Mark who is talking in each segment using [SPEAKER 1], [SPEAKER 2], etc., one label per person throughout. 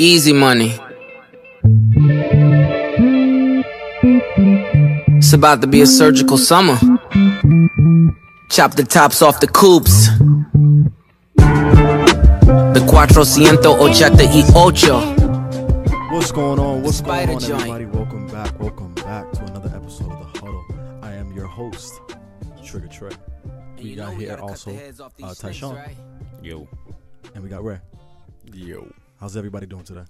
[SPEAKER 1] Easy money. It's about to be a surgical summer. Chop the tops off the coupes. The cuatrocientos ochenta y ocho.
[SPEAKER 2] What's going on? What's going
[SPEAKER 1] Spider
[SPEAKER 2] on,
[SPEAKER 1] joint.
[SPEAKER 2] everybody? Welcome back. Welcome back to another episode of The Huddle. I am your host, Trigger Trey. We got here also uh, Tyshawn,
[SPEAKER 3] Yo.
[SPEAKER 2] and we got Ray.
[SPEAKER 3] Yo.
[SPEAKER 2] How's everybody doing today?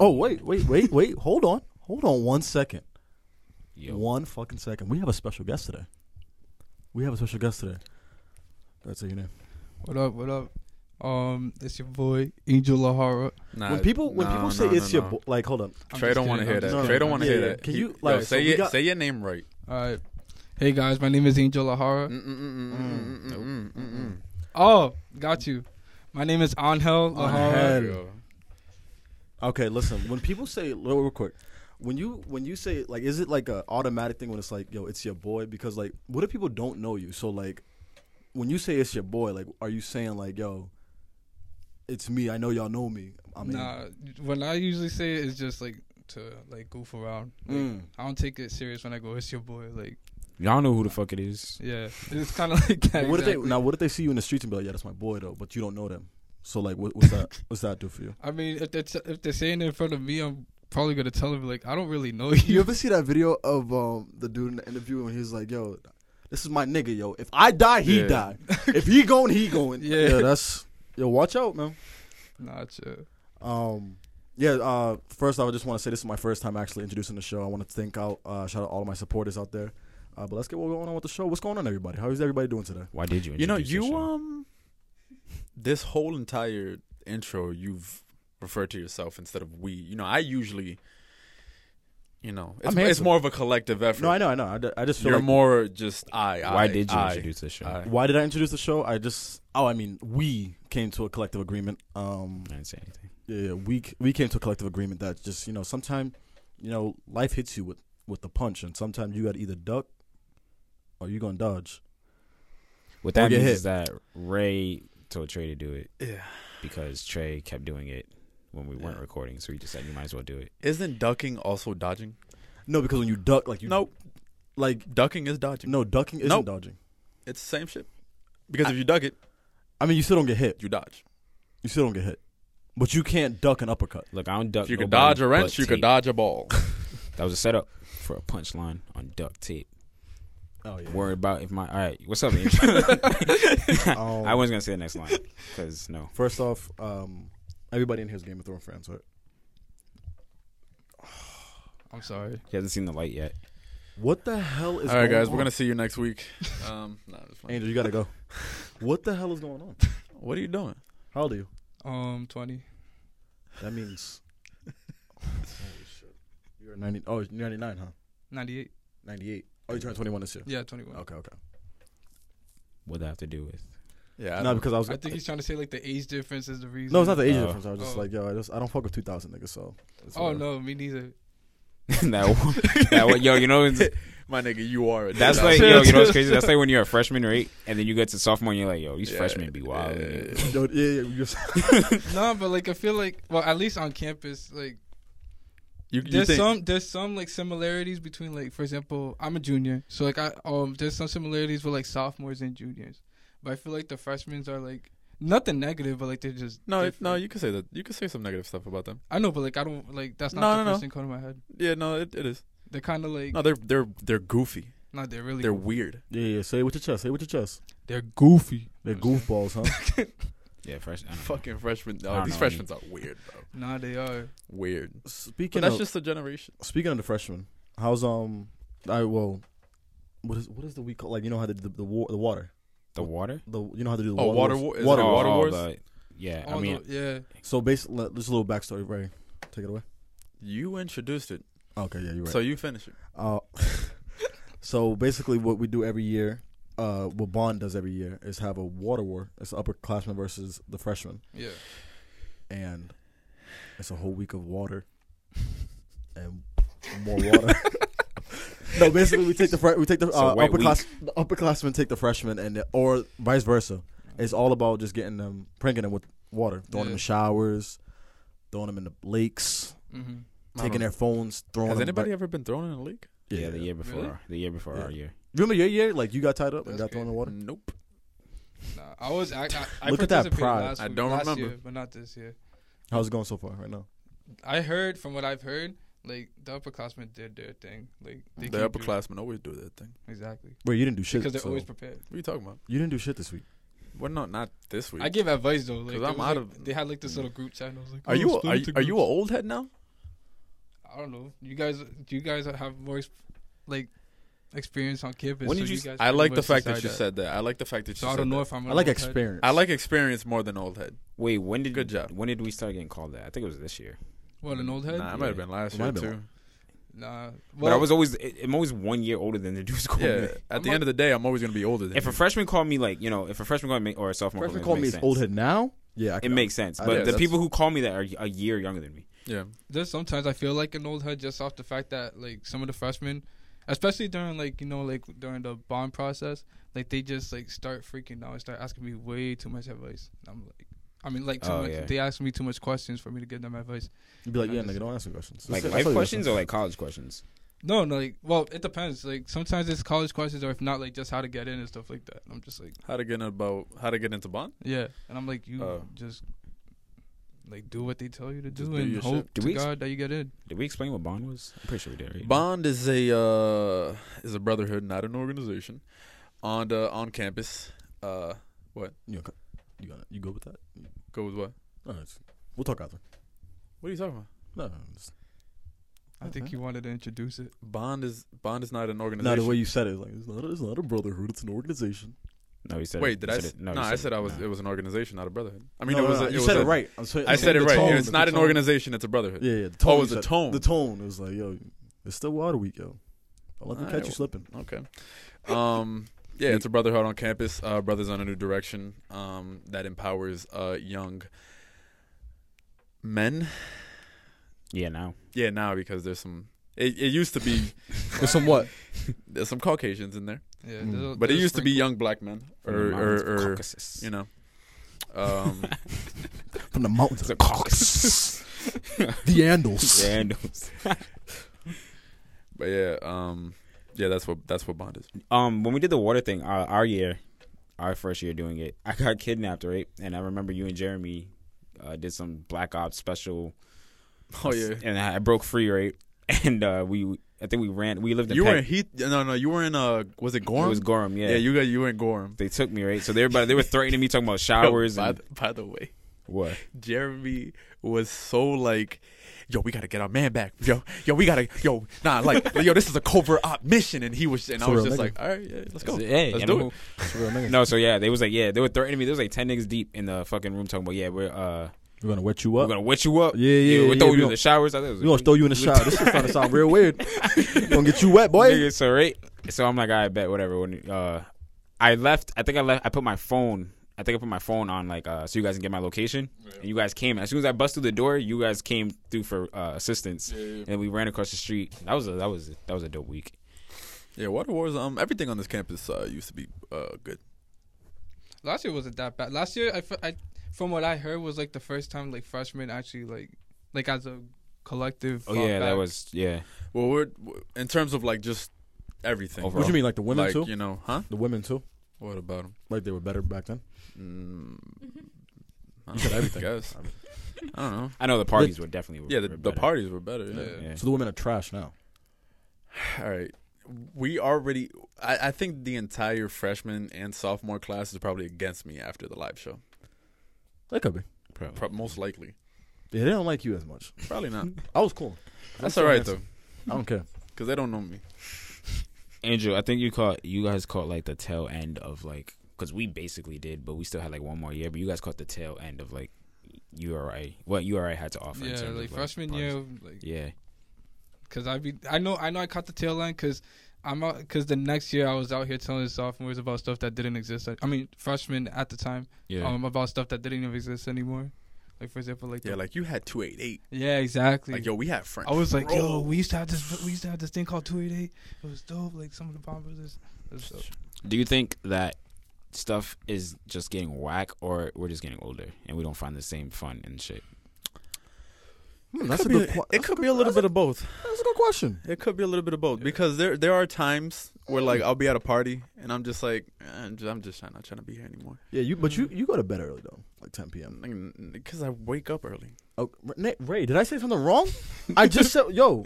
[SPEAKER 2] Oh, wait, wait, wait, wait. Hold on. Hold on one second.
[SPEAKER 3] Yo.
[SPEAKER 2] One fucking second. We have a special guest today. We have a special guest today. That's your name.
[SPEAKER 4] What up? What up? Um, it's your boy Angel Lahara.
[SPEAKER 3] Nah,
[SPEAKER 2] when people when
[SPEAKER 3] Uh, no,
[SPEAKER 2] people
[SPEAKER 3] no,
[SPEAKER 2] say
[SPEAKER 3] no,
[SPEAKER 2] it's
[SPEAKER 3] no.
[SPEAKER 2] your bo- like, hold up.
[SPEAKER 4] I'm
[SPEAKER 3] Trey
[SPEAKER 4] just
[SPEAKER 3] don't want to
[SPEAKER 4] kidding,
[SPEAKER 3] hear
[SPEAKER 4] I'm
[SPEAKER 3] that.
[SPEAKER 4] just
[SPEAKER 2] no,
[SPEAKER 3] Trey
[SPEAKER 4] kidding.
[SPEAKER 3] don't want to
[SPEAKER 2] yeah,
[SPEAKER 3] hear
[SPEAKER 2] yeah.
[SPEAKER 3] that.
[SPEAKER 2] Can
[SPEAKER 3] He-
[SPEAKER 2] you,
[SPEAKER 3] yo,
[SPEAKER 2] like, so
[SPEAKER 3] say
[SPEAKER 2] we
[SPEAKER 3] your
[SPEAKER 2] got-
[SPEAKER 3] say your name right?
[SPEAKER 4] All right. Hey guys, my name is Angel Lahara.
[SPEAKER 2] Mm.
[SPEAKER 3] Mm-mm-mm-mm-mm-mm-mm.
[SPEAKER 4] Oh, got you. My name is Angel Lahara.
[SPEAKER 2] Angel. Okay, listen. When people say real, real quick, when you when you say like, is it like a automatic thing when it's like, yo, it's your boy? Because like, what if people don't know you? So like, when you say it's your boy, like, are you saying like, yo, it's me? I know y'all know me. I mean,
[SPEAKER 4] Nah, when I usually say it, it's just like to like goof around. Like,
[SPEAKER 2] mm,
[SPEAKER 4] I don't take it serious when I go, "It's your boy." Like,
[SPEAKER 5] Y'all know who the fuck it is.
[SPEAKER 4] yeah, it's kind of like that.
[SPEAKER 2] but what if they
[SPEAKER 4] exactly.
[SPEAKER 2] now? What if they see you in the streets and be like, yeah, that's my boy though, but you don't know them? So like, what, what's that? what's that do for you?
[SPEAKER 4] I mean, if they're t- if they're saying it in front of me, I'm probably gonna tell them like, "I don't really know you."
[SPEAKER 2] You ever see that video of um, the dude in the interview and he's like, yo, this is my nigga, yo. If I die, he
[SPEAKER 3] Yeah.
[SPEAKER 2] die. if he going, he going.
[SPEAKER 4] Yeah.
[SPEAKER 2] yeah, that's yo. Watch out, man.
[SPEAKER 4] Nah, chill.
[SPEAKER 2] Um, yeah. Uh, first, I would just want to say this is my first time actually introducing the show. I want to thank out, uh, shout out all of my supporters out there. Uh, but let's get what's going on with the show. What's going on, everybody? How is everybody doing today?
[SPEAKER 5] Why did you?
[SPEAKER 3] You know,
[SPEAKER 5] introduce
[SPEAKER 3] you
[SPEAKER 5] yourself?
[SPEAKER 3] um this whole entire intro you've referred to yourself instead of we. You know, I usually you know, it's,
[SPEAKER 2] I'm
[SPEAKER 3] it's
[SPEAKER 2] handsome.
[SPEAKER 3] more of a collective effort.
[SPEAKER 2] No, I know, I know. I, d- I just feel
[SPEAKER 3] You're
[SPEAKER 2] like-
[SPEAKER 3] more just I, I
[SPEAKER 5] Why did you
[SPEAKER 3] I,
[SPEAKER 5] introduce this show?
[SPEAKER 3] I.
[SPEAKER 2] Why did I introduce the show? I just. Oh, I mean, we came to a collective agreement. Um,
[SPEAKER 5] I didn't say anything.
[SPEAKER 2] yeah, yeah, we c- we came to a collective agreement that just you know sometimes you know life hits you with with the punch, and sometimes you got to either duck or you gonna dodge.
[SPEAKER 5] What
[SPEAKER 2] Or
[SPEAKER 5] that
[SPEAKER 2] get
[SPEAKER 5] means
[SPEAKER 2] hit.
[SPEAKER 5] is that Ray told Trey to do it
[SPEAKER 3] Yeah.
[SPEAKER 5] because Trey kept doing it when we weren't
[SPEAKER 3] Yeah.
[SPEAKER 5] recording, so he just said you might as well do it.
[SPEAKER 3] Isn't ducking also dodging?
[SPEAKER 2] No, because when you duck, like you
[SPEAKER 3] Nope.
[SPEAKER 2] like
[SPEAKER 3] Ducking is dodging.
[SPEAKER 2] no ducking isn't
[SPEAKER 3] Nope.
[SPEAKER 2] dodging.
[SPEAKER 3] It's the same shit. Because if you duck it,
[SPEAKER 2] I mean, you still don't get hit.
[SPEAKER 3] you dodge.
[SPEAKER 2] You still don't get hit. But you can't duck an uppercut.
[SPEAKER 5] Look, I don't duck.
[SPEAKER 3] If you could
[SPEAKER 5] nobody
[SPEAKER 3] dodge a wrench,
[SPEAKER 5] but
[SPEAKER 3] you could
[SPEAKER 5] tape.
[SPEAKER 3] dodge a ball.
[SPEAKER 5] That was a setup for a punchline on duct tape.
[SPEAKER 2] Oh yeah.
[SPEAKER 5] Worried about if my all right. What's up, Angel?
[SPEAKER 2] Um,
[SPEAKER 5] I wasn't gonna say the next line because no.
[SPEAKER 2] First off, um, everybody in here is Game of Thrones fans, right?
[SPEAKER 4] I'm sorry.
[SPEAKER 5] He hasn't seen the light yet.
[SPEAKER 2] What the hell is
[SPEAKER 3] All right,
[SPEAKER 2] going
[SPEAKER 3] guys,
[SPEAKER 2] on?
[SPEAKER 3] we're gonna see you next week. Um, nah, it's fine.
[SPEAKER 2] Angel, you gotta go. what the hell is going on?
[SPEAKER 3] what are you doing?
[SPEAKER 2] How old are you?
[SPEAKER 4] Um, twenty.
[SPEAKER 2] That means. Holy shit! You're ninety. Oh, you're ninety nine, huh?
[SPEAKER 4] 98.
[SPEAKER 2] Ninety eight. Oh, you turned twenty one this year.
[SPEAKER 4] Yeah, 21.
[SPEAKER 2] Okay, okay.
[SPEAKER 5] What that have to do with?
[SPEAKER 3] Yeah, I
[SPEAKER 2] No,
[SPEAKER 3] don't-
[SPEAKER 2] because I was.
[SPEAKER 4] I think he's trying to say like the age difference is the reason.
[SPEAKER 2] no, it's not the age
[SPEAKER 5] Oh.
[SPEAKER 2] difference. I was just
[SPEAKER 4] Oh.
[SPEAKER 2] like, yo, I just I don't fuck with two thousand niggas, so. it's
[SPEAKER 4] Oh
[SPEAKER 2] whatever.
[SPEAKER 4] no, me neither.
[SPEAKER 5] that, one, that one, yo, you know it's-
[SPEAKER 3] my nigga, you are. A
[SPEAKER 5] That's
[SPEAKER 3] dog.
[SPEAKER 5] like yo, you know what's crazy? That's like when you're a freshman, right? And then you get to sophomore, and you're like, yo, these
[SPEAKER 3] Yeah,
[SPEAKER 5] freshmen be wild.
[SPEAKER 3] yeah, yeah,
[SPEAKER 5] nigga.
[SPEAKER 2] Yo, yeah, yeah, you're s-
[SPEAKER 4] no, but like I feel like, well, at least on campus, like
[SPEAKER 3] You, you
[SPEAKER 4] there's
[SPEAKER 3] think,
[SPEAKER 4] some there's some like similarities between like, for example, I'm a junior, so like I um there's some similarities with like sophomores and juniors, but I feel like the freshmen are like nothing negative, but like they're just
[SPEAKER 3] no, it,
[SPEAKER 4] different.
[SPEAKER 3] no, you can say that. You can say some negative stuff about them.
[SPEAKER 4] I know, but like I don't like that's not
[SPEAKER 3] No,
[SPEAKER 4] the
[SPEAKER 3] no,
[SPEAKER 4] first
[SPEAKER 3] no.
[SPEAKER 4] thing coming to my head.
[SPEAKER 3] Yeah, no, it, it is.
[SPEAKER 4] They're kind of like
[SPEAKER 3] No, they're they're they're goofy.
[SPEAKER 4] no, they're really
[SPEAKER 3] They're weird.
[SPEAKER 2] yeah, yeah. Say it with your chest. Say it with your chest.
[SPEAKER 4] they're goofy.
[SPEAKER 2] They're goofballs, huh?
[SPEAKER 5] Yeah, fresh. I don't know.
[SPEAKER 3] Fucking freshmen.
[SPEAKER 5] I
[SPEAKER 3] Oh,
[SPEAKER 5] don't
[SPEAKER 3] these
[SPEAKER 5] know.
[SPEAKER 3] freshmen are weird, bro.
[SPEAKER 4] Nah, they are.
[SPEAKER 3] Weird. But
[SPEAKER 2] Speaking
[SPEAKER 3] that's
[SPEAKER 2] of
[SPEAKER 3] just the generation.
[SPEAKER 2] speaking of the freshmen, how's um, I well, what is what is the week called? Like you know how to do the the, war, the water,
[SPEAKER 5] The water.
[SPEAKER 2] the you know how to do the
[SPEAKER 3] Oh, water
[SPEAKER 2] wars?
[SPEAKER 3] war- is it
[SPEAKER 2] water.
[SPEAKER 3] a
[SPEAKER 5] Oh,
[SPEAKER 2] wars.
[SPEAKER 3] water
[SPEAKER 5] oh,
[SPEAKER 3] wars? Oh,
[SPEAKER 5] the- yeah, I
[SPEAKER 4] All
[SPEAKER 5] mean,
[SPEAKER 4] the- yeah.
[SPEAKER 2] So basically, just a little backstory, Ray. Take it away.
[SPEAKER 3] You introduced it,
[SPEAKER 2] Okay, yeah, you're right.
[SPEAKER 3] so you finish it.
[SPEAKER 2] Uh, so basically, what we do every year, uh, what Bond does every year, is have a water war. It's upperclassmen versus the freshmen,
[SPEAKER 4] Yeah.
[SPEAKER 2] and it's a whole week of water and more water. no, basically, we take the fre- we take the
[SPEAKER 5] It's a
[SPEAKER 2] uh,
[SPEAKER 5] wet
[SPEAKER 2] upperclass the upperclassmen take the freshmen, and the, or vice versa. It's all about just getting them, pranking them with water, throwing them
[SPEAKER 4] Yeah.
[SPEAKER 2] in showers, throwing them in the lakes,
[SPEAKER 4] Mhm.
[SPEAKER 2] taking their phones, throwing
[SPEAKER 3] Has
[SPEAKER 2] them.
[SPEAKER 3] anybody
[SPEAKER 2] back-
[SPEAKER 3] ever been thrown in a lake?
[SPEAKER 5] Yeah, the year before,
[SPEAKER 4] Really?
[SPEAKER 5] the year before
[SPEAKER 2] Yeah.
[SPEAKER 5] our year.
[SPEAKER 2] Remember your year? Like you got tied up and
[SPEAKER 4] That's
[SPEAKER 2] got thrown in the water.
[SPEAKER 3] Nope.
[SPEAKER 4] Nah, I was. I, I, I
[SPEAKER 2] Look at that
[SPEAKER 4] participated
[SPEAKER 2] pride.
[SPEAKER 4] Last
[SPEAKER 3] I
[SPEAKER 4] week-
[SPEAKER 3] don't
[SPEAKER 4] last
[SPEAKER 3] remember.
[SPEAKER 4] year, but not this year.
[SPEAKER 2] How's it going so far right now?
[SPEAKER 4] I heard from what I've heard, like the upperclassmen did their thing. Like they
[SPEAKER 3] The
[SPEAKER 4] keep doing-
[SPEAKER 3] upperclassmen always do that thing.
[SPEAKER 4] exactly
[SPEAKER 2] Wait, you didn't do shit.
[SPEAKER 4] because they're
[SPEAKER 2] so-
[SPEAKER 4] always prepared.
[SPEAKER 3] What are you talking about?
[SPEAKER 2] you didn't do shit this week.
[SPEAKER 3] Well, no, not this week.
[SPEAKER 4] I give advice though. Like,
[SPEAKER 3] 'Cause
[SPEAKER 4] it
[SPEAKER 3] I'm
[SPEAKER 4] was,
[SPEAKER 3] out
[SPEAKER 4] like-
[SPEAKER 3] of- Mm.
[SPEAKER 4] They had like this little group chat. And I was like,
[SPEAKER 3] are
[SPEAKER 4] "Oh,
[SPEAKER 3] you
[SPEAKER 4] split
[SPEAKER 3] are,
[SPEAKER 4] into
[SPEAKER 3] you- are you an
[SPEAKER 4] groups."
[SPEAKER 3] old head now?
[SPEAKER 4] I don't know. You guys, do you guys have more ex- like experience on campus?
[SPEAKER 5] When
[SPEAKER 4] so
[SPEAKER 5] did you s-
[SPEAKER 4] guys
[SPEAKER 3] I like the
[SPEAKER 4] pretty much
[SPEAKER 3] fact that
[SPEAKER 4] decide
[SPEAKER 3] you said that. I like the fact that you
[SPEAKER 4] So I
[SPEAKER 3] said
[SPEAKER 4] don't know
[SPEAKER 3] that.
[SPEAKER 4] if I'm.
[SPEAKER 2] I like
[SPEAKER 4] an old head.
[SPEAKER 2] experience.
[SPEAKER 3] I like experience more than old head.
[SPEAKER 5] Wait, when did
[SPEAKER 3] Good job.
[SPEAKER 5] When did we start getting called that? I think it was this year.
[SPEAKER 4] What an old head?
[SPEAKER 3] Nah, I
[SPEAKER 4] Nah.
[SPEAKER 3] might have
[SPEAKER 5] Yeah.
[SPEAKER 3] been last
[SPEAKER 2] It
[SPEAKER 3] year
[SPEAKER 2] might have
[SPEAKER 3] too.
[SPEAKER 2] been
[SPEAKER 5] but I
[SPEAKER 4] Well,
[SPEAKER 5] was always I'm always one year older than the dudes called
[SPEAKER 3] Yeah.
[SPEAKER 5] me.
[SPEAKER 3] At the
[SPEAKER 4] I'm
[SPEAKER 3] end of the day, I'm always gonna be older than.
[SPEAKER 5] If a
[SPEAKER 3] you.
[SPEAKER 5] freshman called me like you know, if a freshman called me or a sophomore
[SPEAKER 2] Freshman
[SPEAKER 5] called
[SPEAKER 2] called
[SPEAKER 5] me,
[SPEAKER 2] me
[SPEAKER 5] it
[SPEAKER 2] as
[SPEAKER 5] makes
[SPEAKER 2] old
[SPEAKER 5] sense.
[SPEAKER 2] head now. Yeah, I
[SPEAKER 5] It
[SPEAKER 2] can-
[SPEAKER 5] makes sense.
[SPEAKER 2] I-
[SPEAKER 5] But
[SPEAKER 3] yeah,
[SPEAKER 5] the
[SPEAKER 3] that's-
[SPEAKER 5] people who call me that are a year younger than me.
[SPEAKER 3] yeah,
[SPEAKER 4] there's sometimes I feel like an old head just off the fact that like some of the freshmen, especially during like you know like during the bond process, like they just like start freaking out and start asking me way too much advice. And I'm like, I mean like too
[SPEAKER 5] Oh,
[SPEAKER 4] much.
[SPEAKER 5] yeah.
[SPEAKER 4] They ask me too much questions for me to give them advice.
[SPEAKER 2] You'd be like, yeah, nigga, don't ask me questions.
[SPEAKER 5] Like
[SPEAKER 2] That's it.
[SPEAKER 5] life
[SPEAKER 2] That's all you
[SPEAKER 5] questions
[SPEAKER 2] ask
[SPEAKER 5] or
[SPEAKER 2] me.
[SPEAKER 5] like college questions.
[SPEAKER 4] No, no, like well, it depends. Like sometimes it's college questions, or if not, like just how to get in and stuff like that. And I'm just like,
[SPEAKER 3] how to get in about how to get into bond?
[SPEAKER 4] yeah, and I'm like, you
[SPEAKER 3] Oh.
[SPEAKER 4] just like do what they tell you to
[SPEAKER 3] Just
[SPEAKER 4] do
[SPEAKER 3] do
[SPEAKER 4] and
[SPEAKER 3] your
[SPEAKER 4] hope
[SPEAKER 3] shit.
[SPEAKER 5] Do
[SPEAKER 4] to
[SPEAKER 5] we ex-
[SPEAKER 4] God that you get in.
[SPEAKER 5] Did we explain what bond was? I'm pretty sure we did. Right?
[SPEAKER 3] Bond is a uh, is a brotherhood, not an organization, on the, on campus. Uh,
[SPEAKER 2] You, okay? you, got it. you go with that?
[SPEAKER 3] go with what?
[SPEAKER 2] All right. We'll talk after.
[SPEAKER 3] What are you talking about?
[SPEAKER 2] No, no, no, just-
[SPEAKER 4] I think you wanted to introduce it.
[SPEAKER 3] Bond is Bond is not an
[SPEAKER 2] no,
[SPEAKER 3] organization.
[SPEAKER 2] the way you said it, like it's not, it's not a brotherhood, it's an organization.
[SPEAKER 5] No, he said.
[SPEAKER 3] Wait, did
[SPEAKER 5] he
[SPEAKER 3] I?
[SPEAKER 5] said
[SPEAKER 3] s-
[SPEAKER 5] it-
[SPEAKER 3] No,
[SPEAKER 5] he
[SPEAKER 3] I said I was.
[SPEAKER 5] no.
[SPEAKER 3] It was an organization, not a brotherhood. I mean, it
[SPEAKER 2] No,
[SPEAKER 3] was.
[SPEAKER 2] no,
[SPEAKER 3] a,
[SPEAKER 2] no, you
[SPEAKER 3] was
[SPEAKER 2] said
[SPEAKER 3] a-
[SPEAKER 2] it right. I'm sorry,
[SPEAKER 3] I said
[SPEAKER 2] the
[SPEAKER 3] it right.
[SPEAKER 2] tone,
[SPEAKER 3] it's
[SPEAKER 2] the
[SPEAKER 3] not an
[SPEAKER 2] tone.
[SPEAKER 3] organization. It's a brotherhood.
[SPEAKER 2] Yeah, yeah. The tone
[SPEAKER 3] it
[SPEAKER 2] you
[SPEAKER 3] was the
[SPEAKER 2] said.
[SPEAKER 3] tone.
[SPEAKER 2] The tone. It was like, yo, it's still water week, yo. Don't let me
[SPEAKER 3] All
[SPEAKER 2] catch
[SPEAKER 3] right.
[SPEAKER 2] you slipping.
[SPEAKER 3] Okay. Um. Yeah, it's a brotherhood on campus. Uh, brothers on a new direction. Um, that empowers uh young men.
[SPEAKER 5] Yeah, now.
[SPEAKER 3] Yeah, now because there's some. It, it used to be
[SPEAKER 2] With some what?
[SPEAKER 3] there's some Caucasians in there,
[SPEAKER 4] Yeah,
[SPEAKER 2] Mm.
[SPEAKER 4] there's a-
[SPEAKER 3] but it
[SPEAKER 4] there's a
[SPEAKER 3] used to be
[SPEAKER 4] sprinkle.
[SPEAKER 3] young black men or or, or you know. Um,
[SPEAKER 2] From the mountains,
[SPEAKER 5] It's a caucus.
[SPEAKER 2] the Andals.
[SPEAKER 5] Randoms.
[SPEAKER 3] but yeah, um, yeah, that's what that's what bond is.
[SPEAKER 5] um, when we did the water thing, uh, our year, our first year doing it, I got kidnapped, right? And I remember you and Jeremy uh, did some Black Ops special.
[SPEAKER 3] Oh yeah,
[SPEAKER 5] And I I broke free, right? And uh, we, I think we ran. We lived in.
[SPEAKER 3] you were
[SPEAKER 5] Peck.
[SPEAKER 3] in Heath. No, no, you were in. Uh, was it Gorham?
[SPEAKER 5] It was Gorham, yeah.
[SPEAKER 3] Yeah, you got you were in Gorham.
[SPEAKER 5] they took me, right? So they everybody they were threatening me, talking about showers
[SPEAKER 3] By,
[SPEAKER 5] and
[SPEAKER 3] the, by the way,
[SPEAKER 5] what?
[SPEAKER 3] Jeremy was so like, yo, we gotta get our man back, yo, yo, we gotta, yo, nah, like, yo, this is a covert op mission, and he was, and I
[SPEAKER 2] For
[SPEAKER 3] was
[SPEAKER 2] real,
[SPEAKER 3] just
[SPEAKER 2] nigga.
[SPEAKER 3] like, all right, yeah, let's go,
[SPEAKER 5] Hey,
[SPEAKER 3] let's
[SPEAKER 5] and
[SPEAKER 3] do
[SPEAKER 5] who-
[SPEAKER 3] it.
[SPEAKER 5] No, so yeah, they was like, yeah, they were threatening me. There was like ten niggas deep in the fucking room talking about, yeah, we're uh,
[SPEAKER 2] We're gonna wet you
[SPEAKER 5] we're
[SPEAKER 2] up.
[SPEAKER 5] gonna wet you up.
[SPEAKER 2] Yeah, yeah,
[SPEAKER 5] we're
[SPEAKER 2] yeah,
[SPEAKER 5] throwing
[SPEAKER 2] we
[SPEAKER 5] you in
[SPEAKER 2] gonna-
[SPEAKER 5] the showers. I thought it was
[SPEAKER 2] We're gonna throw you in the shower. This is trying to sound real weird. We're gonna get you wet, boy.
[SPEAKER 5] Nigga, so right. So I'm like, I bet whatever. When uh, I left, I think I left. I put my phone. I think I put my phone on like uh, so you guys can get my location. And you guys came as soon as I bust through the door. You guys came through for uh, assistance, and we ran across the street. That was a, that was a, that was a dope week.
[SPEAKER 3] Yeah, Water Wars. Um, everything on this campus uh, used to be uh good.
[SPEAKER 4] Last year wasn't that bad. Last year, I, fe- I from what I heard was like the first time like freshmen actually like like as a collective.
[SPEAKER 5] Oh
[SPEAKER 4] fought
[SPEAKER 5] yeah, that
[SPEAKER 4] back.
[SPEAKER 5] was yeah.
[SPEAKER 3] Well, we're in terms of like just everything.
[SPEAKER 5] Overall.
[SPEAKER 2] What you mean, like the women
[SPEAKER 3] like
[SPEAKER 2] too?
[SPEAKER 3] you know, huh?
[SPEAKER 2] The women too?
[SPEAKER 3] What about him?
[SPEAKER 2] Like they were better back then?
[SPEAKER 3] Mm, I
[SPEAKER 2] You said
[SPEAKER 3] don't
[SPEAKER 2] everything.
[SPEAKER 3] guess.
[SPEAKER 2] I mean,
[SPEAKER 3] I don't know.
[SPEAKER 5] I know the parties were definitely
[SPEAKER 3] Yeah, the,
[SPEAKER 5] were
[SPEAKER 3] the
[SPEAKER 5] better.
[SPEAKER 3] parties were better. Yeah.
[SPEAKER 4] Yeah.
[SPEAKER 5] Yeah.
[SPEAKER 2] So the women are trash now.
[SPEAKER 3] All right. We already. I, I think the entire freshman and sophomore class is probably against me after the live show.
[SPEAKER 2] That could be.
[SPEAKER 5] Probably.
[SPEAKER 3] Pro- most likely.
[SPEAKER 2] Yeah, they don't like you as much.
[SPEAKER 3] Probably not.
[SPEAKER 2] I was cool.
[SPEAKER 3] That's
[SPEAKER 2] so
[SPEAKER 3] all right
[SPEAKER 2] handsome.
[SPEAKER 3] though,
[SPEAKER 2] I don't care.
[SPEAKER 3] because they don't know me.
[SPEAKER 5] Andrew, I think you caught you guys caught like the tail end of like because we basically did, but we still had like one more year. But you guys caught the tail end of like URI what URI had to offer. in
[SPEAKER 4] yeah,
[SPEAKER 5] terms
[SPEAKER 4] like
[SPEAKER 5] of,
[SPEAKER 4] freshman
[SPEAKER 5] parties.
[SPEAKER 4] year, like
[SPEAKER 5] Yeah,
[SPEAKER 4] because I be I know I know I caught the tail end because I'm out because the next year I was out here telling the sophomores about stuff that didn't exist. I, I mean freshmen at the time,
[SPEAKER 5] yeah.
[SPEAKER 4] um, about stuff that didn't even exist anymore. Like for example, like
[SPEAKER 3] Yeah,
[SPEAKER 4] the,
[SPEAKER 3] like you had two eight eight.
[SPEAKER 4] yeah, exactly.
[SPEAKER 3] Like yo, we had friends.
[SPEAKER 4] I was like,
[SPEAKER 3] Bro.
[SPEAKER 4] yo, we used to have this. We used to have this thing called 288. It was dope. Like some of the bomb brothers. It was dope.
[SPEAKER 5] Do you think that stuff is just getting whack, or we're just getting older and we don't find the same fun and shit?
[SPEAKER 2] Hmm,
[SPEAKER 3] It
[SPEAKER 2] that's, a
[SPEAKER 3] could be-
[SPEAKER 2] good point.
[SPEAKER 3] It could be a little bit of both.
[SPEAKER 2] That's a good question.
[SPEAKER 3] It could be a little bit of both because there there are times where like I'll be at a party and I'm just like eh, I'm just, I'm just not trying to be here anymore
[SPEAKER 2] Yeah, you. But
[SPEAKER 3] Mm.
[SPEAKER 2] you you go to bed early though, like 10 p.m.
[SPEAKER 3] because I wake up early.
[SPEAKER 2] Oh, Ray- Ray, did I say something wrong? I just said, yo,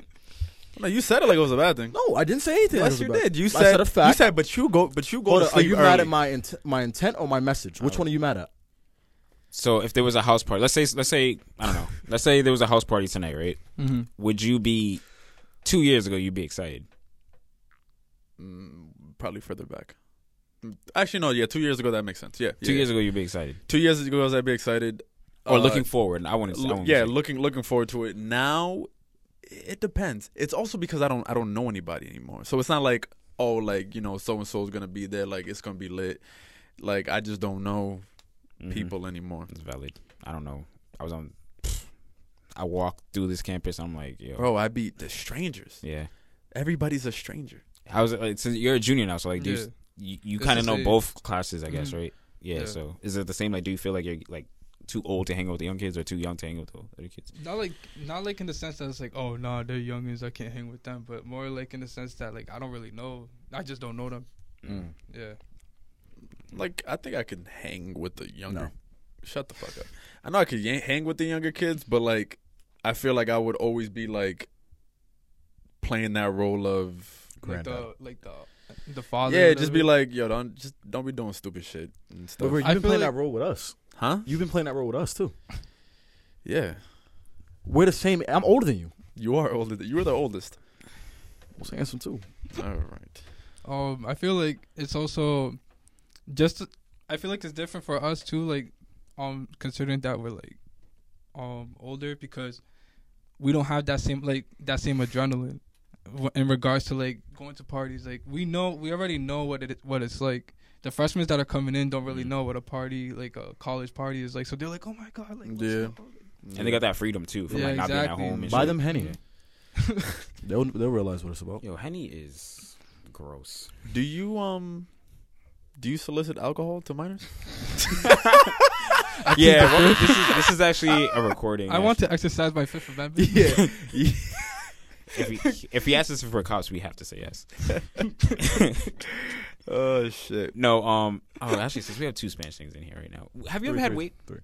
[SPEAKER 3] No, you said it like it was a bad thing.
[SPEAKER 2] no, I didn't say anything.
[SPEAKER 3] yes, you did. You
[SPEAKER 2] I
[SPEAKER 3] said,
[SPEAKER 2] said a fact.
[SPEAKER 3] You said, but you go, but you go
[SPEAKER 2] Hold
[SPEAKER 3] to
[SPEAKER 2] up, are
[SPEAKER 3] sleep
[SPEAKER 2] you
[SPEAKER 3] early. Oh.
[SPEAKER 2] mad at my int- my intent or my message? Which one are you mad at?
[SPEAKER 5] So if there was a house party, let's say let's say I don't know, let's say there was a house party tonight, right?
[SPEAKER 4] Mhm.
[SPEAKER 5] Would you be two years ago? You'd be excited.
[SPEAKER 3] Mm, probably further back. Mm, Actually, no. Yeah, two years ago that makes sense. Yeah,
[SPEAKER 5] Two years ago, you'd be excited
[SPEAKER 3] Two years ago, I'd be excited.
[SPEAKER 5] or
[SPEAKER 3] Uh,
[SPEAKER 5] looking forward. I want to.
[SPEAKER 3] L- yeah, looking looking forward to it. Now, it depends. It's also because I don't I don't know anybody anymore, so it's not like oh like you know so and so is gonna be there, like it's gonna be lit. Like I just don't know people anymore,
[SPEAKER 5] It's Mm-hmm. valid. I don't know. I was on. I walked through this campus. I'm like, yo,
[SPEAKER 3] bro. I be the strangers.
[SPEAKER 5] yeah.
[SPEAKER 3] Everybody's a stranger.
[SPEAKER 5] How's it? Like, since you're a junior now, so like, do you
[SPEAKER 4] Yeah.
[SPEAKER 5] s- you, you
[SPEAKER 4] It's
[SPEAKER 5] kind of
[SPEAKER 4] the
[SPEAKER 5] know
[SPEAKER 4] same.
[SPEAKER 5] both classes, I guess, right? Yeah,
[SPEAKER 4] Yeah.
[SPEAKER 5] So is it the same? Like, do you feel like you're like too old to hang out with the young kids, or too young to hang out with the other kids?
[SPEAKER 4] Not like not like in the sense that it's like, oh nah, they're youngins, I can't hang with them. But more like in the sense that like I don't really know. I just don't know them.
[SPEAKER 5] Mm.
[SPEAKER 4] Yeah.
[SPEAKER 3] Like I think I can hang with the younger.
[SPEAKER 2] No.
[SPEAKER 3] Shut the fuck up. I know I could yan- hang with the younger kids, but like I feel like I would always be like playing that role of
[SPEAKER 4] Like
[SPEAKER 2] Granddad.
[SPEAKER 4] the like the the father.
[SPEAKER 3] yeah,
[SPEAKER 4] or
[SPEAKER 3] just
[SPEAKER 4] whatever.
[SPEAKER 3] be like, yo, don't just don't be doing stupid shit and
[SPEAKER 2] But
[SPEAKER 3] stuff.
[SPEAKER 2] Ray, you've
[SPEAKER 4] I
[SPEAKER 2] been
[SPEAKER 4] feel
[SPEAKER 2] playing
[SPEAKER 4] like-
[SPEAKER 2] that role with us.
[SPEAKER 3] huh?
[SPEAKER 2] You've been playing that role with us too.
[SPEAKER 3] Yeah,
[SPEAKER 2] We're the same. I'm older than you.
[SPEAKER 3] you are older. Th- you are the oldest.
[SPEAKER 2] I'm handsome too.
[SPEAKER 3] All right.
[SPEAKER 4] Um, I feel like it's also just. I feel like it's different for us too. Like, um, considering that we're like, um, older because we don't have that same like that same adrenaline w- in regards to like going to parties. Like we know we already know what it what it's like. The freshmen that are coming in don't really know what a party like a college party is like. So they're like, oh my god, like what's
[SPEAKER 3] Yeah.
[SPEAKER 4] up?
[SPEAKER 5] And they got that freedom too from
[SPEAKER 4] Yeah,
[SPEAKER 5] like not
[SPEAKER 4] exactly.
[SPEAKER 5] being at home. And
[SPEAKER 2] Buy
[SPEAKER 5] shit.
[SPEAKER 2] them Henny. They'll they'll realize what it's about.
[SPEAKER 5] Yo, Henny is gross.
[SPEAKER 3] Do you um, do you solicit alcohol to minors?
[SPEAKER 5] yeah, well, this is this is actually a recording.
[SPEAKER 4] I want to exercise my Fifth Amendment.
[SPEAKER 3] Yeah.
[SPEAKER 5] If he, if he asks us if we're cops, we have to say yes.
[SPEAKER 3] oh shit.
[SPEAKER 5] No, um, oh, actually, since we have two Spanish things in here right now, have you ever
[SPEAKER 2] Three,
[SPEAKER 5] had
[SPEAKER 2] three,
[SPEAKER 5] wa-
[SPEAKER 2] three.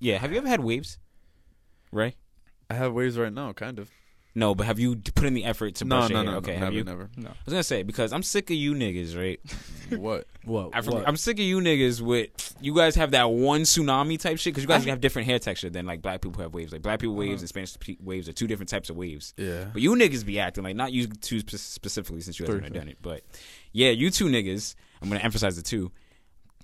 [SPEAKER 5] Yeah, have you ever had waves? Right?
[SPEAKER 3] I have waves right now, kind of.
[SPEAKER 5] No, but have you d- put in the effort to
[SPEAKER 3] No,
[SPEAKER 5] brush
[SPEAKER 3] no,
[SPEAKER 5] your
[SPEAKER 3] no,
[SPEAKER 5] hair?
[SPEAKER 3] no.
[SPEAKER 5] okay,
[SPEAKER 3] never,
[SPEAKER 5] have you?
[SPEAKER 3] never.
[SPEAKER 4] No.
[SPEAKER 5] I was gonna say because I'm sick of you niggas, right?
[SPEAKER 3] what?
[SPEAKER 2] What?
[SPEAKER 5] I
[SPEAKER 2] what?
[SPEAKER 5] am sick of you niggas with you guys have that one tsunami type shit because you guys have different hair texture than like black people have waves. Like black people waves and Spanish pe- waves are two different types of waves.
[SPEAKER 3] Yeah.
[SPEAKER 5] But you niggas be acting like not you two spe- specifically since you guys
[SPEAKER 3] Three.
[SPEAKER 5] haven't done it. But yeah, you two niggas. I'm gonna emphasize the two.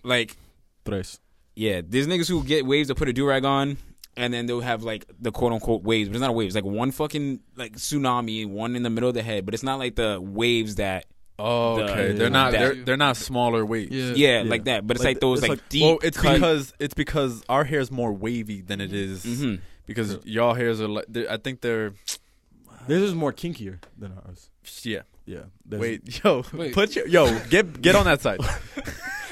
[SPEAKER 5] Like
[SPEAKER 2] Tres.
[SPEAKER 5] yeah, there's niggas who get waves that put a do rag on, and then they'll have like the quote unquote waves, but it's not a wave. It's like one fucking like tsunami, one in the middle of the head, but it's not like the waves that
[SPEAKER 3] Oh,
[SPEAKER 5] The-
[SPEAKER 3] okay.
[SPEAKER 5] Yeah.
[SPEAKER 3] They're not.
[SPEAKER 5] That-
[SPEAKER 3] They're they're not smaller waves.
[SPEAKER 4] Yeah.
[SPEAKER 5] yeah,
[SPEAKER 2] Yeah.
[SPEAKER 5] like that. But it's like,
[SPEAKER 2] Like,
[SPEAKER 5] those
[SPEAKER 2] it's
[SPEAKER 5] like,
[SPEAKER 2] like-
[SPEAKER 5] deep.
[SPEAKER 3] Well, it's
[SPEAKER 5] cut-
[SPEAKER 3] because it's because our hair is more wavy than it is-
[SPEAKER 5] Mhm.
[SPEAKER 3] because y'all hairs are like they're- I think they're
[SPEAKER 2] Theirs is more kinkier than ours.
[SPEAKER 3] yeah.
[SPEAKER 2] Yeah. theirs-
[SPEAKER 3] Wait, yo,
[SPEAKER 4] Wait.
[SPEAKER 3] put your yo get get on that side.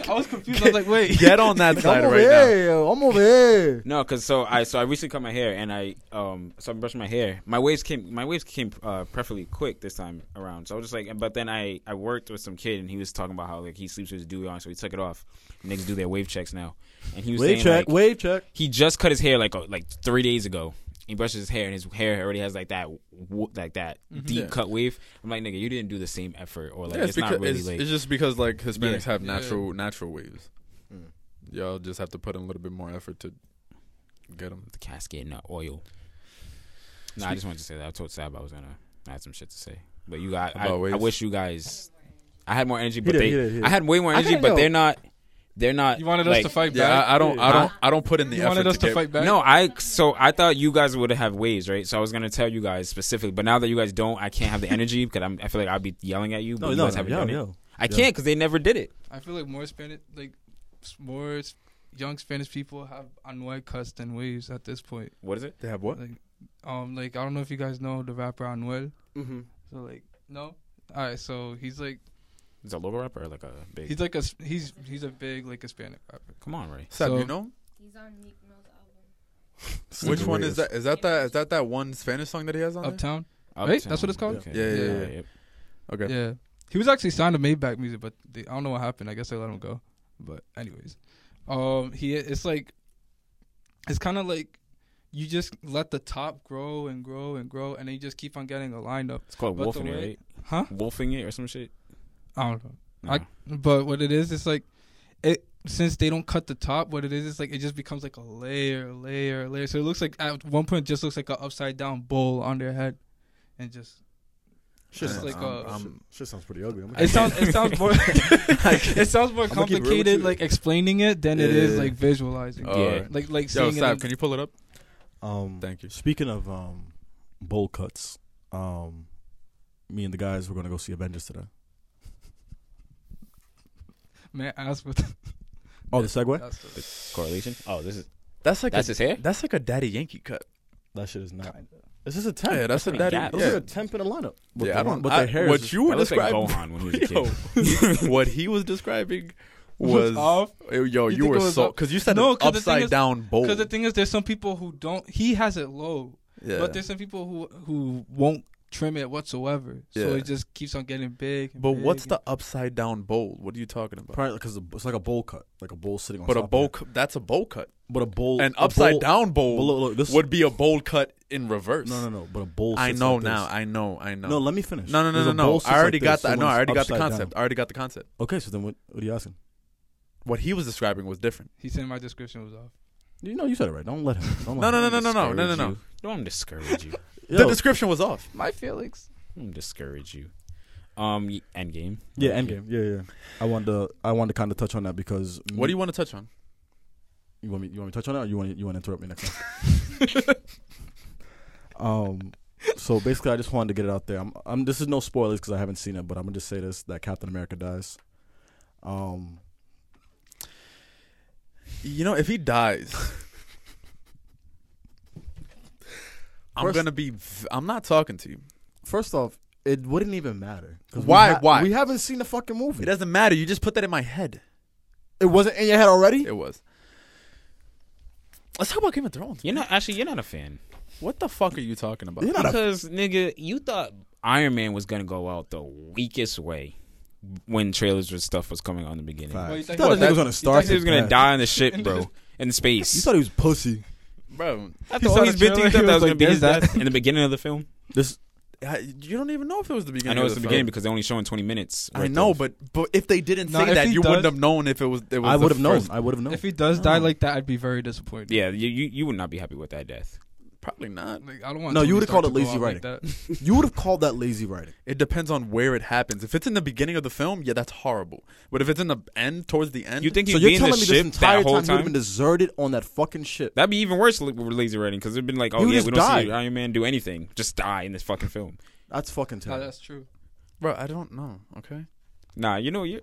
[SPEAKER 4] I was confused. I was like, wait.
[SPEAKER 3] Get on that
[SPEAKER 2] I'm
[SPEAKER 3] side
[SPEAKER 2] over
[SPEAKER 3] right now.
[SPEAKER 2] here. yo. I'm over here.
[SPEAKER 5] No, cause so I so I recently cut my hair and I um so I'm brushing my hair. My waves came my waves came uh preferably quick this time around. So I was just like, but then I I worked with some kid and he was talking about how like he sleeps with his dewy on, so he took it off. Niggas do their wave checks now, and he was
[SPEAKER 2] Wave
[SPEAKER 5] saying
[SPEAKER 2] check.
[SPEAKER 5] like,
[SPEAKER 2] wave check.
[SPEAKER 5] he just cut his hair like uh, like three days ago. He brushes his hair and his hair already has like that wo- like that deep
[SPEAKER 3] Yeah.
[SPEAKER 5] cut wave. I'm like, nigga, you didn't do the same effort or like
[SPEAKER 3] Yeah,
[SPEAKER 5] it's, not really
[SPEAKER 3] it's,
[SPEAKER 5] like
[SPEAKER 3] it's just because like Hispanics have
[SPEAKER 4] Yeah. Mm.
[SPEAKER 3] natural natural waves. Y'all just have to put in a little bit more effort to get them.
[SPEAKER 5] the cascade not oil. No, I just wanted to say that. I told Sab I was gonna I had some shit to say, but you got I,
[SPEAKER 3] About waves?
[SPEAKER 5] I wish you guys. I had more energy, but
[SPEAKER 2] did,
[SPEAKER 5] they
[SPEAKER 2] he did, he did.
[SPEAKER 5] I had way more
[SPEAKER 2] I
[SPEAKER 5] energy,
[SPEAKER 2] kinda
[SPEAKER 5] but
[SPEAKER 2] know.
[SPEAKER 5] they're not. They're not.
[SPEAKER 4] You wanted us
[SPEAKER 5] like-
[SPEAKER 4] to fight
[SPEAKER 3] Yeah,
[SPEAKER 4] back.
[SPEAKER 3] I, I don't, I
[SPEAKER 5] Huh?
[SPEAKER 3] don't, I don't put in the
[SPEAKER 4] you
[SPEAKER 3] effort.
[SPEAKER 4] wanted us
[SPEAKER 3] to,
[SPEAKER 4] to
[SPEAKER 3] get-
[SPEAKER 4] fight back.
[SPEAKER 5] No, I so I thought you guys would have waves, right? So I was gonna tell you guys specifically, but now that you guys don't, I can't have the energy because I'm. I feel like I'll be yelling at you, but
[SPEAKER 2] No,
[SPEAKER 5] you
[SPEAKER 2] no,
[SPEAKER 5] guys haven't
[SPEAKER 2] yo,
[SPEAKER 5] done it.
[SPEAKER 2] yo.
[SPEAKER 5] I can't because they never did it.
[SPEAKER 4] I feel like more Spanish, like s- more s- young Spanish people have Anuel than waves at this point.
[SPEAKER 5] What is it?
[SPEAKER 3] They have what?
[SPEAKER 4] Like, um, like I don't know if you guys know the rapper Anuel.
[SPEAKER 5] Mm-hmm.
[SPEAKER 4] So like, no. All right, so he's like
[SPEAKER 5] Is a local rapper or like a big?
[SPEAKER 4] he's like a s- he's he's a big like Hispanic rapper.
[SPEAKER 5] Come on, Ray.
[SPEAKER 3] Sab,
[SPEAKER 4] So-
[SPEAKER 3] you know?
[SPEAKER 6] He's on Meek Mill's album.
[SPEAKER 3] Which one is that? Is that that? Is that that one Spanish song that he has on there?
[SPEAKER 4] Uptown. Right? That's what it's called?
[SPEAKER 5] Okay.
[SPEAKER 3] Yeah, yeah, yeah,
[SPEAKER 5] yep.
[SPEAKER 3] Okay.
[SPEAKER 4] Yeah. He was actually signed to Maybach Music, but they, I don't know what happened. I guess they let him go. But anyways, um, he it's like it's kind of like you just let the top grow and grow and grow, and then you just keep on getting a lineup,
[SPEAKER 5] It's called
[SPEAKER 4] But the
[SPEAKER 5] wolfing it,
[SPEAKER 4] way-
[SPEAKER 5] right?
[SPEAKER 4] huh?
[SPEAKER 5] Wolfing it or some shit.
[SPEAKER 4] I don't know.
[SPEAKER 5] No.
[SPEAKER 4] I, but what it is, it's like it since they don't cut the top. What it is, it's like it just becomes like a layer, layer, layer. So it looks like at one point, it just looks like an upside down bowl on their head, and just
[SPEAKER 2] Shit
[SPEAKER 4] It's
[SPEAKER 2] sounds,
[SPEAKER 4] like, uh,
[SPEAKER 2] shit, shit sounds pretty ugly. I'm gonna-
[SPEAKER 4] it sounds it sounds more it sounds more
[SPEAKER 2] gonna keep it real with
[SPEAKER 4] complicated
[SPEAKER 2] you.
[SPEAKER 4] like explaining it than it is
[SPEAKER 3] Yeah.
[SPEAKER 4] like visualizing.
[SPEAKER 3] All
[SPEAKER 5] Yeah.
[SPEAKER 3] right.
[SPEAKER 4] Like like
[SPEAKER 3] Yo,
[SPEAKER 4] seeing
[SPEAKER 3] Sab,
[SPEAKER 4] it.
[SPEAKER 3] can you pull it up?
[SPEAKER 2] Um,
[SPEAKER 3] Thank you.
[SPEAKER 2] Speaking of um, bowl cuts, um, me and the guys were gonna go see Avengers today.
[SPEAKER 4] Man, ask what
[SPEAKER 2] Oh, the segue?
[SPEAKER 4] that's the-
[SPEAKER 5] Correlation. Oh, this is
[SPEAKER 3] That's like
[SPEAKER 5] that's
[SPEAKER 3] a,
[SPEAKER 5] his hair.
[SPEAKER 3] that's like a Daddy Yankee cut.
[SPEAKER 2] That shit is not. This is a temp.
[SPEAKER 3] Yeah, that's a
[SPEAKER 5] pretty
[SPEAKER 3] Daddy.
[SPEAKER 5] gap.
[SPEAKER 2] Those
[SPEAKER 3] yeah.
[SPEAKER 2] are a temp in a lineup. But
[SPEAKER 3] Yeah,
[SPEAKER 2] the
[SPEAKER 3] I
[SPEAKER 2] one-
[SPEAKER 3] don't.
[SPEAKER 2] But
[SPEAKER 3] I-
[SPEAKER 2] the hair is
[SPEAKER 3] what you were
[SPEAKER 5] That looks like
[SPEAKER 3] describing.
[SPEAKER 5] Gohan when he was a kid.
[SPEAKER 3] Yo, what he was describing was
[SPEAKER 4] off?
[SPEAKER 3] Yo, you,
[SPEAKER 4] You think
[SPEAKER 3] were
[SPEAKER 4] it was
[SPEAKER 3] so
[SPEAKER 4] up?
[SPEAKER 3] because you said
[SPEAKER 4] No,
[SPEAKER 3] an
[SPEAKER 4] 'cause the thing
[SPEAKER 3] upside
[SPEAKER 4] is-
[SPEAKER 3] down bowl.
[SPEAKER 4] Because the thing is, there's some people who don't. He has it low,
[SPEAKER 3] yeah.
[SPEAKER 4] but there's some people who who won't trim it whatsoever. So
[SPEAKER 3] Yeah.
[SPEAKER 4] it just keeps on getting big. and
[SPEAKER 3] But
[SPEAKER 4] big
[SPEAKER 3] what's
[SPEAKER 4] and-
[SPEAKER 3] the upside down bowl? What are you talking about?
[SPEAKER 2] Probably because it's like a bowl cut, like a bowl sitting on.
[SPEAKER 3] But a
[SPEAKER 2] top of
[SPEAKER 3] bowl,
[SPEAKER 2] it.
[SPEAKER 3] cu- that's a bowl cut.
[SPEAKER 2] but a bowl,
[SPEAKER 3] An
[SPEAKER 2] a
[SPEAKER 3] upside
[SPEAKER 2] bowl-
[SPEAKER 3] down bowl
[SPEAKER 2] But look, look, this
[SPEAKER 3] would be a bowl cut in reverse.
[SPEAKER 2] No, no, no. But a bowl.
[SPEAKER 3] I
[SPEAKER 2] sits
[SPEAKER 3] know
[SPEAKER 2] like this.
[SPEAKER 3] now. I know. I know.
[SPEAKER 2] no, let me finish.
[SPEAKER 3] no, no, no,
[SPEAKER 2] There's
[SPEAKER 3] no,
[SPEAKER 2] a bowl
[SPEAKER 3] no.
[SPEAKER 2] sits
[SPEAKER 3] I already
[SPEAKER 2] like
[SPEAKER 3] got
[SPEAKER 2] this, so
[SPEAKER 3] that. No, I
[SPEAKER 2] one's
[SPEAKER 3] already got the
[SPEAKER 2] upside
[SPEAKER 3] concept.
[SPEAKER 2] down.
[SPEAKER 3] I already got the concept.
[SPEAKER 2] Okay, so then what? What are you asking?
[SPEAKER 3] What he was describing was different.
[SPEAKER 4] He said my description was off.
[SPEAKER 2] You know, you said it right. Don't let him. Don't
[SPEAKER 3] No,
[SPEAKER 2] let
[SPEAKER 3] no,
[SPEAKER 2] him.
[SPEAKER 3] no, no, no, no, no, no,
[SPEAKER 5] Discourage
[SPEAKER 3] no.
[SPEAKER 5] you. Don't discourage you.
[SPEAKER 2] Yo,
[SPEAKER 3] The description was off.
[SPEAKER 4] My feelings.
[SPEAKER 5] Don't discourage you. Um, y- Endgame.
[SPEAKER 2] yeah, Endgame. Yeah, yeah. I wanted to. I wanted to kind of touch on that because.
[SPEAKER 3] What do you want to touch on?
[SPEAKER 2] You want me? You want me to touch on that, or you want you want to interrupt me next time? um. So basically, I just wanted to get it out there. I'm. I'm this is no spoilers because I haven't seen it, but I'm gonna just say this: that Captain America dies. Um.
[SPEAKER 3] You know, if he dies, I'm
[SPEAKER 2] First-
[SPEAKER 3] gonna be. v- I'm not talking to you.
[SPEAKER 2] First off, it wouldn't even matter. 'Cause we
[SPEAKER 3] Why- why?
[SPEAKER 2] We haven't seen the fucking movie.
[SPEAKER 3] It doesn't matter. You just put that in my head.
[SPEAKER 2] It wasn't in your head already.
[SPEAKER 3] It was. Let's talk about Game of Thrones.
[SPEAKER 5] You're not actually. You're not a fan
[SPEAKER 3] What the fuck are you talking about?
[SPEAKER 2] You're not a-
[SPEAKER 5] because nigga, you thought Iron Man was gonna go out the weakest way when trailers and stuff was coming on the beginning.
[SPEAKER 2] Facts.
[SPEAKER 4] Well, you
[SPEAKER 2] you
[SPEAKER 4] think-
[SPEAKER 2] thought
[SPEAKER 4] Well,
[SPEAKER 2] that nigga
[SPEAKER 4] that-
[SPEAKER 2] was gonna
[SPEAKER 4] you
[SPEAKER 2] start.
[SPEAKER 5] He was gonna
[SPEAKER 2] his
[SPEAKER 5] die in the ship, bro, in space.
[SPEAKER 2] death. You thought he was pussy.
[SPEAKER 3] Bro,
[SPEAKER 5] After
[SPEAKER 4] He
[SPEAKER 5] all
[SPEAKER 4] saw
[SPEAKER 5] he's
[SPEAKER 4] the
[SPEAKER 5] been through,
[SPEAKER 4] trailer,
[SPEAKER 5] you thought
[SPEAKER 4] he
[SPEAKER 5] that was
[SPEAKER 4] was
[SPEAKER 5] gonna
[SPEAKER 4] like,
[SPEAKER 5] be his
[SPEAKER 4] "There's
[SPEAKER 5] death in the beginning of the film.
[SPEAKER 2] This
[SPEAKER 3] I- you don't even know if it was the
[SPEAKER 5] I
[SPEAKER 3] beginning.
[SPEAKER 5] know
[SPEAKER 3] of
[SPEAKER 5] it's the
[SPEAKER 3] film.
[SPEAKER 5] beginning because they only showing 20 minutes.
[SPEAKER 3] I
[SPEAKER 5] worth
[SPEAKER 3] know,
[SPEAKER 5] of-
[SPEAKER 3] but but if they didn't
[SPEAKER 4] Nah,
[SPEAKER 3] say
[SPEAKER 4] if
[SPEAKER 3] that,
[SPEAKER 4] he
[SPEAKER 3] you wouldn't
[SPEAKER 4] does-
[SPEAKER 3] have known if it was. It was
[SPEAKER 2] I
[SPEAKER 3] the
[SPEAKER 2] would have known.
[SPEAKER 3] first-
[SPEAKER 2] I would have known.
[SPEAKER 4] If he does die like that, I'd be very disappointed.
[SPEAKER 5] yeah, you, you you would not be happy with that death.
[SPEAKER 3] Probably not.
[SPEAKER 4] Like I don't want.
[SPEAKER 2] No, you
[SPEAKER 4] Tony
[SPEAKER 2] would've called
[SPEAKER 4] Stark
[SPEAKER 2] it
[SPEAKER 4] to go
[SPEAKER 2] lazy
[SPEAKER 4] out like that.
[SPEAKER 2] you would have called that lazy writing.
[SPEAKER 3] It depends on where it happens. If it's in the beginning of the film, yeah, that's horrible. But if it's in the end, towards the end,
[SPEAKER 5] You think
[SPEAKER 2] So
[SPEAKER 5] he'd
[SPEAKER 2] you're
[SPEAKER 5] be in the
[SPEAKER 2] telling me this
[SPEAKER 5] ship
[SPEAKER 2] entire
[SPEAKER 5] that whole
[SPEAKER 2] time, he would
[SPEAKER 5] time?
[SPEAKER 2] have been deserted on that fucking ship.
[SPEAKER 5] That'd be even worse li- with lazy writing because it'd been like, oh
[SPEAKER 2] He would
[SPEAKER 5] yeah,
[SPEAKER 2] just
[SPEAKER 5] we don't see
[SPEAKER 2] die.
[SPEAKER 5] Iron Man do anything, just die in this fucking film.
[SPEAKER 2] That's fucking
[SPEAKER 4] No,
[SPEAKER 2] terrible.
[SPEAKER 4] that's true.
[SPEAKER 3] bro? I don't know. Okay,
[SPEAKER 5] Nah, you know you.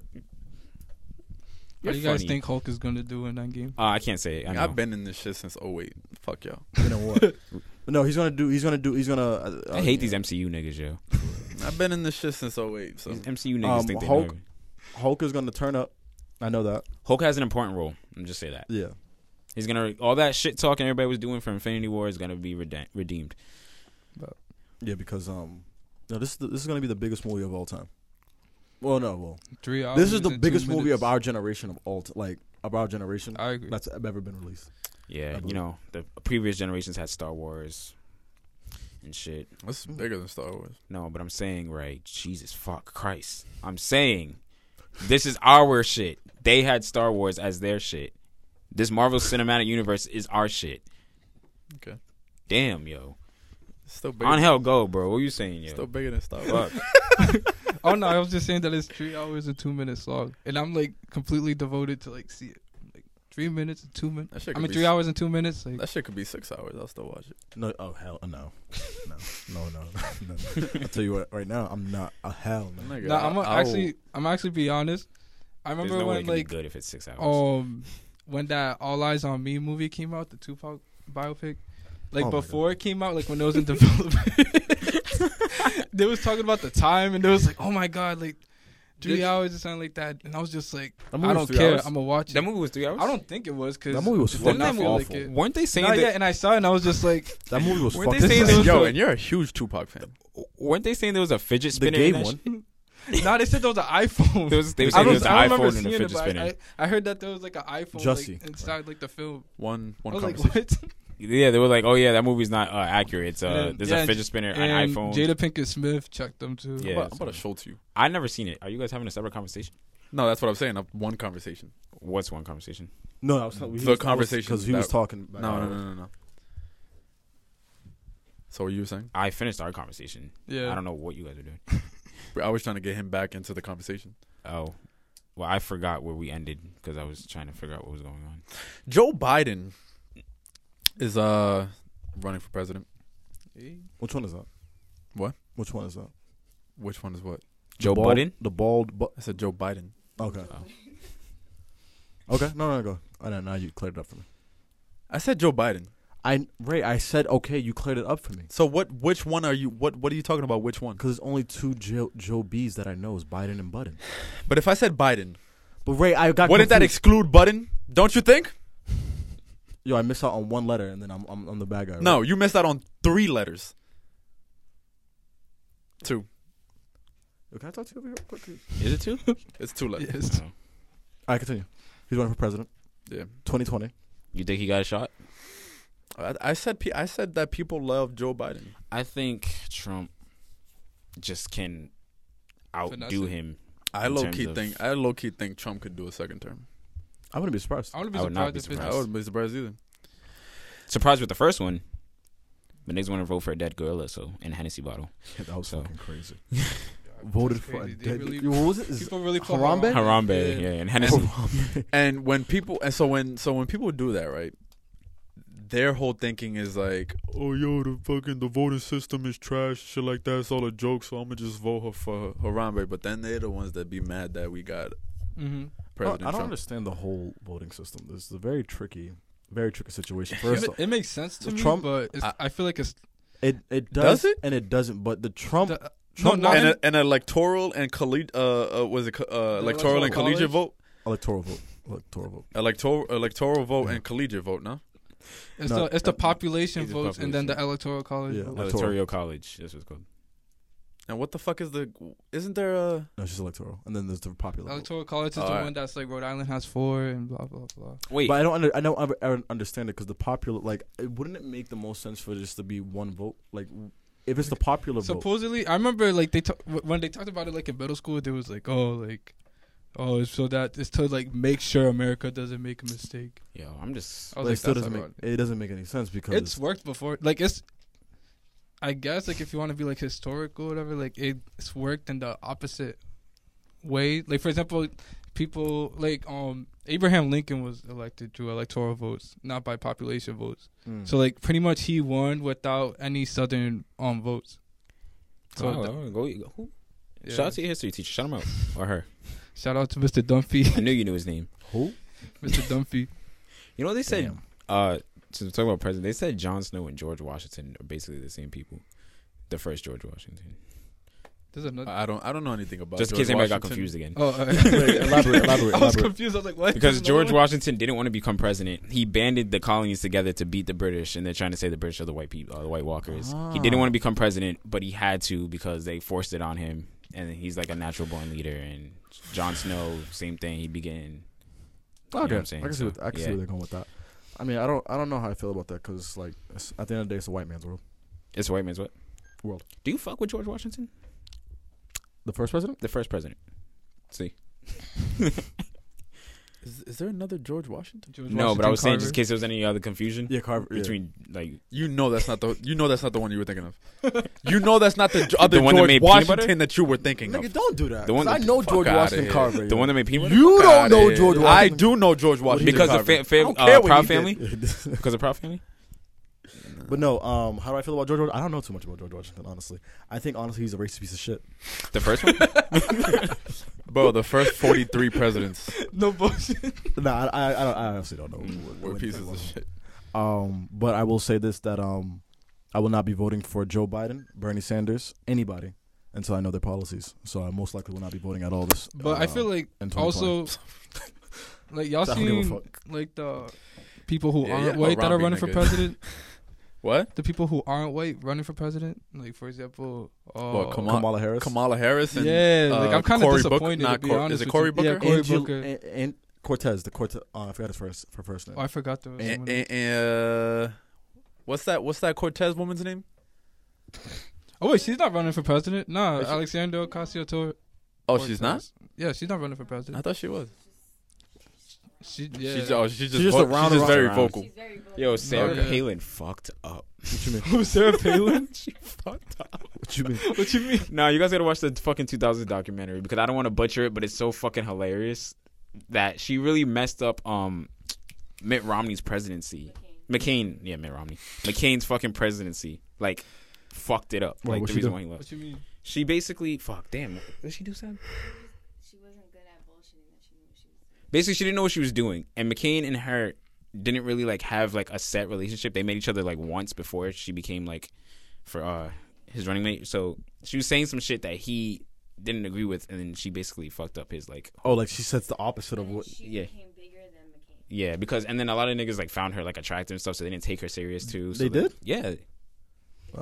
[SPEAKER 4] What
[SPEAKER 5] You're
[SPEAKER 4] do you guys
[SPEAKER 5] funny.
[SPEAKER 4] think Hulk is gonna do in that game?
[SPEAKER 5] Uh, I can't say it. I know.
[SPEAKER 3] I've been in this shit since 08. Fuck y'all.
[SPEAKER 2] You know what? no, he's gonna do. He's gonna do. He's gonna. Uh,
[SPEAKER 5] I hate these MCU niggas, yo.
[SPEAKER 3] I've been in this shit since 08. So
[SPEAKER 5] These MCU niggas
[SPEAKER 2] Um,
[SPEAKER 5] think they
[SPEAKER 2] Hulk-
[SPEAKER 5] know. everything.
[SPEAKER 2] uh, Hulk is gonna turn up. I know that.
[SPEAKER 5] Hulk has an important role. I'm just say that
[SPEAKER 2] Yeah.
[SPEAKER 5] he's gonna all that shit talking everybody was doing for Infinity War is gonna be rede- redeemed.
[SPEAKER 2] Yeah, because um, no, this is the, this is gonna be the biggest movie of all time. Well, no, well,
[SPEAKER 4] Three hours.
[SPEAKER 2] this is the
[SPEAKER 4] and Oh, two
[SPEAKER 2] biggest movie
[SPEAKER 4] minutes.
[SPEAKER 2] of our generation of all, t- like of our generation
[SPEAKER 4] I agree.
[SPEAKER 2] that's ever been released.
[SPEAKER 5] Yeah, you
[SPEAKER 2] believe-
[SPEAKER 5] know the previous generations had Star Wars and shit.
[SPEAKER 3] it's bigger than Star Wars.
[SPEAKER 5] No, but I'm saying right, Jesus fuck Christ. I'm saying this is our shit. They had Star Wars as their shit. This Marvel Cinematic Universe is our shit.
[SPEAKER 3] Okay.
[SPEAKER 5] Damn, yo.
[SPEAKER 3] It's still bigger.
[SPEAKER 5] On hell go, bro. What you saying,
[SPEAKER 3] it's
[SPEAKER 5] yo?
[SPEAKER 3] still bigger than Star Wars.
[SPEAKER 5] Fuck.
[SPEAKER 4] Oh no, I was just saying that it's three hours and two minutes long, and I'm like completely devoted to like see it. Like three minutes and two minutes.
[SPEAKER 3] That shit
[SPEAKER 4] I
[SPEAKER 3] could
[SPEAKER 4] mean
[SPEAKER 3] be
[SPEAKER 4] three
[SPEAKER 3] s-
[SPEAKER 4] hours and two minutes. Like
[SPEAKER 3] That shit could be six hours. I'll still watch it.
[SPEAKER 2] No, oh hell, no, no, no, no, no. I tell you what, right now I'm not a hell no.
[SPEAKER 3] Nigga,
[SPEAKER 4] no, I'm
[SPEAKER 3] I- I
[SPEAKER 4] gonna
[SPEAKER 3] will-
[SPEAKER 4] actually, I'm gonna actually be honest. I
[SPEAKER 5] There's
[SPEAKER 4] remember
[SPEAKER 5] no way
[SPEAKER 4] when
[SPEAKER 5] it can be
[SPEAKER 4] like
[SPEAKER 5] good if it's six hours.
[SPEAKER 4] um when that All Eyes on Me movie came out, the Tupac biopic. Like
[SPEAKER 2] Oh my God.
[SPEAKER 4] before it came out, like when it was in development, they was talking about the time, and they was like, "Oh my God, like three
[SPEAKER 3] Did-
[SPEAKER 4] hours or something like that, and I was just like,
[SPEAKER 2] That movie
[SPEAKER 4] I
[SPEAKER 2] was
[SPEAKER 4] don't
[SPEAKER 2] three
[SPEAKER 4] care.
[SPEAKER 2] hours?
[SPEAKER 4] I'm gonna watch it.
[SPEAKER 5] That movie was three hours.
[SPEAKER 4] I don't think it was because
[SPEAKER 2] That movie was
[SPEAKER 5] fucking
[SPEAKER 2] awful.
[SPEAKER 4] Like it.
[SPEAKER 5] Weren't they saying
[SPEAKER 4] Not
[SPEAKER 5] that?
[SPEAKER 4] yet, and I saw it, and I was just like,
[SPEAKER 2] That movie was
[SPEAKER 5] Weren't they
[SPEAKER 2] fucking.
[SPEAKER 5] saying
[SPEAKER 4] This is
[SPEAKER 3] Yo,
[SPEAKER 4] so-
[SPEAKER 3] and you're a huge Tupac fan.
[SPEAKER 5] Weren't they saying there was a fidget
[SPEAKER 2] the
[SPEAKER 5] spinner?
[SPEAKER 2] gay
[SPEAKER 5] in that
[SPEAKER 2] one.
[SPEAKER 5] shit?
[SPEAKER 4] nah, they said there was an iPhone.
[SPEAKER 5] There was, they were
[SPEAKER 4] I,
[SPEAKER 5] saying there
[SPEAKER 4] was,
[SPEAKER 5] was an
[SPEAKER 4] I remember
[SPEAKER 5] iPhone and a
[SPEAKER 4] seeing it,
[SPEAKER 5] fidget
[SPEAKER 4] but
[SPEAKER 5] spinner.
[SPEAKER 4] I, I heard that there was like an iPhone
[SPEAKER 2] Jussie.
[SPEAKER 4] like, inside like the film.
[SPEAKER 3] One
[SPEAKER 4] I
[SPEAKER 3] one
[SPEAKER 4] was like,
[SPEAKER 3] conversation.
[SPEAKER 4] what?
[SPEAKER 5] yeah, they were like, "Oh yeah, that movie's not uh, accurate. It's, uh,
[SPEAKER 4] And-
[SPEAKER 5] there's
[SPEAKER 4] yeah,
[SPEAKER 5] a fidget spinner, an
[SPEAKER 4] and
[SPEAKER 5] iPhone."
[SPEAKER 4] Jada Pinkett Smith checked them too.
[SPEAKER 5] Yeah.
[SPEAKER 3] I'm, about, I'm about to show it to you.
[SPEAKER 5] I never seen it. Are you guys having a separate conversation?
[SPEAKER 3] No, that's what I'm saying. uh, One conversation.
[SPEAKER 5] What's one conversation?
[SPEAKER 2] No, I was talking.
[SPEAKER 3] The conversation
[SPEAKER 2] because he was
[SPEAKER 3] that-
[SPEAKER 2] talking. About
[SPEAKER 3] No, no, no, no, no. So what you were saying?
[SPEAKER 5] I finished our conversation.
[SPEAKER 4] Yeah.
[SPEAKER 5] I don't know what you guys are doing.
[SPEAKER 3] I was trying to get him back into the conversation.
[SPEAKER 5] Oh, well, I forgot where we ended because I was trying to figure out what was going on.
[SPEAKER 3] Joe Biden is uh running for president.
[SPEAKER 2] Which one is that?
[SPEAKER 3] What?
[SPEAKER 2] Which one is that?
[SPEAKER 3] Which one is what?
[SPEAKER 5] Joe
[SPEAKER 2] Bald-
[SPEAKER 5] Budden.
[SPEAKER 2] The bald. Bu-
[SPEAKER 3] I said Joe Biden.
[SPEAKER 2] okay. Okay. No, no, no, go. I don't know. You cleared it up for me.
[SPEAKER 3] I said Joe Biden.
[SPEAKER 2] I Ray, I said okay. You cleared it up for me
[SPEAKER 3] So what? Which one are you? What? What are you talking about? Which one?
[SPEAKER 2] because there's only two Joe, Joe B's that I know is Biden and Budden.
[SPEAKER 3] But if I said Biden,
[SPEAKER 2] But Ray, I got.
[SPEAKER 3] wouldn't that
[SPEAKER 2] confused.
[SPEAKER 3] exclude Biden? Don't you think?
[SPEAKER 2] Yo, I missed out on one letter, and then I'm I'm, I'm the bad guy. right?
[SPEAKER 3] No, you missed out on three letters. Two.
[SPEAKER 2] Yo, can I talk to you over here real quick?
[SPEAKER 5] Is it two?
[SPEAKER 3] It's two letters.
[SPEAKER 4] Yes.
[SPEAKER 2] I continue. He's running for president,
[SPEAKER 3] Yeah.
[SPEAKER 2] 2020.
[SPEAKER 5] You think he got a shot?
[SPEAKER 3] I, I said. Pe- I said that people love Joe Biden.
[SPEAKER 5] I think Trump just can
[SPEAKER 4] Finesse
[SPEAKER 5] outdo
[SPEAKER 4] it.
[SPEAKER 5] him.
[SPEAKER 3] I
[SPEAKER 5] In
[SPEAKER 3] low
[SPEAKER 5] terms
[SPEAKER 3] key
[SPEAKER 5] of-
[SPEAKER 3] think. I low key think Trump could do a second term.
[SPEAKER 2] I wouldn't be surprised.
[SPEAKER 3] Oh.
[SPEAKER 4] I wouldn't
[SPEAKER 5] I would not
[SPEAKER 4] be surprised
[SPEAKER 5] be
[SPEAKER 4] if
[SPEAKER 5] surprised.
[SPEAKER 4] it's
[SPEAKER 3] I wouldn't be surprised either.
[SPEAKER 5] Surprised with the first one. The niggas want to vote for a dead gorilla, so in Hennessy bottle.
[SPEAKER 2] That was
[SPEAKER 5] So-
[SPEAKER 2] fucking crazy. Voted
[SPEAKER 4] That's
[SPEAKER 2] for a
[SPEAKER 4] crazy. They
[SPEAKER 2] dead.
[SPEAKER 4] really-
[SPEAKER 2] Yo, what was it? Is-
[SPEAKER 4] People really put
[SPEAKER 2] Harambe?
[SPEAKER 4] Haram-
[SPEAKER 5] Harambe, yeah, and Hennessy.
[SPEAKER 3] and when people and so when so when people do that right their whole thinking is like oh yo the fucking the voting system is trash shit like that it's all a joke so i'm gonna just vote her for harambe but then they're the ones that be mad that we got
[SPEAKER 4] Mhm.
[SPEAKER 3] president
[SPEAKER 2] I don't
[SPEAKER 3] trump
[SPEAKER 2] understand the whole voting system. This is a very tricky, very tricky situation.
[SPEAKER 4] It,
[SPEAKER 2] First, off,
[SPEAKER 4] it makes sense to me,
[SPEAKER 2] Trump-
[SPEAKER 4] but it's, I, feel like it's
[SPEAKER 2] it it does,
[SPEAKER 3] Does it?
[SPEAKER 2] and it doesn't. But the Trump,
[SPEAKER 4] The-
[SPEAKER 2] Trump
[SPEAKER 4] no,
[SPEAKER 2] lost
[SPEAKER 3] and, a, and electoral and collegiate uh, uh was it co- uh, electoral and
[SPEAKER 4] College?
[SPEAKER 3] collegiate vote
[SPEAKER 2] electoral vote, electoral vote.
[SPEAKER 3] electoral electoral vote and collegiate vote no
[SPEAKER 4] it's
[SPEAKER 2] No,
[SPEAKER 4] the it's the population
[SPEAKER 5] it's the
[SPEAKER 4] votes and then the electoral college.
[SPEAKER 2] Yeah.
[SPEAKER 4] vote.
[SPEAKER 5] Electoral College. That's what it's called.
[SPEAKER 3] and what the fuck is the isn't there a
[SPEAKER 2] No, it's just electoral, and then there's the popular. vote.
[SPEAKER 4] Electoral college is the
[SPEAKER 3] Alright.
[SPEAKER 4] one that's like Rhode Island has four and blah blah blah.
[SPEAKER 5] Wait,
[SPEAKER 2] But I don't under, I don't ever- ever understand it because the popular like it, wouldn't it make the most sense for just to be one vote? Like if it's the popular vote,
[SPEAKER 4] Supposedly, I remember like they talk, wh- when they talked about it like in middle school, they was like, oh, like, oh, it's so that it's to like make sure America doesn't make a mistake.
[SPEAKER 5] yo, I'm just.
[SPEAKER 4] I
[SPEAKER 2] but
[SPEAKER 4] was
[SPEAKER 2] it
[SPEAKER 4] like,
[SPEAKER 2] still
[SPEAKER 4] that's
[SPEAKER 2] doesn't make
[SPEAKER 4] ironic.
[SPEAKER 2] it doesn't make any sense because
[SPEAKER 4] it's worked before. Like it's, I guess like if you want to be like historical or whatever, like it, it's worked in the opposite way. Like for example, people like um Abraham Lincoln was elected through electoral votes, not by population votes.
[SPEAKER 2] Mm.
[SPEAKER 4] So like pretty much he won without any southern um votes. So
[SPEAKER 5] Oh,
[SPEAKER 4] th-
[SPEAKER 5] oh, go, go- who?
[SPEAKER 4] yeah.
[SPEAKER 5] Shout out to your history teacher. Shout him out or her.
[SPEAKER 4] Shout out to Mr. Dunphy,
[SPEAKER 5] I knew you knew his name.
[SPEAKER 2] who?
[SPEAKER 4] Mr. Dunphy.
[SPEAKER 5] You know what they said?
[SPEAKER 2] Damn.
[SPEAKER 5] Uh, so talking about president, they said John Snow and George Washington are basically the same people. The first George Washington.
[SPEAKER 4] There's another.
[SPEAKER 3] i don't i don't know anything about
[SPEAKER 5] Just in
[SPEAKER 3] George
[SPEAKER 5] case anybody got
[SPEAKER 3] Washington.
[SPEAKER 5] confused again.
[SPEAKER 4] Oh, alright.
[SPEAKER 2] Wait, elaborate, elaborate,
[SPEAKER 4] I was
[SPEAKER 2] elaborate.
[SPEAKER 4] confused. I was like, what?
[SPEAKER 5] Because
[SPEAKER 4] There's
[SPEAKER 5] George
[SPEAKER 4] another one?
[SPEAKER 5] Washington didn't want to become president, he banded the colonies together to beat the British, and they're trying to say the British are the white people, uh, the White Walkers. He didn't want to become president, but he had to because they forced it on him, and he's like a natural born leader. And John Snow, same thing. He began.
[SPEAKER 2] Okay,
[SPEAKER 5] what I'm saying?
[SPEAKER 2] I can see,
[SPEAKER 5] So,
[SPEAKER 2] what, I can see
[SPEAKER 5] yeah.
[SPEAKER 2] where they're going with that. I mean, I don't, I don't know how I feel about that because, like, it's, at the end of the day, it's a white man's world.
[SPEAKER 5] It's a white man's what?
[SPEAKER 2] World.
[SPEAKER 5] Do you fuck with George Washington,
[SPEAKER 2] The first president?
[SPEAKER 5] the first president? See,
[SPEAKER 3] is, is there another george washington
[SPEAKER 4] George
[SPEAKER 5] no, but I
[SPEAKER 4] Washington
[SPEAKER 5] was saying just in
[SPEAKER 4] Carver.
[SPEAKER 5] case there was any other confusion
[SPEAKER 2] Yeah, Carver. yeah.
[SPEAKER 5] between like
[SPEAKER 3] You know that's not the you know that's not the one you were thinking of. You know that's not the other
[SPEAKER 5] The one that
[SPEAKER 3] George
[SPEAKER 5] made peanut butter?
[SPEAKER 3] Washington that you were thinking
[SPEAKER 2] Nigga,
[SPEAKER 3] of.
[SPEAKER 2] don't do that.
[SPEAKER 5] The one
[SPEAKER 2] 'cause I
[SPEAKER 5] that-
[SPEAKER 2] know
[SPEAKER 3] Fuck
[SPEAKER 2] George
[SPEAKER 3] outta
[SPEAKER 2] Washington
[SPEAKER 3] here.
[SPEAKER 2] Carver.
[SPEAKER 5] the
[SPEAKER 2] yo.
[SPEAKER 5] one that made people
[SPEAKER 2] you don't know
[SPEAKER 3] Outta
[SPEAKER 2] George
[SPEAKER 3] here.
[SPEAKER 2] Washington.
[SPEAKER 3] I do know George Washington
[SPEAKER 5] because of
[SPEAKER 3] Carver.
[SPEAKER 5] fa- fa-
[SPEAKER 3] I don't care
[SPEAKER 5] uh,
[SPEAKER 3] what
[SPEAKER 5] Proud
[SPEAKER 3] he did.
[SPEAKER 5] Family. Because of Proud Family.
[SPEAKER 2] But no, um, how do I feel about George Washington? I don't know too much about George Washington, honestly. I think, honestly, he's a racist piece of shit.
[SPEAKER 5] The first one.
[SPEAKER 3] Bro, the first 43 presidents
[SPEAKER 4] no bullshit.
[SPEAKER 2] nah, I, I, I, don't- I honestly don't know. what-
[SPEAKER 3] Mm, were
[SPEAKER 2] what-
[SPEAKER 3] pieces
[SPEAKER 2] what-
[SPEAKER 3] of shit.
[SPEAKER 2] Um, but I will say this that um, I will not be voting for Joe Biden, Bernie Sanders, anybody until I know their policies. So I most likely will not be voting at all this.
[SPEAKER 4] But I
[SPEAKER 2] uh,
[SPEAKER 4] feel like
[SPEAKER 2] in 2020.
[SPEAKER 4] also, like y'all
[SPEAKER 2] I don't give a
[SPEAKER 4] seen
[SPEAKER 2] fuck.
[SPEAKER 4] like the people who
[SPEAKER 3] Yeah,
[SPEAKER 4] aren't
[SPEAKER 3] yeah,
[SPEAKER 4] white that are
[SPEAKER 3] Harambe
[SPEAKER 4] running for
[SPEAKER 3] niggas.
[SPEAKER 4] president.
[SPEAKER 3] What?
[SPEAKER 4] the people who aren't white running for president, like for example, uh,
[SPEAKER 3] Well, Kamala,
[SPEAKER 2] Kamala Harris,
[SPEAKER 3] Kamala Harris. And,
[SPEAKER 4] Yeah,
[SPEAKER 3] uh,
[SPEAKER 4] like, I'm kinda
[SPEAKER 3] Cory
[SPEAKER 4] disappointed, to
[SPEAKER 3] Book, not
[SPEAKER 4] be
[SPEAKER 3] Cor-
[SPEAKER 4] honest
[SPEAKER 3] Is it
[SPEAKER 4] with
[SPEAKER 3] Cory
[SPEAKER 4] you.
[SPEAKER 3] Booker?
[SPEAKER 4] Yeah, Cory
[SPEAKER 2] Angel-
[SPEAKER 4] Booker.
[SPEAKER 2] and, and Cortez, the Cortez. Uh, I forgot his first her first name.
[SPEAKER 4] oh, I forgot there was
[SPEAKER 3] And,
[SPEAKER 4] someone
[SPEAKER 3] and, and, uh, what's that? What's that Cortez woman's name?
[SPEAKER 4] else. Oh wait, she's not running for president. Nah,
[SPEAKER 3] Is she-
[SPEAKER 4] Alexandra Ocasio Cortez.
[SPEAKER 3] Oh, she's not.
[SPEAKER 4] Yeah, she's not running for
[SPEAKER 3] I
[SPEAKER 4] president.
[SPEAKER 3] thought she was.
[SPEAKER 4] She yeah.
[SPEAKER 3] She's oh, she's just,
[SPEAKER 2] just
[SPEAKER 3] vo-
[SPEAKER 2] around
[SPEAKER 3] she's just
[SPEAKER 2] the-
[SPEAKER 3] very
[SPEAKER 5] around.
[SPEAKER 3] vocal.
[SPEAKER 5] Yo, Sarah
[SPEAKER 4] yeah.
[SPEAKER 5] Palin fucked up.
[SPEAKER 2] What you mean?
[SPEAKER 5] Who's Sarah Palin? she fucked up.
[SPEAKER 2] What you mean?
[SPEAKER 5] What you mean? Nah, you guys gotta watch the fucking 2000 documentary because I don't want to butcher it, but it's so fucking hilarious that she really messed up um Mitt Romney's presidency. McCain, yeah, Mitt Romney. McCain's fucking presidency, like, fucked it up.
[SPEAKER 2] Why,
[SPEAKER 5] like
[SPEAKER 2] what'd
[SPEAKER 5] the
[SPEAKER 2] she
[SPEAKER 5] reason
[SPEAKER 2] do?
[SPEAKER 5] why he left.
[SPEAKER 4] What you mean?
[SPEAKER 5] She basically, fuck, damn, did she do something?
[SPEAKER 6] She wasn't good at bullshitting that she knew she was.
[SPEAKER 5] basically she didn't know what she was doing and mccain and her didn't really like have like a set relationship they met each other like once before she became like for uh his running mate so she was saying some shit that he didn't agree with and then she basically fucked up his like
[SPEAKER 2] Oh, like she says the opposite of
[SPEAKER 6] And
[SPEAKER 2] what?
[SPEAKER 6] she
[SPEAKER 5] yeah.
[SPEAKER 6] became bigger than McCain.
[SPEAKER 5] yeah because and then a lot of niggas like found her like attractive and stuff so they didn't take her serious too so
[SPEAKER 2] They
[SPEAKER 5] then-
[SPEAKER 2] did?
[SPEAKER 5] yeah
[SPEAKER 2] Oh,
[SPEAKER 6] Weird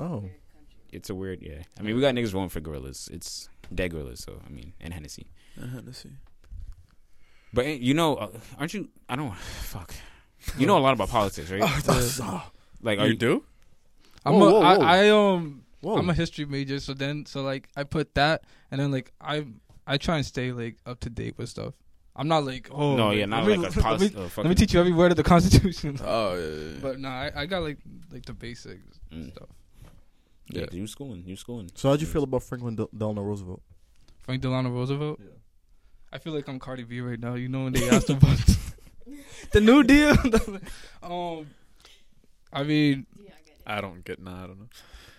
[SPEAKER 6] country.
[SPEAKER 5] it's a weird yeah i mean we got niggas rolling for gorillas it's dead gorillas so i mean and hennessy
[SPEAKER 3] Uh-huh, let's see.
[SPEAKER 5] but eh, you know uh, aren't you i don't fuck you know a lot about politics right like are
[SPEAKER 3] You
[SPEAKER 5] you
[SPEAKER 3] do?
[SPEAKER 4] I'm
[SPEAKER 2] Whoa,
[SPEAKER 4] a,
[SPEAKER 2] whoa,
[SPEAKER 4] I-
[SPEAKER 2] whoa.
[SPEAKER 4] I um
[SPEAKER 2] whoa!
[SPEAKER 4] I'm a history major, so then so like I put that, and then like I I try and stay like up to date with stuff. I'm not like oh
[SPEAKER 5] no yeah not
[SPEAKER 4] let
[SPEAKER 5] like
[SPEAKER 4] me-
[SPEAKER 5] a policy
[SPEAKER 4] Let me,
[SPEAKER 5] uh,
[SPEAKER 4] let me
[SPEAKER 5] fucking-
[SPEAKER 4] teach you every word of the Constitution.
[SPEAKER 3] Oh, yeah, yeah, yeah.
[SPEAKER 4] but no, I, I got like like the basics
[SPEAKER 5] Mm.
[SPEAKER 4] stuff.
[SPEAKER 5] Yeah,
[SPEAKER 3] Yeah.
[SPEAKER 5] 'cause you schooling, you schooling.
[SPEAKER 2] so how'd you feel about Franklin Del- Delano Roosevelt?
[SPEAKER 4] Frank Delano Roosevelt.
[SPEAKER 2] Yeah.
[SPEAKER 4] I feel like I'm Cardi B right now. You know when they asked about the New Deal. um, I mean,
[SPEAKER 6] Do y'all get it?
[SPEAKER 3] I don't get. Nah, I don't know.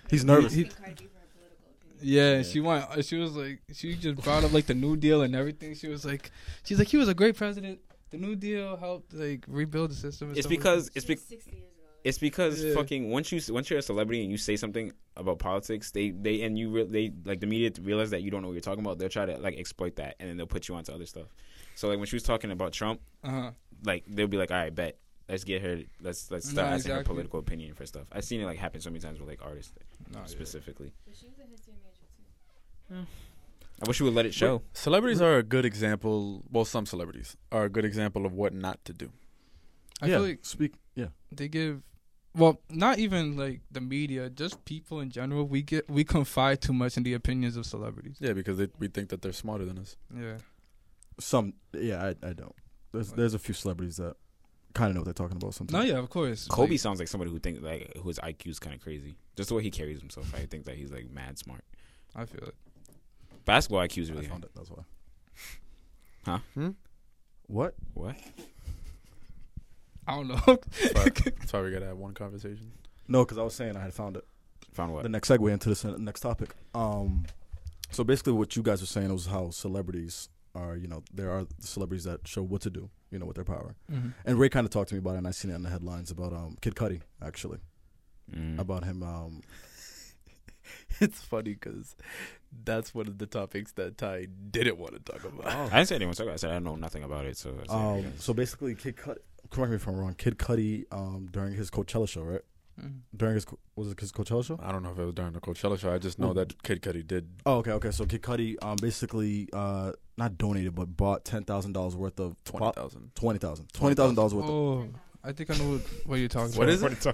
[SPEAKER 2] He's
[SPEAKER 6] They're
[SPEAKER 2] nervous.
[SPEAKER 6] asking Cardi B for her political opinion.
[SPEAKER 4] Yeah, she went. uh, She was like, she just brought up like the New Deal and everything. She was like, she's like, he was a great president. The New Deal helped like rebuild the system. and
[SPEAKER 5] It's
[SPEAKER 4] stuff like
[SPEAKER 5] because
[SPEAKER 4] that."
[SPEAKER 5] it's
[SPEAKER 6] She was
[SPEAKER 5] bec
[SPEAKER 6] 60 years ago.
[SPEAKER 5] it's because
[SPEAKER 4] Yeah.
[SPEAKER 5] fucking once you once you're a celebrity and you say something about politics, they they and you re- they like the media realize that you don't know what you're talking about. They'll try to like exploit that and then they'll put you onto other stuff. So like when she was talking about Trump,
[SPEAKER 4] uh-huh.
[SPEAKER 5] like they'll be like, "All right, bet." Let's get her. Let's let's start
[SPEAKER 4] Nah,
[SPEAKER 5] asking her
[SPEAKER 4] exactly.
[SPEAKER 5] political opinion for stuff. I've seen it like happen so many times with like artists
[SPEAKER 4] No,
[SPEAKER 5] specifically.
[SPEAKER 6] But she was a history major too.
[SPEAKER 5] I wish you would let it show.
[SPEAKER 3] Celebrities are a good example. Well, some celebrities are a good example of what not to do.
[SPEAKER 4] I
[SPEAKER 2] yeah,
[SPEAKER 4] feel like
[SPEAKER 2] speak. Yeah,
[SPEAKER 4] they give, well, not even like the media, just people in general. We get we confide too much in the opinions of celebrities.
[SPEAKER 3] Yeah, because they, we think that they're smarter than us.
[SPEAKER 4] Yeah,
[SPEAKER 2] some. Yeah, I, I don't. There's there's a few celebrities that kind of know what they're talking about sometimes.
[SPEAKER 4] no, yeah, of course.
[SPEAKER 5] Kobe
[SPEAKER 4] Like,
[SPEAKER 5] sounds like somebody who thinks like whose IQ is kind of crazy. Just the way he carries himself, I think that he's like mad smart.
[SPEAKER 4] I feel it.
[SPEAKER 5] Basketball IQ is really
[SPEAKER 2] I
[SPEAKER 5] high.
[SPEAKER 2] found it. That's why.
[SPEAKER 5] Huh?
[SPEAKER 3] Hmm?
[SPEAKER 2] What?
[SPEAKER 5] What?
[SPEAKER 4] I don't know.
[SPEAKER 3] That's why we gotta have one conversation.
[SPEAKER 2] No, because I was saying I had found it.
[SPEAKER 5] Found what?
[SPEAKER 2] The next segue into this uh, next topic. Um, so basically, what you guys were saying was how celebrities are. You know, there are celebrities that show what to do. You know, with their power.
[SPEAKER 4] Mhm.
[SPEAKER 2] And Ray kind of talked to me about it, and I seen it in the headlines about um Kid Cudi actually
[SPEAKER 5] Mm.
[SPEAKER 2] about him. Um,
[SPEAKER 3] It's funny because that's one of the topics that Ty didn't want to talk about.
[SPEAKER 5] I didn't say anyone took it. I said I know nothing about it. So, I said,
[SPEAKER 2] um so basically, Kid Cudi. Correct me if I'm wrong. Kid Cudi, um, during his Coachella show, right?
[SPEAKER 4] Mhm.
[SPEAKER 2] During his was it his Coachella show?
[SPEAKER 3] Oh. I don't know if it was during the Coachella show. I just know
[SPEAKER 2] Well-
[SPEAKER 3] that Kid Cudi did.
[SPEAKER 2] Oh, okay, okay. So Kid Cudi, um, basically, uh, not donated, but bought ten thousand dollars worth of
[SPEAKER 3] Twenty thousand.
[SPEAKER 2] twenty thousand, twenty thousand dollars worth. of...
[SPEAKER 4] Oh, I think I know what, what you're talking
[SPEAKER 3] What
[SPEAKER 4] about.
[SPEAKER 3] is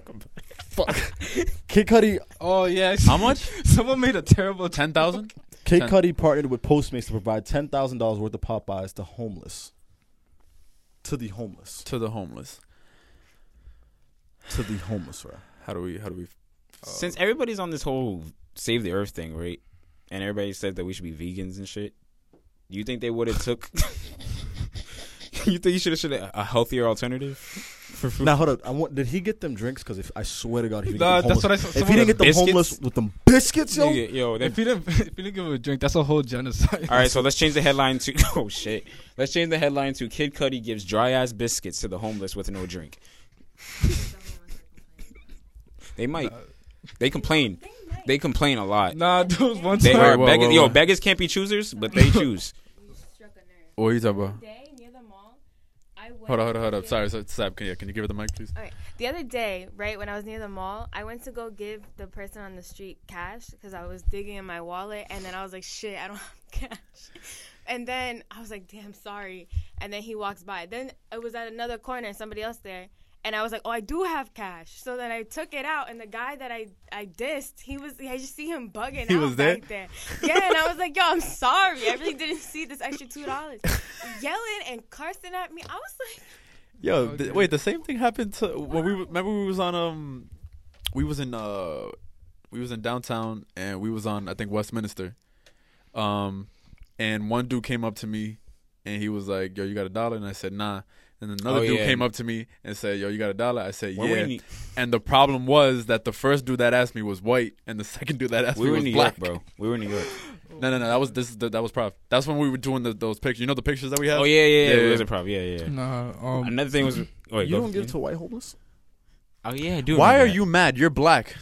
[SPEAKER 3] it?
[SPEAKER 2] Kid Cudi,
[SPEAKER 4] Oh yeah,
[SPEAKER 3] How much?
[SPEAKER 4] Someone made a terrible. T-
[SPEAKER 3] Ten thousand?
[SPEAKER 2] Kid
[SPEAKER 3] Ten-
[SPEAKER 2] Cudi partnered with Postmates to provide ten thousand dollars worth of Popeyes to homeless, to the homeless,
[SPEAKER 3] To the homeless.
[SPEAKER 2] to the homeless. Right?
[SPEAKER 3] How do we? How do we? uh,
[SPEAKER 5] since everybody's on this whole save the earth thing, right? And everybody said that we should be vegans and shit. You think they would have took? you think you should have should a healthier alternative for food?
[SPEAKER 2] Now hold up. I want. Did he get them drinks? Because if I swear to God, he didn't
[SPEAKER 4] Nah,
[SPEAKER 2] get them
[SPEAKER 4] that's
[SPEAKER 2] homeless.
[SPEAKER 4] what I saw.
[SPEAKER 2] if he
[SPEAKER 4] Someone
[SPEAKER 2] didn't get them
[SPEAKER 5] Biscuits?
[SPEAKER 2] homeless with them biscuits, yo,
[SPEAKER 5] Nigga, yo, that-
[SPEAKER 4] If you didn't, if you didn't give him a drink, that's a whole genocide.
[SPEAKER 5] all right. So let's change the headline to. Oh shit! Let's change the headline to Kid Cudi gives dry ass biscuits to the homeless with no drink.
[SPEAKER 6] Someone was like,
[SPEAKER 5] They might. They complain.
[SPEAKER 6] They might.
[SPEAKER 5] they complain a lot.
[SPEAKER 4] Nah, there was one
[SPEAKER 5] They
[SPEAKER 4] time.
[SPEAKER 3] Wait,
[SPEAKER 5] are
[SPEAKER 3] whoa,
[SPEAKER 5] beggars.
[SPEAKER 3] whoa,
[SPEAKER 5] Yo,
[SPEAKER 3] whoa.
[SPEAKER 5] beggars can't be choosers, but they choose.
[SPEAKER 6] You struck a nerve.
[SPEAKER 3] What are you talking about?
[SPEAKER 6] Day near the mall, I went.
[SPEAKER 3] Hold on, hold on, hold
[SPEAKER 6] to
[SPEAKER 3] up.
[SPEAKER 6] give-
[SPEAKER 3] Sorry, sorry, Sab. Can you, can you give her the mic, please?
[SPEAKER 6] All right. The other day, right when I was near the mall, I went to go give the person on the street cash because I was digging in my wallet, and then I was like, "Shit, I don't have cash." And then I was like, "Damn, sorry." And then he walks by. Then it was at another corner, somebody else there, and I was like, "Oh, I do have cash." So then I took it out, and the guy that I I dissed, he was I just see him bugging
[SPEAKER 3] He
[SPEAKER 6] out
[SPEAKER 3] was
[SPEAKER 6] back there. Yeah, and I was like, "Yo, I'm sorry. I really didn't see this extra two dollars." Yelling and cursing at me. I was like.
[SPEAKER 3] Yo,
[SPEAKER 4] Oh,
[SPEAKER 3] th-
[SPEAKER 4] dude.
[SPEAKER 3] wait. The same thing happened to when we remember we was on um, we was in uh, we was in downtown and we was on I think Westminster, um, and one dude came up to me and he was like, "Yo, you got a dollar?" And I said, "Nah." And another
[SPEAKER 5] Oh,
[SPEAKER 3] dude
[SPEAKER 5] yeah.
[SPEAKER 3] came up to me and said, "Yo, you got a dollar?" I said,
[SPEAKER 5] When we
[SPEAKER 3] "Yeah."
[SPEAKER 5] in-
[SPEAKER 3] and the problem was that the first dude that asked me was white, and the second dude that asked
[SPEAKER 5] We
[SPEAKER 3] me
[SPEAKER 5] were
[SPEAKER 3] was
[SPEAKER 5] in New
[SPEAKER 3] black.
[SPEAKER 5] York, bro. We were in New York.
[SPEAKER 3] No, no, no. That was this. Is the, that was prop. That's when we were doing the, those pictures. You know the pictures that we have.
[SPEAKER 5] Oh yeah, yeah, yeah.
[SPEAKER 3] Yeah,
[SPEAKER 5] It was
[SPEAKER 3] yeah.
[SPEAKER 5] a problem. Yeah, yeah. yeah.
[SPEAKER 4] Nah, um,
[SPEAKER 5] Another thing was. oh, Wait,
[SPEAKER 2] You
[SPEAKER 5] go-
[SPEAKER 2] don't give to white homeless?
[SPEAKER 5] Oh yeah, dude.
[SPEAKER 3] Why are you mad? You're black.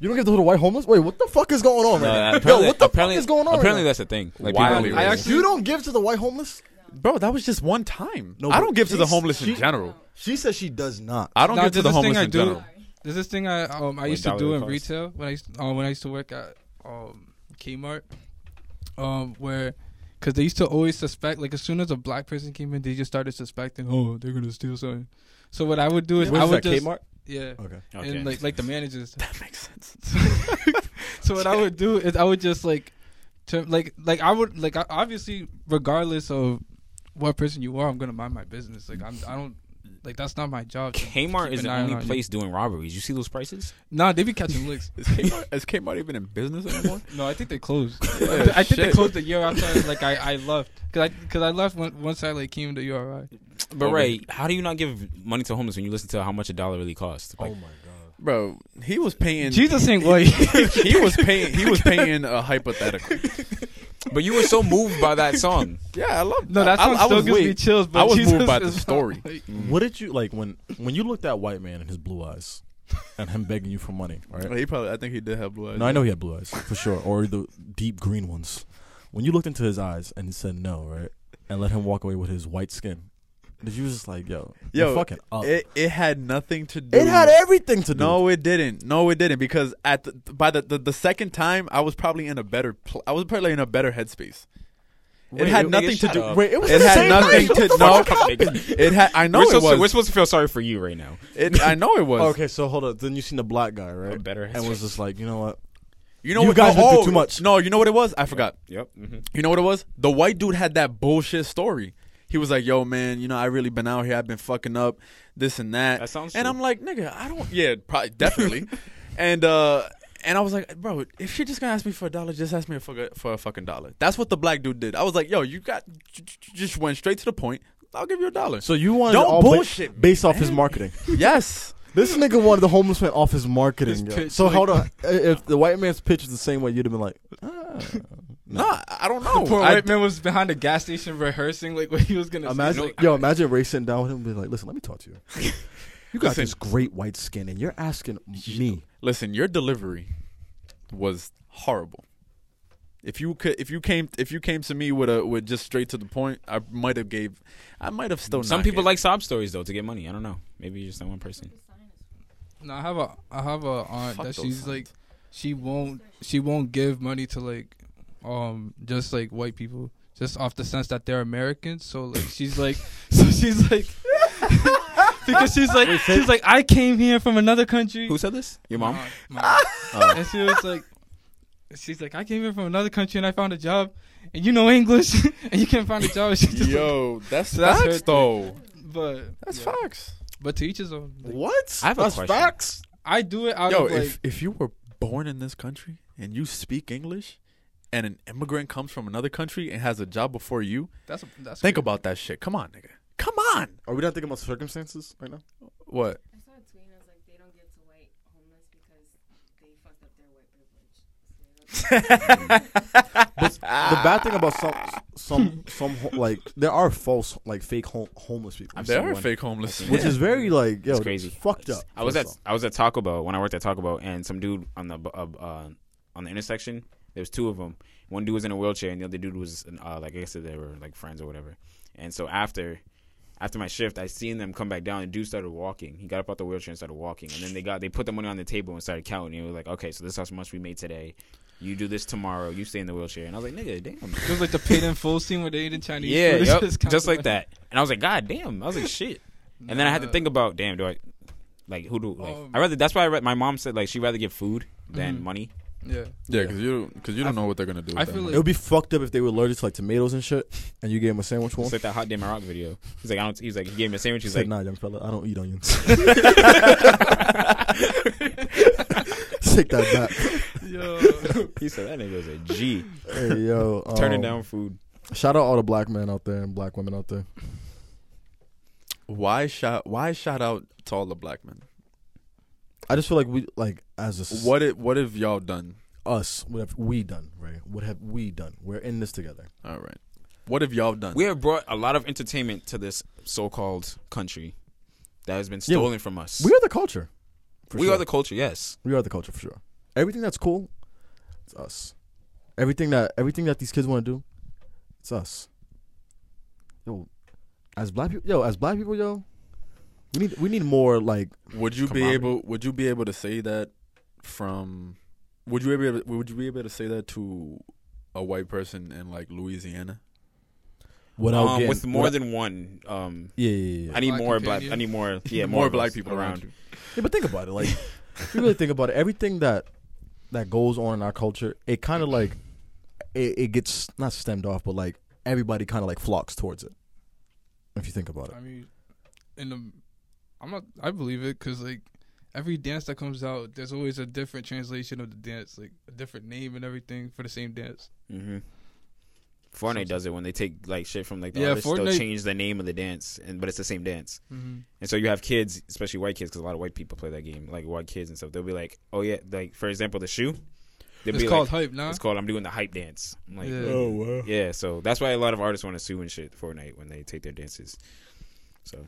[SPEAKER 2] You don't give to the white homeless? Wait, what the fuck is going on right now? Yo, what the fuck is going on?
[SPEAKER 5] Apparently,
[SPEAKER 2] right
[SPEAKER 5] that's a thing. Like,
[SPEAKER 3] Why
[SPEAKER 5] people
[SPEAKER 3] are
[SPEAKER 5] do
[SPEAKER 3] you-
[SPEAKER 5] it.
[SPEAKER 3] I
[SPEAKER 2] now?
[SPEAKER 3] actually-
[SPEAKER 2] you don't give to the white homeless?
[SPEAKER 3] Bro, that was just one time.
[SPEAKER 2] No,
[SPEAKER 3] I
[SPEAKER 2] but
[SPEAKER 3] don't give to the
[SPEAKER 2] she's-
[SPEAKER 3] homeless in
[SPEAKER 2] she-
[SPEAKER 3] general.
[SPEAKER 2] She says she does not.
[SPEAKER 3] I don't
[SPEAKER 4] Nah,
[SPEAKER 3] give to
[SPEAKER 4] there's
[SPEAKER 3] the
[SPEAKER 4] this thing
[SPEAKER 3] homeless
[SPEAKER 4] I
[SPEAKER 3] in
[SPEAKER 4] do.
[SPEAKER 3] general.
[SPEAKER 4] there's this thing I um I
[SPEAKER 5] Wait,
[SPEAKER 4] used to
[SPEAKER 5] dollar
[SPEAKER 4] do
[SPEAKER 5] the
[SPEAKER 4] in
[SPEAKER 5] cost.
[SPEAKER 4] retail when I used uh, when I used to work at um Kmart, um where. Cause they used to always suspect, like as soon as a black person came in, they just started suspecting, oh, they're gonna steal something. So what I would do is, I would just, yeah,
[SPEAKER 2] Okay.
[SPEAKER 5] Okay.
[SPEAKER 4] and like like the managers.
[SPEAKER 3] That makes sense.
[SPEAKER 4] so what I would do is I would just like, to, like like I would like I, obviously regardless of what person you are, I'm gonna mind my business. Like I'm I don't like that's not my job. to
[SPEAKER 5] Kmart
[SPEAKER 4] keep
[SPEAKER 5] is
[SPEAKER 4] an
[SPEAKER 5] the
[SPEAKER 4] eye
[SPEAKER 5] only
[SPEAKER 4] on you.
[SPEAKER 5] place doing robberies. You see those prices?
[SPEAKER 4] Nah, they be catching licks.
[SPEAKER 3] Is Kmart, is Kmart even in business anymore?
[SPEAKER 4] No, I think they closed.
[SPEAKER 3] Yeah,
[SPEAKER 4] I think they
[SPEAKER 3] shit.
[SPEAKER 4] closed the year after like I, I left because I because I left when, once I like came to URI.
[SPEAKER 5] But
[SPEAKER 3] Okay.
[SPEAKER 5] Ray, how do you not give money to homeless when you listen to how much a dollar really costs? Like,
[SPEAKER 2] oh my god.
[SPEAKER 3] Bro, he was paying.
[SPEAKER 4] Jesus ain't white.
[SPEAKER 3] he was paying. He was paying a hypothetical.
[SPEAKER 5] but you were so moved by that song.
[SPEAKER 3] Yeah, I love.
[SPEAKER 4] No, that
[SPEAKER 3] I,
[SPEAKER 4] song
[SPEAKER 3] I
[SPEAKER 4] still
[SPEAKER 3] was
[SPEAKER 4] gives me
[SPEAKER 3] weak.
[SPEAKER 4] chills. But
[SPEAKER 3] I was
[SPEAKER 4] Jesus
[SPEAKER 3] moved by
[SPEAKER 4] is
[SPEAKER 3] the
[SPEAKER 4] not
[SPEAKER 3] story. Mm.
[SPEAKER 4] white.
[SPEAKER 2] What did you like when when you looked at white man and his blue eyes and him begging you for money, right?
[SPEAKER 3] Well, He probably. I think he did have blood.
[SPEAKER 2] No, I know he had blue eyes for sure, or the deep green ones. When you looked into his eyes and said no, right, and let him walk away with his white skin, did you just like, yo, yo,
[SPEAKER 3] Yo,
[SPEAKER 2] fucking up? It,
[SPEAKER 3] It it had nothing to do.
[SPEAKER 2] had everything to do.
[SPEAKER 3] No, it didn't. No, it didn't. Because at the, by the, the the second time, I was probably in a better. Pl- I was probably in a better headspace. it had nothing to do.
[SPEAKER 2] Wait, it was
[SPEAKER 3] It
[SPEAKER 2] the
[SPEAKER 3] had
[SPEAKER 2] same
[SPEAKER 3] nothing
[SPEAKER 2] night. What
[SPEAKER 3] to
[SPEAKER 2] the
[SPEAKER 3] no.
[SPEAKER 2] fuck
[SPEAKER 3] It had. I know
[SPEAKER 5] we're,
[SPEAKER 3] it
[SPEAKER 5] supposed to, we're
[SPEAKER 3] was.
[SPEAKER 5] supposed to feel sorry for you right now.
[SPEAKER 3] It, I know it was.
[SPEAKER 2] Oh, Okay, so hold up. Then you seen the black guy, right?
[SPEAKER 5] A better
[SPEAKER 2] and was just like, you know what?
[SPEAKER 3] You know
[SPEAKER 2] You
[SPEAKER 3] what?
[SPEAKER 2] guys
[SPEAKER 3] oh,
[SPEAKER 2] went through
[SPEAKER 3] oh,
[SPEAKER 2] too much.
[SPEAKER 3] No, you know what it was? I forgot.
[SPEAKER 5] Yep. hmm
[SPEAKER 2] mm-hmm.
[SPEAKER 3] You know what it was? The white dude had that bullshit story. He was like, "Yo, man, you know, I really been out here. I've been fucking up, this and that."
[SPEAKER 5] That sounds
[SPEAKER 3] And
[SPEAKER 5] true.
[SPEAKER 3] I'm like, "Nigga, I don't. Yeah, probably, definitely." and uh, and I was like, "Bro, if you're just gonna ask me for a dollar, just ask me for a, for a fucking dollar." That's what the black dude did. I was like, "Yo, you got you just went straight to the point. I'll give you a dollar."
[SPEAKER 2] So you wanted
[SPEAKER 3] Don't
[SPEAKER 2] all ba-
[SPEAKER 3] bullshit me,
[SPEAKER 2] based off his
[SPEAKER 3] man.
[SPEAKER 2] marketing.
[SPEAKER 3] yes.
[SPEAKER 2] This nigga wanted the homeless man off his
[SPEAKER 4] His
[SPEAKER 2] marketing. yo.
[SPEAKER 4] pitch,
[SPEAKER 2] So
[SPEAKER 4] like-
[SPEAKER 2] hold on, I- if the white man's pitch is the same way, you'd have been like, ah.
[SPEAKER 3] No, I don't know.
[SPEAKER 4] The poor
[SPEAKER 3] I-
[SPEAKER 4] white man was behind the gas station rehearsing like what he was gonna.
[SPEAKER 2] imagine,
[SPEAKER 4] say.
[SPEAKER 2] yo, imagine Ray sitting down with him and be like, listen, let me talk to you. You got
[SPEAKER 3] Listen.
[SPEAKER 2] this great white skin, and you're asking me.
[SPEAKER 3] Listen, your delivery was horrible. If you could, if you came, if you came to me with a with just straight to the point, I might have gave, I might have still.
[SPEAKER 5] Some
[SPEAKER 3] not
[SPEAKER 5] people
[SPEAKER 3] gave.
[SPEAKER 5] like sob stories though to get money. I don't know. Maybe you're just that one person.
[SPEAKER 4] No, I have a I have a aunt
[SPEAKER 3] Fuck
[SPEAKER 4] that
[SPEAKER 3] those
[SPEAKER 4] she's
[SPEAKER 3] signs.
[SPEAKER 4] like she won't she won't give money to like um just like white people just off the sense that they're Americans. So like she's like so she's like because she's like she's like I came here from another country. Uh,
[SPEAKER 5] Who said this? Your mom.
[SPEAKER 4] My aunt.
[SPEAKER 3] Oh.
[SPEAKER 4] and she was like she's like I came here from another country and I found a job and you know English and you can't find a job. She's just like,
[SPEAKER 3] Yo, that's
[SPEAKER 4] So that's
[SPEAKER 3] facts
[SPEAKER 4] her-
[SPEAKER 3] though.
[SPEAKER 4] but
[SPEAKER 3] That's
[SPEAKER 4] yeah.
[SPEAKER 3] facts.
[SPEAKER 4] But to each his own. Like,
[SPEAKER 2] What?
[SPEAKER 5] I have a
[SPEAKER 2] That's
[SPEAKER 5] question.
[SPEAKER 2] facts.
[SPEAKER 4] I do it out
[SPEAKER 3] Yo,
[SPEAKER 4] of like
[SPEAKER 3] if if you were born in this country and you speak English, and an immigrant comes from another country and has a job before you,
[SPEAKER 4] that's that's
[SPEAKER 3] think
[SPEAKER 4] crazy.
[SPEAKER 3] about that shit. Come on, nigga. Come on.
[SPEAKER 2] Are we not thinking about circumstances right now?
[SPEAKER 3] What?
[SPEAKER 6] I saw a tweet and it was like, they don't give to white homeless because they fucked up their white privilege. So they don't
[SPEAKER 2] But the bad thing about some some some ho- like there are false like fake home, homeless people.
[SPEAKER 5] I'm
[SPEAKER 3] They are
[SPEAKER 5] someone-
[SPEAKER 3] fake homeless.
[SPEAKER 2] which is very like yo,
[SPEAKER 5] It's
[SPEAKER 2] it's
[SPEAKER 5] crazy.
[SPEAKER 2] fucked up.
[SPEAKER 5] I was at
[SPEAKER 2] first off.
[SPEAKER 5] I was at Taco Bell when I worked at Taco Bell, and some dude on the bu- uh, uh, on the intersection. There was two of them. One dude was in a wheelchair, and the other dude was in, uh, like I guess they were like friends or whatever. And so after after my shift, I seen them come back down. and dude started walking. He got up out the wheelchair and started walking. And then they got they put the money on the table and started counting. And it was like, okay, so this is how much we made today. You do this tomorrow. You stay in the wheelchair. And I was like, nigga, damn.
[SPEAKER 4] It was like the paid in full scene where they ate in Chinese.
[SPEAKER 5] Yeah,
[SPEAKER 4] food. It's
[SPEAKER 5] yup,
[SPEAKER 4] just
[SPEAKER 5] just,
[SPEAKER 4] constant-
[SPEAKER 5] like that. And I was like, God damn. I was like, shit. And then I had to
[SPEAKER 4] Nah.
[SPEAKER 5] think about, damn, do I like who do like
[SPEAKER 4] Um, Mm-hmm.
[SPEAKER 5] I rather that's why I read, my mom said like she'd rather get food than money.
[SPEAKER 4] Yeah.
[SPEAKER 3] Yeah, because you because you don't know what they're gonna do.
[SPEAKER 4] I
[SPEAKER 3] with that
[SPEAKER 4] feel
[SPEAKER 3] money.
[SPEAKER 2] It would be fuckkt up if they were allergic to like tomatoes and shit, and you gave them a sandwich one.
[SPEAKER 5] It's like that hot damn rock video. He's like, I don't. He's like, he gave me a sandwich. He's
[SPEAKER 2] Said,
[SPEAKER 5] like,
[SPEAKER 2] nah, young fella, I don't eat onions. Take that back.
[SPEAKER 4] Yo.
[SPEAKER 5] he said that nigga was a G.
[SPEAKER 2] Hey yo, um,
[SPEAKER 5] Turning down food.
[SPEAKER 2] Shout out all the black men out there and black women out there.
[SPEAKER 3] why shout why shout out to all the black men?
[SPEAKER 2] I just feel like we like as a s-
[SPEAKER 3] What if what have y'all done?
[SPEAKER 2] us what have we done right? What have we done? We're in this together.
[SPEAKER 3] All right, what have y'all done?
[SPEAKER 5] We have brought a lot of entertainment to this so-called country that has been
[SPEAKER 2] Yeah,
[SPEAKER 5] stolen from us.
[SPEAKER 2] We are the culture. for
[SPEAKER 5] We
[SPEAKER 2] sure.
[SPEAKER 5] are the culture. Yes.
[SPEAKER 2] we are the culture for sure. Everything that's cool, it's us. Everything that everything that these kids want to do, it's us. Yo, as black people, yo, as black people, yo, we need we need more like
[SPEAKER 3] would you be
[SPEAKER 5] camaraderie.
[SPEAKER 3] able Would you be able to say that from? Would you be able Would you be able to say that to a white person in like Louisiana?
[SPEAKER 2] without
[SPEAKER 5] Um,
[SPEAKER 2] getting-
[SPEAKER 5] with more
[SPEAKER 2] without-
[SPEAKER 5] than one. Um,
[SPEAKER 2] yeah, yeah, yeah.
[SPEAKER 5] I need
[SPEAKER 4] Black
[SPEAKER 5] more black.
[SPEAKER 4] companion.
[SPEAKER 5] I need more. Yeah,
[SPEAKER 3] More
[SPEAKER 5] more, of
[SPEAKER 3] black
[SPEAKER 5] us
[SPEAKER 3] people around
[SPEAKER 5] around.
[SPEAKER 3] you.
[SPEAKER 2] yeah. But think about it, like if you really think about it, everything that that goes on in our culture, it kind of like it, it gets not stemmed off, but like everybody kind of like flocks towards it. If you think about it,
[SPEAKER 4] I mean, in the, I'm not. I believe it because like every dance that comes out, there's always a different translation of the dance, like a different name and everything for the same dance.
[SPEAKER 5] Mm-hmm. Fortnite does it when they take like shit from like the
[SPEAKER 4] Yeah,
[SPEAKER 5] artists. They'll
[SPEAKER 4] Fortnite-
[SPEAKER 5] change the name of the dance, and but it's the same dance.
[SPEAKER 4] Mm-hmm.
[SPEAKER 5] And so you have kids, especially white kids, because a lot of white people play that game, like white kids and stuff. They'll be like, "Oh yeah," like for example, the shoe. They'll
[SPEAKER 4] It's
[SPEAKER 5] be
[SPEAKER 4] called
[SPEAKER 5] like,
[SPEAKER 4] hype, nah.
[SPEAKER 5] It's called. I'm doing the hype dance. I'm like,
[SPEAKER 4] Yeah.
[SPEAKER 5] yeah.
[SPEAKER 4] Oh,
[SPEAKER 2] wow.
[SPEAKER 5] So that's why a lot of artists want to sue and shit Fortnite when they take their dances. So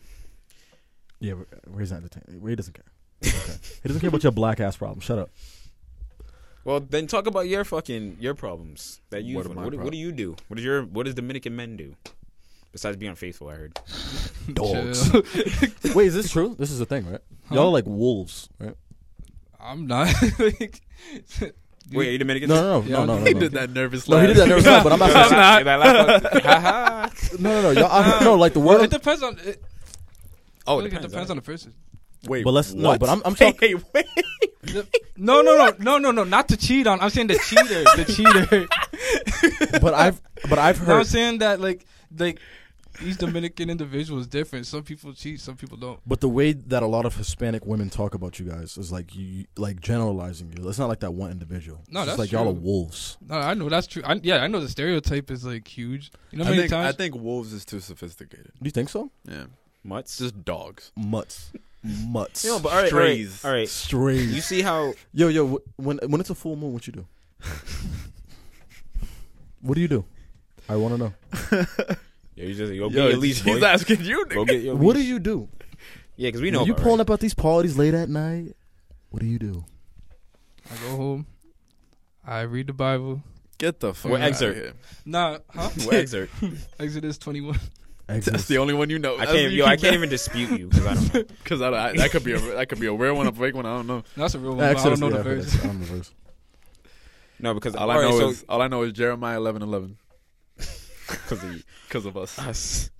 [SPEAKER 2] Yeah, uh, Ra- Ray's not entertaining. Ray doesn't care. Okay. he doesn't care about your black ass problem. Shut up.
[SPEAKER 5] well, then talk about your fucking your problems that you.
[SPEAKER 3] What are
[SPEAKER 5] What,
[SPEAKER 3] my
[SPEAKER 5] what, do
[SPEAKER 3] problems?
[SPEAKER 5] you do? What is your What does Dominican men do? Besides being faithful, I heard.
[SPEAKER 2] Dogs. Wait, is this true? This is a thing, right? Y'all are like wolves, right?
[SPEAKER 4] I'm not. like,
[SPEAKER 5] Wait, are you Dominican?
[SPEAKER 2] No, no, no,
[SPEAKER 4] Yeah,
[SPEAKER 2] no, no, no.
[SPEAKER 4] I
[SPEAKER 2] no.
[SPEAKER 3] He did that nervous.
[SPEAKER 2] No, he did that nervous laugh, but I'm not saying. No, no, no. Y'all, I, no, like the
[SPEAKER 4] well,
[SPEAKER 2] word.
[SPEAKER 4] it depends on. It,
[SPEAKER 5] Oh,
[SPEAKER 4] like, it depends on the person.
[SPEAKER 3] Wait,
[SPEAKER 2] But let's no.
[SPEAKER 5] what?
[SPEAKER 2] But I'm, I'm talking.
[SPEAKER 5] Hey, wait.
[SPEAKER 4] No, no, no, no, no, no. Not to cheat on. I'm saying the cheater. The cheater.
[SPEAKER 2] But I've, but I've
[SPEAKER 4] No, I'm
[SPEAKER 2] heard.
[SPEAKER 4] saying that like like each Dominican individual is different. Some people cheat, some people don't.
[SPEAKER 2] But the way that a lot of Hispanic women talk about you guys is like you, like generalizing you. It's not like that one individual.
[SPEAKER 4] No,
[SPEAKER 2] it's just
[SPEAKER 4] that's
[SPEAKER 2] like y'all are
[SPEAKER 4] true.
[SPEAKER 2] wolves.
[SPEAKER 4] No, I know that's true. I, yeah, I know the stereotype is like huge. You know how
[SPEAKER 3] I
[SPEAKER 4] many
[SPEAKER 3] think, I
[SPEAKER 4] times?
[SPEAKER 3] think wolves is too sophisticated.
[SPEAKER 2] Do you think so?
[SPEAKER 3] Yeah, it's
[SPEAKER 5] Mutts.
[SPEAKER 3] just dogs.
[SPEAKER 2] Mutts, mutts,
[SPEAKER 5] No, but all right, all right,
[SPEAKER 3] Strays.
[SPEAKER 5] all right. You
[SPEAKER 2] strays.
[SPEAKER 5] see how
[SPEAKER 2] Yo, yo. wh- When when it's a full moon, what you do? what do you do? I want to know.
[SPEAKER 5] Yo, you just yo,
[SPEAKER 3] Yo,
[SPEAKER 5] get your leash,
[SPEAKER 3] he's
[SPEAKER 5] boy.
[SPEAKER 3] asking you.
[SPEAKER 5] Go
[SPEAKER 3] Nigga.
[SPEAKER 5] get your
[SPEAKER 2] What do
[SPEAKER 5] leash.
[SPEAKER 2] you do?
[SPEAKER 5] Yeah, because we know
[SPEAKER 2] When you
[SPEAKER 5] about
[SPEAKER 2] pulling
[SPEAKER 5] right?
[SPEAKER 2] up at these parties late at night. What do you do?
[SPEAKER 4] I go home. I read the Bible.
[SPEAKER 3] Get the fuck
[SPEAKER 5] What
[SPEAKER 3] outta
[SPEAKER 5] excerpt?
[SPEAKER 3] here.
[SPEAKER 4] Nah, huh?
[SPEAKER 5] What excerpt?
[SPEAKER 4] Exodus 21.
[SPEAKER 3] That's
[SPEAKER 2] Exit.
[SPEAKER 3] the only one you know.
[SPEAKER 5] I can't. Yo, I can't even dispute you because I don't. know.
[SPEAKER 3] Because I, I, that could be a that could be a rare one, a fake one. I don't know.
[SPEAKER 4] That's a real one. but I
[SPEAKER 2] Exodus,
[SPEAKER 4] don't know
[SPEAKER 2] yeah,
[SPEAKER 4] the verse.
[SPEAKER 2] Exodus. I don't know the verse.
[SPEAKER 5] No, because
[SPEAKER 3] All, I know is all I know is Jeremiah eleven eleven
[SPEAKER 5] because of
[SPEAKER 3] because of us.
[SPEAKER 5] us.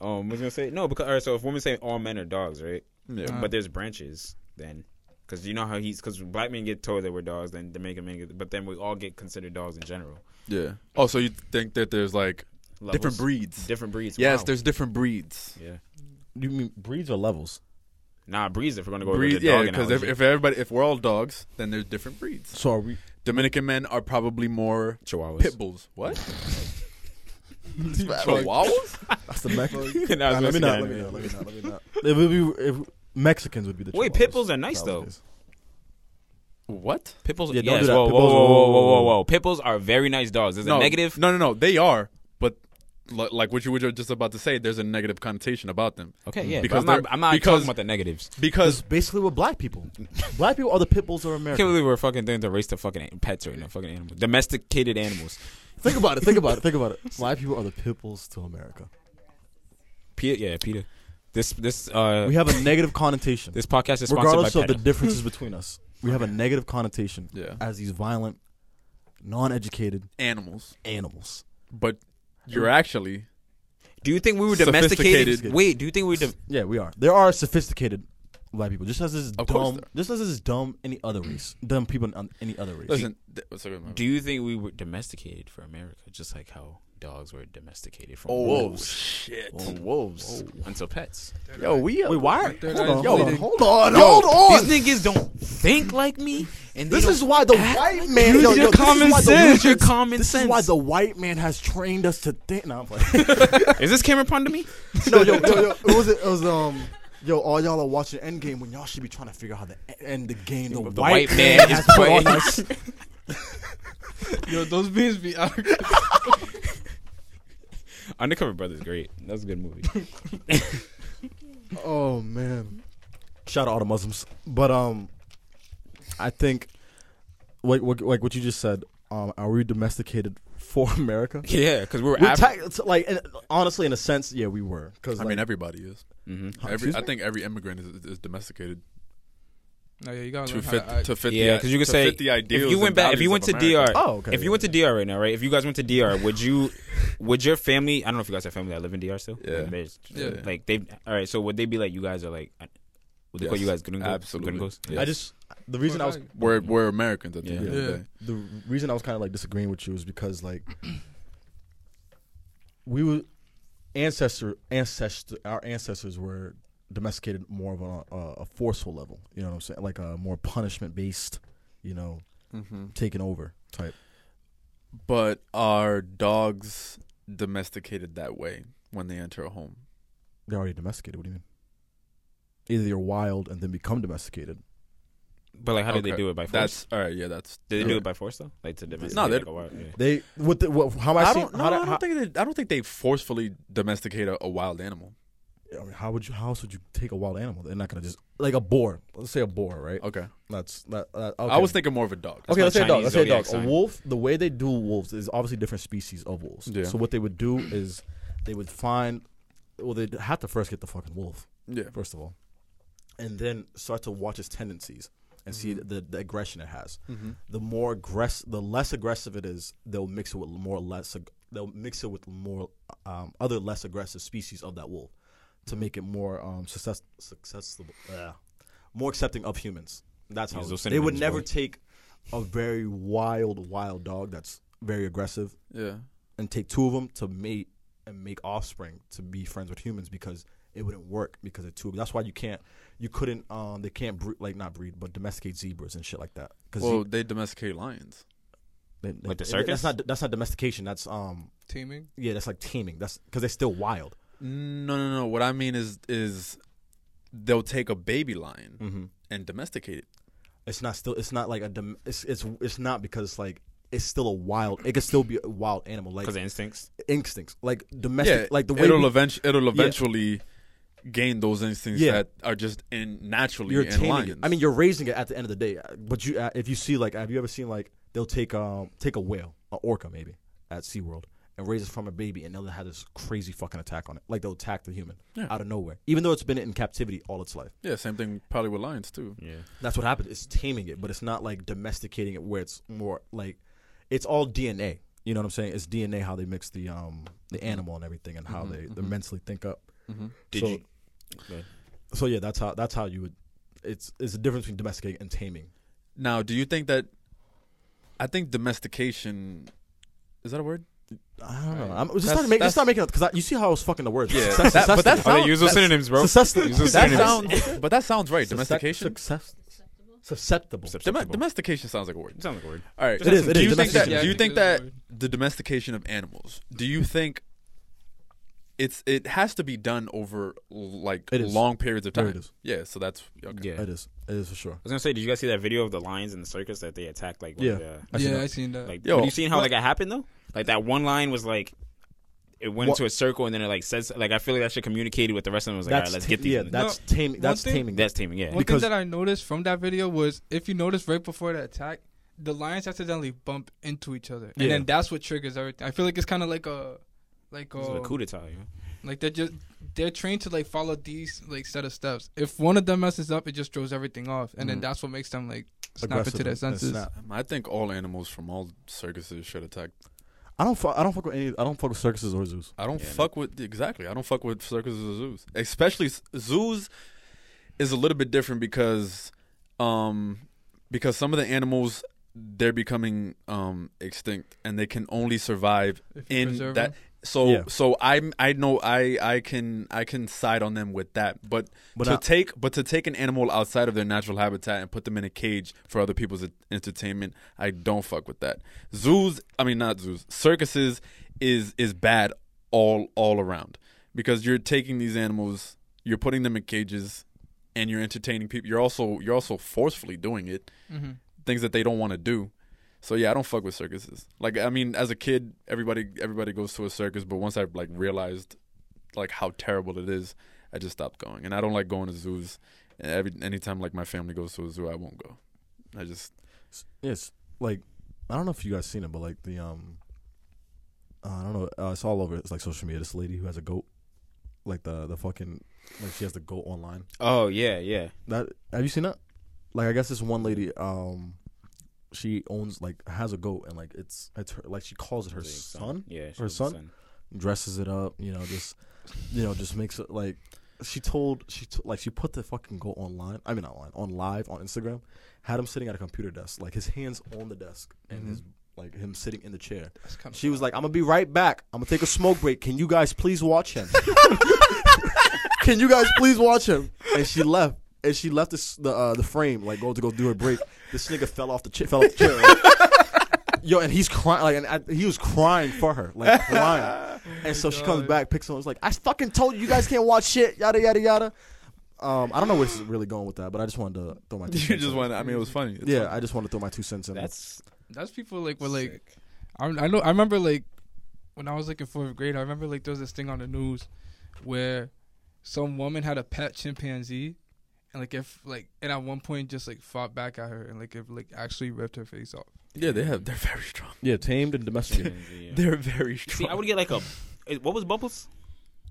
[SPEAKER 5] Um, was gonna say no because all right. So if women say all men are dogs, right?
[SPEAKER 3] Yeah.
[SPEAKER 4] Uh.
[SPEAKER 5] But there's branches then. Because you know how he's because black men get told that we're dogs, then Jamaican men get, but then we all get considered dogs in general.
[SPEAKER 3] Yeah. Oh, so you think that there's like
[SPEAKER 5] Levels.
[SPEAKER 3] different breeds?
[SPEAKER 5] different breeds.
[SPEAKER 3] Yes,
[SPEAKER 5] wow.
[SPEAKER 3] there's different breeds.
[SPEAKER 5] yeah.
[SPEAKER 2] You mean breeds or levels?
[SPEAKER 5] Nah, breeds. If we're gonna go with
[SPEAKER 3] Breed,
[SPEAKER 5] the
[SPEAKER 3] yeah,
[SPEAKER 5] dog
[SPEAKER 3] because if,
[SPEAKER 5] analogy.
[SPEAKER 3] if everybody, if we're all dogs, then there's different breeds.
[SPEAKER 2] So are we?
[SPEAKER 3] Dominican men are probably more
[SPEAKER 5] Chihuahuas.
[SPEAKER 3] pit bulls. What? Chihuahuas?
[SPEAKER 2] That's the Mexican.
[SPEAKER 5] And I was
[SPEAKER 2] let me
[SPEAKER 5] messing
[SPEAKER 2] not.
[SPEAKER 5] with
[SPEAKER 2] Let me
[SPEAKER 5] it.
[SPEAKER 2] not. Let me not. Let me not. It would be if Mexicans would be the.
[SPEAKER 5] Wait,
[SPEAKER 2] Chihuahuas
[SPEAKER 5] pit bulls are nice, though.
[SPEAKER 2] nowadays.
[SPEAKER 3] What?
[SPEAKER 5] Pitbulls,
[SPEAKER 2] Yeah, don't
[SPEAKER 5] yes,
[SPEAKER 2] do that.
[SPEAKER 5] whoa, whoa,
[SPEAKER 2] Pitbulls-
[SPEAKER 5] whoa, whoa, whoa, whoa, whoa. Pitbulls are very nice dogs. There's
[SPEAKER 3] no,
[SPEAKER 5] a negative.
[SPEAKER 3] No, no, no. They are, but li- like what you were ju- just about to say, there's a negative connotation about them.
[SPEAKER 5] Okay, yeah,
[SPEAKER 3] Because
[SPEAKER 5] because I'm not,
[SPEAKER 3] they're-
[SPEAKER 5] I'm not
[SPEAKER 3] because-
[SPEAKER 5] talking about the negatives.
[SPEAKER 3] Because
[SPEAKER 2] Basically, we're black people. black people are the pit bulls of
[SPEAKER 5] I can't
[SPEAKER 2] America.
[SPEAKER 5] believe we're fucking doing the race to fucking a- pets right now, fucking animals, domesticated animals.
[SPEAKER 2] Think about it. Think about it. Think about it. Black people are the pit bulls to America.
[SPEAKER 5] Peter, yeah, Peter. This this uh
[SPEAKER 2] We have a negative connotation.
[SPEAKER 5] this podcast is sponsored by
[SPEAKER 2] Regardless of
[SPEAKER 5] PETA.
[SPEAKER 2] the differences between us, we have a negative connotation
[SPEAKER 3] Yeah.
[SPEAKER 2] as these violent, non-educated
[SPEAKER 3] animals,
[SPEAKER 2] animals.
[SPEAKER 3] but you're actually
[SPEAKER 5] do you think we were
[SPEAKER 3] Sophisticated.
[SPEAKER 5] domesticated? Wait, do you think we were? dom-
[SPEAKER 2] Yeah, we are. There are sophisticated black people, just as is
[SPEAKER 3] Of course
[SPEAKER 2] dumb.
[SPEAKER 3] there
[SPEAKER 2] Just as is dumb any other race. Dumb people in any other race.
[SPEAKER 3] listen. th- sorry, my
[SPEAKER 5] do you think we were domesticated for America, just like how dogs were domesticated from
[SPEAKER 3] Oh,
[SPEAKER 5] wolves Oh,
[SPEAKER 3] shit.
[SPEAKER 5] wolves until pets?
[SPEAKER 3] Yo, we
[SPEAKER 2] Wait, why? are-
[SPEAKER 4] Third
[SPEAKER 2] Hold on,
[SPEAKER 4] eye's
[SPEAKER 2] hold on,
[SPEAKER 4] bleeding.
[SPEAKER 2] hold on,
[SPEAKER 5] Yo,
[SPEAKER 2] hold on.
[SPEAKER 5] These niggas don't think like me, and they
[SPEAKER 2] This
[SPEAKER 5] don't
[SPEAKER 2] is why the white man.
[SPEAKER 5] Use
[SPEAKER 2] yo, yo,
[SPEAKER 5] your
[SPEAKER 2] this is
[SPEAKER 5] common
[SPEAKER 2] why the-
[SPEAKER 5] sense.
[SPEAKER 2] this
[SPEAKER 5] Use your
[SPEAKER 2] is-
[SPEAKER 5] common
[SPEAKER 2] this
[SPEAKER 5] sense.
[SPEAKER 2] is why the white man has trained us to think. No, I'm playing.
[SPEAKER 5] Is this camera pun to me?
[SPEAKER 2] no, yo, yo, yo. It was, it was um. Yo, all y'all are watching Endgame when y'all should be trying to figure out how to e- end the game. The,
[SPEAKER 5] The
[SPEAKER 2] white,
[SPEAKER 5] white man
[SPEAKER 2] has
[SPEAKER 5] is
[SPEAKER 2] put on
[SPEAKER 5] playing.
[SPEAKER 2] us.
[SPEAKER 4] Yo, those beans be out.
[SPEAKER 5] Undercover Brothers, great. That was a good movie.
[SPEAKER 2] Oh man. Shout out to all the Muslims. But um I think like what like what you just said, um, are we domesticated for America?
[SPEAKER 5] yeah, because we were.
[SPEAKER 2] We're
[SPEAKER 5] Af-
[SPEAKER 2] tech- it's like in, honestly, in a sense, yeah, we were. Because
[SPEAKER 3] I mean, everybody is.
[SPEAKER 5] Mhm.
[SPEAKER 3] Every,
[SPEAKER 2] excuse
[SPEAKER 3] I
[SPEAKER 2] me?
[SPEAKER 3] think every immigrant is, is domesticated
[SPEAKER 4] no, yeah, you gotta
[SPEAKER 3] to
[SPEAKER 4] learn how
[SPEAKER 3] fit
[SPEAKER 4] to act.
[SPEAKER 3] to fit.
[SPEAKER 5] Yeah,
[SPEAKER 3] because
[SPEAKER 5] because you could say
[SPEAKER 3] the ideals.
[SPEAKER 5] if you went
[SPEAKER 3] and
[SPEAKER 5] back, if you
[SPEAKER 3] values
[SPEAKER 5] went to
[SPEAKER 3] of America.
[SPEAKER 5] DR,
[SPEAKER 2] Oh, okay,
[SPEAKER 5] if
[SPEAKER 2] yeah,
[SPEAKER 5] you went to DR right now, right? If you guys went to DR, would you, would your family? I don't know if you guys have family that live in DR still.
[SPEAKER 3] Yeah.
[SPEAKER 5] There's-
[SPEAKER 3] Yeah.
[SPEAKER 5] Like they, all right. So would they be like you guys are like? uh, Would they call
[SPEAKER 3] Yes,
[SPEAKER 5] you guys gringos?
[SPEAKER 3] absolutely.
[SPEAKER 5] Gringos?
[SPEAKER 3] Yeah.
[SPEAKER 2] I just the reason I was
[SPEAKER 3] we're we're Americans at the
[SPEAKER 5] Yeah.
[SPEAKER 3] end of
[SPEAKER 4] Yeah.
[SPEAKER 3] the day.
[SPEAKER 2] the reason I was kind of like disagreeing with you is because like we were ancestor ancestor our ancestors were domesticated more of a, uh, a forceful level. You know what I'm saying? Like a more punishment based, you know, taking over type.
[SPEAKER 3] But are dogs domesticated that way when they enter a home?
[SPEAKER 2] They're already domesticated. What do you mean? Either you're wild and then become domesticated.
[SPEAKER 5] But like, how did they
[SPEAKER 3] Okay.
[SPEAKER 5] do it by force?
[SPEAKER 3] That's all right. Yeah, that's.
[SPEAKER 5] did they do
[SPEAKER 3] yeah.
[SPEAKER 5] it by force though? Like to domesticate?
[SPEAKER 3] No, they-
[SPEAKER 5] like, a wild- yeah.
[SPEAKER 2] They what? The, what how am I,
[SPEAKER 3] I
[SPEAKER 2] seeing-
[SPEAKER 3] don't. No,
[SPEAKER 2] how,
[SPEAKER 3] I
[SPEAKER 2] do-
[SPEAKER 3] don't
[SPEAKER 2] how-
[SPEAKER 3] think they. I don't think they forcefully domesticate a, a wild animal.
[SPEAKER 2] I mean, how would you? How else would you take a wild animal? They're not gonna just like a boar. Let's say a boar, right?
[SPEAKER 3] Okay.
[SPEAKER 2] That's that. that
[SPEAKER 3] I
[SPEAKER 2] okay.
[SPEAKER 3] was thinking more of a dog.
[SPEAKER 2] okay,
[SPEAKER 5] my
[SPEAKER 2] let's say a dog.
[SPEAKER 5] Chinese
[SPEAKER 2] Let's say a
[SPEAKER 5] zodiac
[SPEAKER 2] dog.
[SPEAKER 5] sign.
[SPEAKER 2] A wolf. The way they do wolves is obviously different species of wolves.
[SPEAKER 3] Yeah.
[SPEAKER 2] So what they would do is they would find. Well, they'd have to first get the fucking wolf
[SPEAKER 3] Yeah.
[SPEAKER 2] first of all, and then start to watch its tendencies and see
[SPEAKER 5] Mm-hmm.
[SPEAKER 2] the, the aggression it has. The more aggress, the less aggressive it is, they'll mix it with more less. ag- They'll mix it with more um, other less aggressive species of that wolf to
[SPEAKER 5] Mm-hmm.
[SPEAKER 2] make it more um, success, successful, uh, more accepting of humans. That's how
[SPEAKER 5] Use those
[SPEAKER 2] they would
[SPEAKER 5] synonyms,
[SPEAKER 2] never
[SPEAKER 5] boy.
[SPEAKER 2] take a very wild, wild dog that's very aggressive
[SPEAKER 3] Yeah.
[SPEAKER 2] and take two of them to mate and make offspring to be friends with humans because it wouldn't work because of two. That's why you can't, you couldn't, um, they can't breed, like not breed, but domesticate zebras and shit like that. Because
[SPEAKER 3] Well, they domesticate lions.
[SPEAKER 5] Like the
[SPEAKER 2] that's
[SPEAKER 5] circus?
[SPEAKER 2] not that's not domestication. That's um,
[SPEAKER 4] teaming.
[SPEAKER 2] yeah, that's like taming. That's because they're still wild.
[SPEAKER 3] No, no, no. What I mean is, is they'll take a baby lion
[SPEAKER 2] Mm-hmm.
[SPEAKER 3] and domesticate it.
[SPEAKER 2] It's not still. It's not like a. Dom- it's it's it's not because like it's still a wild. It could still be a wild animal. Like
[SPEAKER 5] Because of instincts.
[SPEAKER 2] instincts, like domestic, like the way
[SPEAKER 3] it'll
[SPEAKER 2] we-
[SPEAKER 3] eventually it'll eventually gain those instincts
[SPEAKER 2] Yeah.
[SPEAKER 3] that are just in naturally
[SPEAKER 2] you're
[SPEAKER 3] in
[SPEAKER 2] taming
[SPEAKER 3] lions.
[SPEAKER 2] it. I mean, you're raising it at the end of the day. uh, But you, uh, if you see like, have you ever seen like they'll take um take a whale, an orca maybe, at SeaWorld and raise it from a baby, and they'll have this crazy fucking attack on it. Like they'll attack the human
[SPEAKER 3] Yeah.
[SPEAKER 2] out of nowhere, even though it's been in captivity all its life.
[SPEAKER 3] yeah, same thing probably with lions too.
[SPEAKER 5] Yeah.
[SPEAKER 2] That's what happened. It's taming it, but it's not like domesticating it where it's more like it's all DNA. You know what I'm saying? It's DNA how they mix the um the animal and everything, and how they, they mentally think up.
[SPEAKER 5] Did
[SPEAKER 2] So-
[SPEAKER 5] you? Okay.
[SPEAKER 2] So yeah, that's how that's how you would. It's it's the difference between domesticating and taming.
[SPEAKER 3] Now, do you think that? I think domestication is that a word?
[SPEAKER 2] I don't know. I'm just
[SPEAKER 3] That's-
[SPEAKER 2] not making.
[SPEAKER 3] that's-
[SPEAKER 2] Just not making it because you see how I was fucking the words.
[SPEAKER 3] Yeah,
[SPEAKER 2] Success-
[SPEAKER 3] that- but
[SPEAKER 2] success-
[SPEAKER 3] that sound-
[SPEAKER 5] Oh, they use those
[SPEAKER 3] that's-
[SPEAKER 5] synonyms, bro.
[SPEAKER 2] success-
[SPEAKER 5] Use those
[SPEAKER 3] That
[SPEAKER 5] synonyms.
[SPEAKER 3] sounds, but that sounds right.
[SPEAKER 2] success-
[SPEAKER 3] Domestication.
[SPEAKER 2] success- susceptible.
[SPEAKER 3] Dom-
[SPEAKER 5] Susceptible.
[SPEAKER 3] domestication sounds like a word.
[SPEAKER 5] It sounds like a word.
[SPEAKER 3] All right.
[SPEAKER 5] It
[SPEAKER 2] is, it
[SPEAKER 3] do
[SPEAKER 2] is.
[SPEAKER 3] you think that?
[SPEAKER 2] Domestication.
[SPEAKER 3] do you
[SPEAKER 4] Yeah,
[SPEAKER 3] think
[SPEAKER 4] I
[SPEAKER 3] that
[SPEAKER 4] think it is a
[SPEAKER 3] the domestication of animals? Do you think it's it has to be done over like
[SPEAKER 2] It is.
[SPEAKER 3] long periods of
[SPEAKER 2] There
[SPEAKER 3] time.
[SPEAKER 2] it is.
[SPEAKER 3] Yeah, so that's okay.
[SPEAKER 5] Yeah.
[SPEAKER 2] It is. It is for sure.
[SPEAKER 5] I was gonna say, did you guys see that video of the lions in the circus that they attacked? Like, one
[SPEAKER 2] Yeah.
[SPEAKER 5] of the-
[SPEAKER 2] I seen
[SPEAKER 4] yeah,
[SPEAKER 2] that.
[SPEAKER 4] I seen that.
[SPEAKER 5] like,
[SPEAKER 3] Yo,
[SPEAKER 5] have you seen how
[SPEAKER 3] what-
[SPEAKER 5] like it happened though? Like that one lion was like, it went
[SPEAKER 2] Wha-
[SPEAKER 5] into a circle and then it like says like I feel like that should communicated with the rest of them. It was like, all right, let's
[SPEAKER 2] ta-
[SPEAKER 5] get these.
[SPEAKER 2] Yeah,
[SPEAKER 5] ones."
[SPEAKER 2] that's
[SPEAKER 4] No,
[SPEAKER 2] taming.
[SPEAKER 4] one
[SPEAKER 2] That's
[SPEAKER 4] thing-
[SPEAKER 2] taming.
[SPEAKER 5] that's teaming. Yeah,
[SPEAKER 4] One
[SPEAKER 2] Because-
[SPEAKER 4] thing that I noticed from that video was if you notice right before the attack, the lions accidentally bump into each other,
[SPEAKER 2] Yeah.
[SPEAKER 4] and then that's what triggers everything. I feel like it's kind of like a, like
[SPEAKER 5] It was a
[SPEAKER 4] a,
[SPEAKER 5] coup d'état. You know?
[SPEAKER 4] like they're just they're trained to like follow these like set of steps. If one of them messes up, it just throws everything off, and then that's what makes them like snap
[SPEAKER 2] Aggressive
[SPEAKER 4] into their
[SPEAKER 2] and
[SPEAKER 4] senses.
[SPEAKER 2] snap.
[SPEAKER 3] I think all animals from all circuses should attack.
[SPEAKER 2] I don't. Fuck, I don't fuck with any. I don't fuck with circuses or zoos.
[SPEAKER 3] I don't
[SPEAKER 5] Yeah,
[SPEAKER 3] fuck with exactly. I don't fuck with circuses or zoos, especially s- zoos is a little bit different because um because some of the animals they're becoming um extinct and they can only survive
[SPEAKER 4] If you
[SPEAKER 3] in
[SPEAKER 4] preserve
[SPEAKER 3] that
[SPEAKER 4] them.
[SPEAKER 3] so
[SPEAKER 2] Yeah.
[SPEAKER 3] so I I know I I can I can side on them with that but,
[SPEAKER 2] But
[SPEAKER 3] to
[SPEAKER 2] I-
[SPEAKER 3] take but to take an animal outside of their natural habitat and put them in a cage for other people's en- entertainment I don't fuck with that zoos I mean not zoos circuses is is bad all all around because you're taking these animals you're putting them in cages and you're entertaining people you're also you're also forcefully doing it
[SPEAKER 2] Mm-hmm.
[SPEAKER 4] Mhm.
[SPEAKER 3] things that they don't want to do so yeah, I don't fuck with circuses. Like I mean, as a kid, everybody everybody goes to a circus, but once I like realized like how terrible it is, I just stopped going. And I don't like going to zoos. And every anytime like my family goes to a zoo, I won't go. I just
[SPEAKER 2] Yes, like I don't know if you guys seen it, but like the um, uh, I don't know. Uh, it's all over. It's like social media. This lady who has a goat, like the the fucking like she has the goat online.
[SPEAKER 5] Oh yeah, yeah.
[SPEAKER 2] That have you seen that? Like I guess this one lady um, she owns like has a goat and like it's it's her like she calls it her son,
[SPEAKER 5] Yeah, she
[SPEAKER 2] Her
[SPEAKER 5] was the
[SPEAKER 2] son? dresses it up, you know, just you know, just makes it like she told she t- like she put the fucking goat online. I mean, not online, on live on Instagram. Had him sitting at a computer desk, like his hands on the desk, and his like him sitting in the chair.
[SPEAKER 4] Mm-hmm. That's kinda
[SPEAKER 2] She was like, "I'm gonna be right back. I'm gonna take a smoke break. Can you guys please watch him? Can you guys please watch him?" And she left. And she left this, the uh, the frame like go to go do her break. This nigga fell off the chair. Fell off the chair. right? Yo, and he's crying like, and I, he was crying for her, like crying. And so she comes
[SPEAKER 4] God.
[SPEAKER 2] back, picks him. up, was like, "I fucking told you, you guys can't watch shit." Yada yada yada. Um, I don't know where this is really going with that, but I just wanted to throw my two
[SPEAKER 3] you
[SPEAKER 2] cents
[SPEAKER 3] just
[SPEAKER 2] in.
[SPEAKER 3] want. I mean, it was funny. It's
[SPEAKER 2] yeah,
[SPEAKER 3] funny.
[SPEAKER 2] I just wanted to throw my two cents in.
[SPEAKER 5] That's
[SPEAKER 4] That's people like were like
[SPEAKER 5] sick.
[SPEAKER 4] I, I know. I remember like when I was like in fourth grade. I remember like there was this thing on the news where some woman had a pet chimpanzee, and like if like and at one point just like fought back at her and like if like actually ripped her face off.
[SPEAKER 3] yeah, they have. They're very strong.
[SPEAKER 2] yeah, tamed and domesticated.
[SPEAKER 5] Yeah.
[SPEAKER 3] They're very strong.
[SPEAKER 5] See, I would get like a. it- What was Bubbles?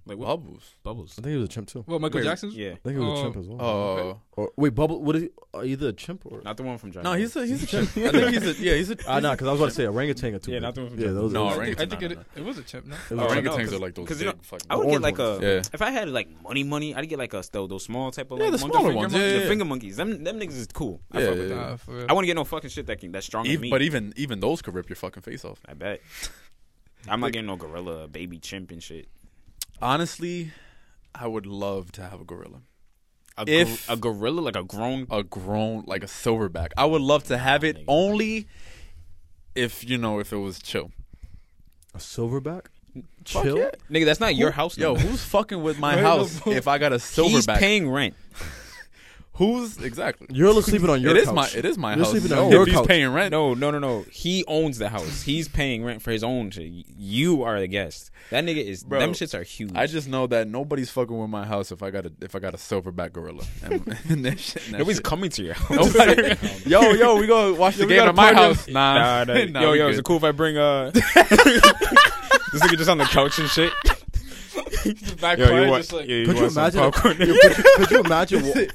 [SPEAKER 5] Like what?
[SPEAKER 3] bubbles.
[SPEAKER 5] Bubbles.
[SPEAKER 2] I think he was a chimp too.
[SPEAKER 4] Well, Michael
[SPEAKER 3] Wait,
[SPEAKER 4] Jackson.
[SPEAKER 5] Yeah,
[SPEAKER 2] I think he was a
[SPEAKER 4] Oh.
[SPEAKER 2] chimp as well.
[SPEAKER 3] Oh
[SPEAKER 2] Or, wait, Bubble, what is he, uh, either a chimp or?
[SPEAKER 5] not the one from Dragon.
[SPEAKER 3] no,
[SPEAKER 5] Ball.
[SPEAKER 3] he's a he's a chimp. I think he's a yeah he's a.
[SPEAKER 2] Ah, nah, because I was about to say orangutan or two.
[SPEAKER 5] Yeah, not the one from
[SPEAKER 2] Yeah,
[SPEAKER 5] Japan.
[SPEAKER 2] those.
[SPEAKER 3] No,
[SPEAKER 2] those-
[SPEAKER 4] I think, I
[SPEAKER 3] orangutan,
[SPEAKER 4] think
[SPEAKER 3] no,
[SPEAKER 4] it,
[SPEAKER 3] no.
[SPEAKER 4] it was a chimp. No,
[SPEAKER 2] it was-
[SPEAKER 5] Alright.
[SPEAKER 3] Oh, orangutans
[SPEAKER 5] Oh, no,
[SPEAKER 3] are like those
[SPEAKER 5] 'cause
[SPEAKER 3] big
[SPEAKER 5] you know,
[SPEAKER 3] fucking.
[SPEAKER 5] I would
[SPEAKER 2] The
[SPEAKER 5] get
[SPEAKER 2] orange
[SPEAKER 5] like a.
[SPEAKER 2] ones.
[SPEAKER 3] Yeah.
[SPEAKER 5] If I had like money, money, I'd get like a those, those small type of
[SPEAKER 3] Yeah,
[SPEAKER 5] like
[SPEAKER 3] the
[SPEAKER 5] monk-
[SPEAKER 3] smaller
[SPEAKER 5] finger
[SPEAKER 3] ones,
[SPEAKER 5] monk-
[SPEAKER 3] yeah,
[SPEAKER 5] the
[SPEAKER 3] yeah.
[SPEAKER 5] finger monkeys. Them them niggas is cool. I
[SPEAKER 3] Yeah,
[SPEAKER 5] fuck
[SPEAKER 3] yeah,
[SPEAKER 5] with
[SPEAKER 3] yeah.
[SPEAKER 5] that.
[SPEAKER 4] Nah, for real.
[SPEAKER 5] I want to get no fucking shit that can that's stronger than
[SPEAKER 3] Even,
[SPEAKER 5] me.
[SPEAKER 3] but even even those could rip your fucking face off.
[SPEAKER 5] I bet. I'm not getting no gorilla, baby chimp and shit.
[SPEAKER 3] Honestly, I would love to have a gorilla.
[SPEAKER 5] A,
[SPEAKER 3] If-
[SPEAKER 5] gor- a gorilla, like a grown,
[SPEAKER 3] a grown like a silverback. I would love to have it only if you know if it was chill.
[SPEAKER 2] A silverback. Chill.
[SPEAKER 3] yeah.
[SPEAKER 5] nigga, that's not your house.
[SPEAKER 3] Yo,
[SPEAKER 5] nigga.
[SPEAKER 3] who's fucking with my
[SPEAKER 4] Right,
[SPEAKER 3] house
[SPEAKER 4] no,
[SPEAKER 3] if I got a
[SPEAKER 5] he's
[SPEAKER 3] silverback?
[SPEAKER 5] paying rent.
[SPEAKER 3] who's exactly?
[SPEAKER 2] You're sleeping on your.
[SPEAKER 3] it is
[SPEAKER 2] couch.
[SPEAKER 3] my it is my
[SPEAKER 2] You're
[SPEAKER 3] house.
[SPEAKER 2] sleeping
[SPEAKER 3] No,
[SPEAKER 2] on your
[SPEAKER 3] if he's
[SPEAKER 2] couch.
[SPEAKER 3] paying rent.
[SPEAKER 5] Oh, No, no, no, no. He owns the house. He's paying rent for his own shit. You are the guest. That nigga is.
[SPEAKER 3] Bro,
[SPEAKER 5] them shits are huge.
[SPEAKER 3] I just know that nobody's fucking with my house if I got a if I got a silverback gorilla. And, and that shit, and that
[SPEAKER 5] nobody's
[SPEAKER 3] shit.
[SPEAKER 5] coming to your house.
[SPEAKER 3] Nobody, yo, yo, we go watch the
[SPEAKER 5] we
[SPEAKER 3] game
[SPEAKER 5] got
[SPEAKER 3] at my
[SPEAKER 5] a party.
[SPEAKER 3] house. Nah,
[SPEAKER 5] Nah, nah,
[SPEAKER 3] Nah,
[SPEAKER 5] yo,
[SPEAKER 3] we
[SPEAKER 5] yo,
[SPEAKER 3] good.
[SPEAKER 5] is it cool if I bring uh this nigga just on the couch and shit?
[SPEAKER 4] back
[SPEAKER 5] Yo,
[SPEAKER 4] part
[SPEAKER 5] you want,
[SPEAKER 4] just like
[SPEAKER 5] yeah, you
[SPEAKER 2] Could you
[SPEAKER 5] want some
[SPEAKER 2] imagine?
[SPEAKER 5] popcorn?
[SPEAKER 2] could, you- could you imagine?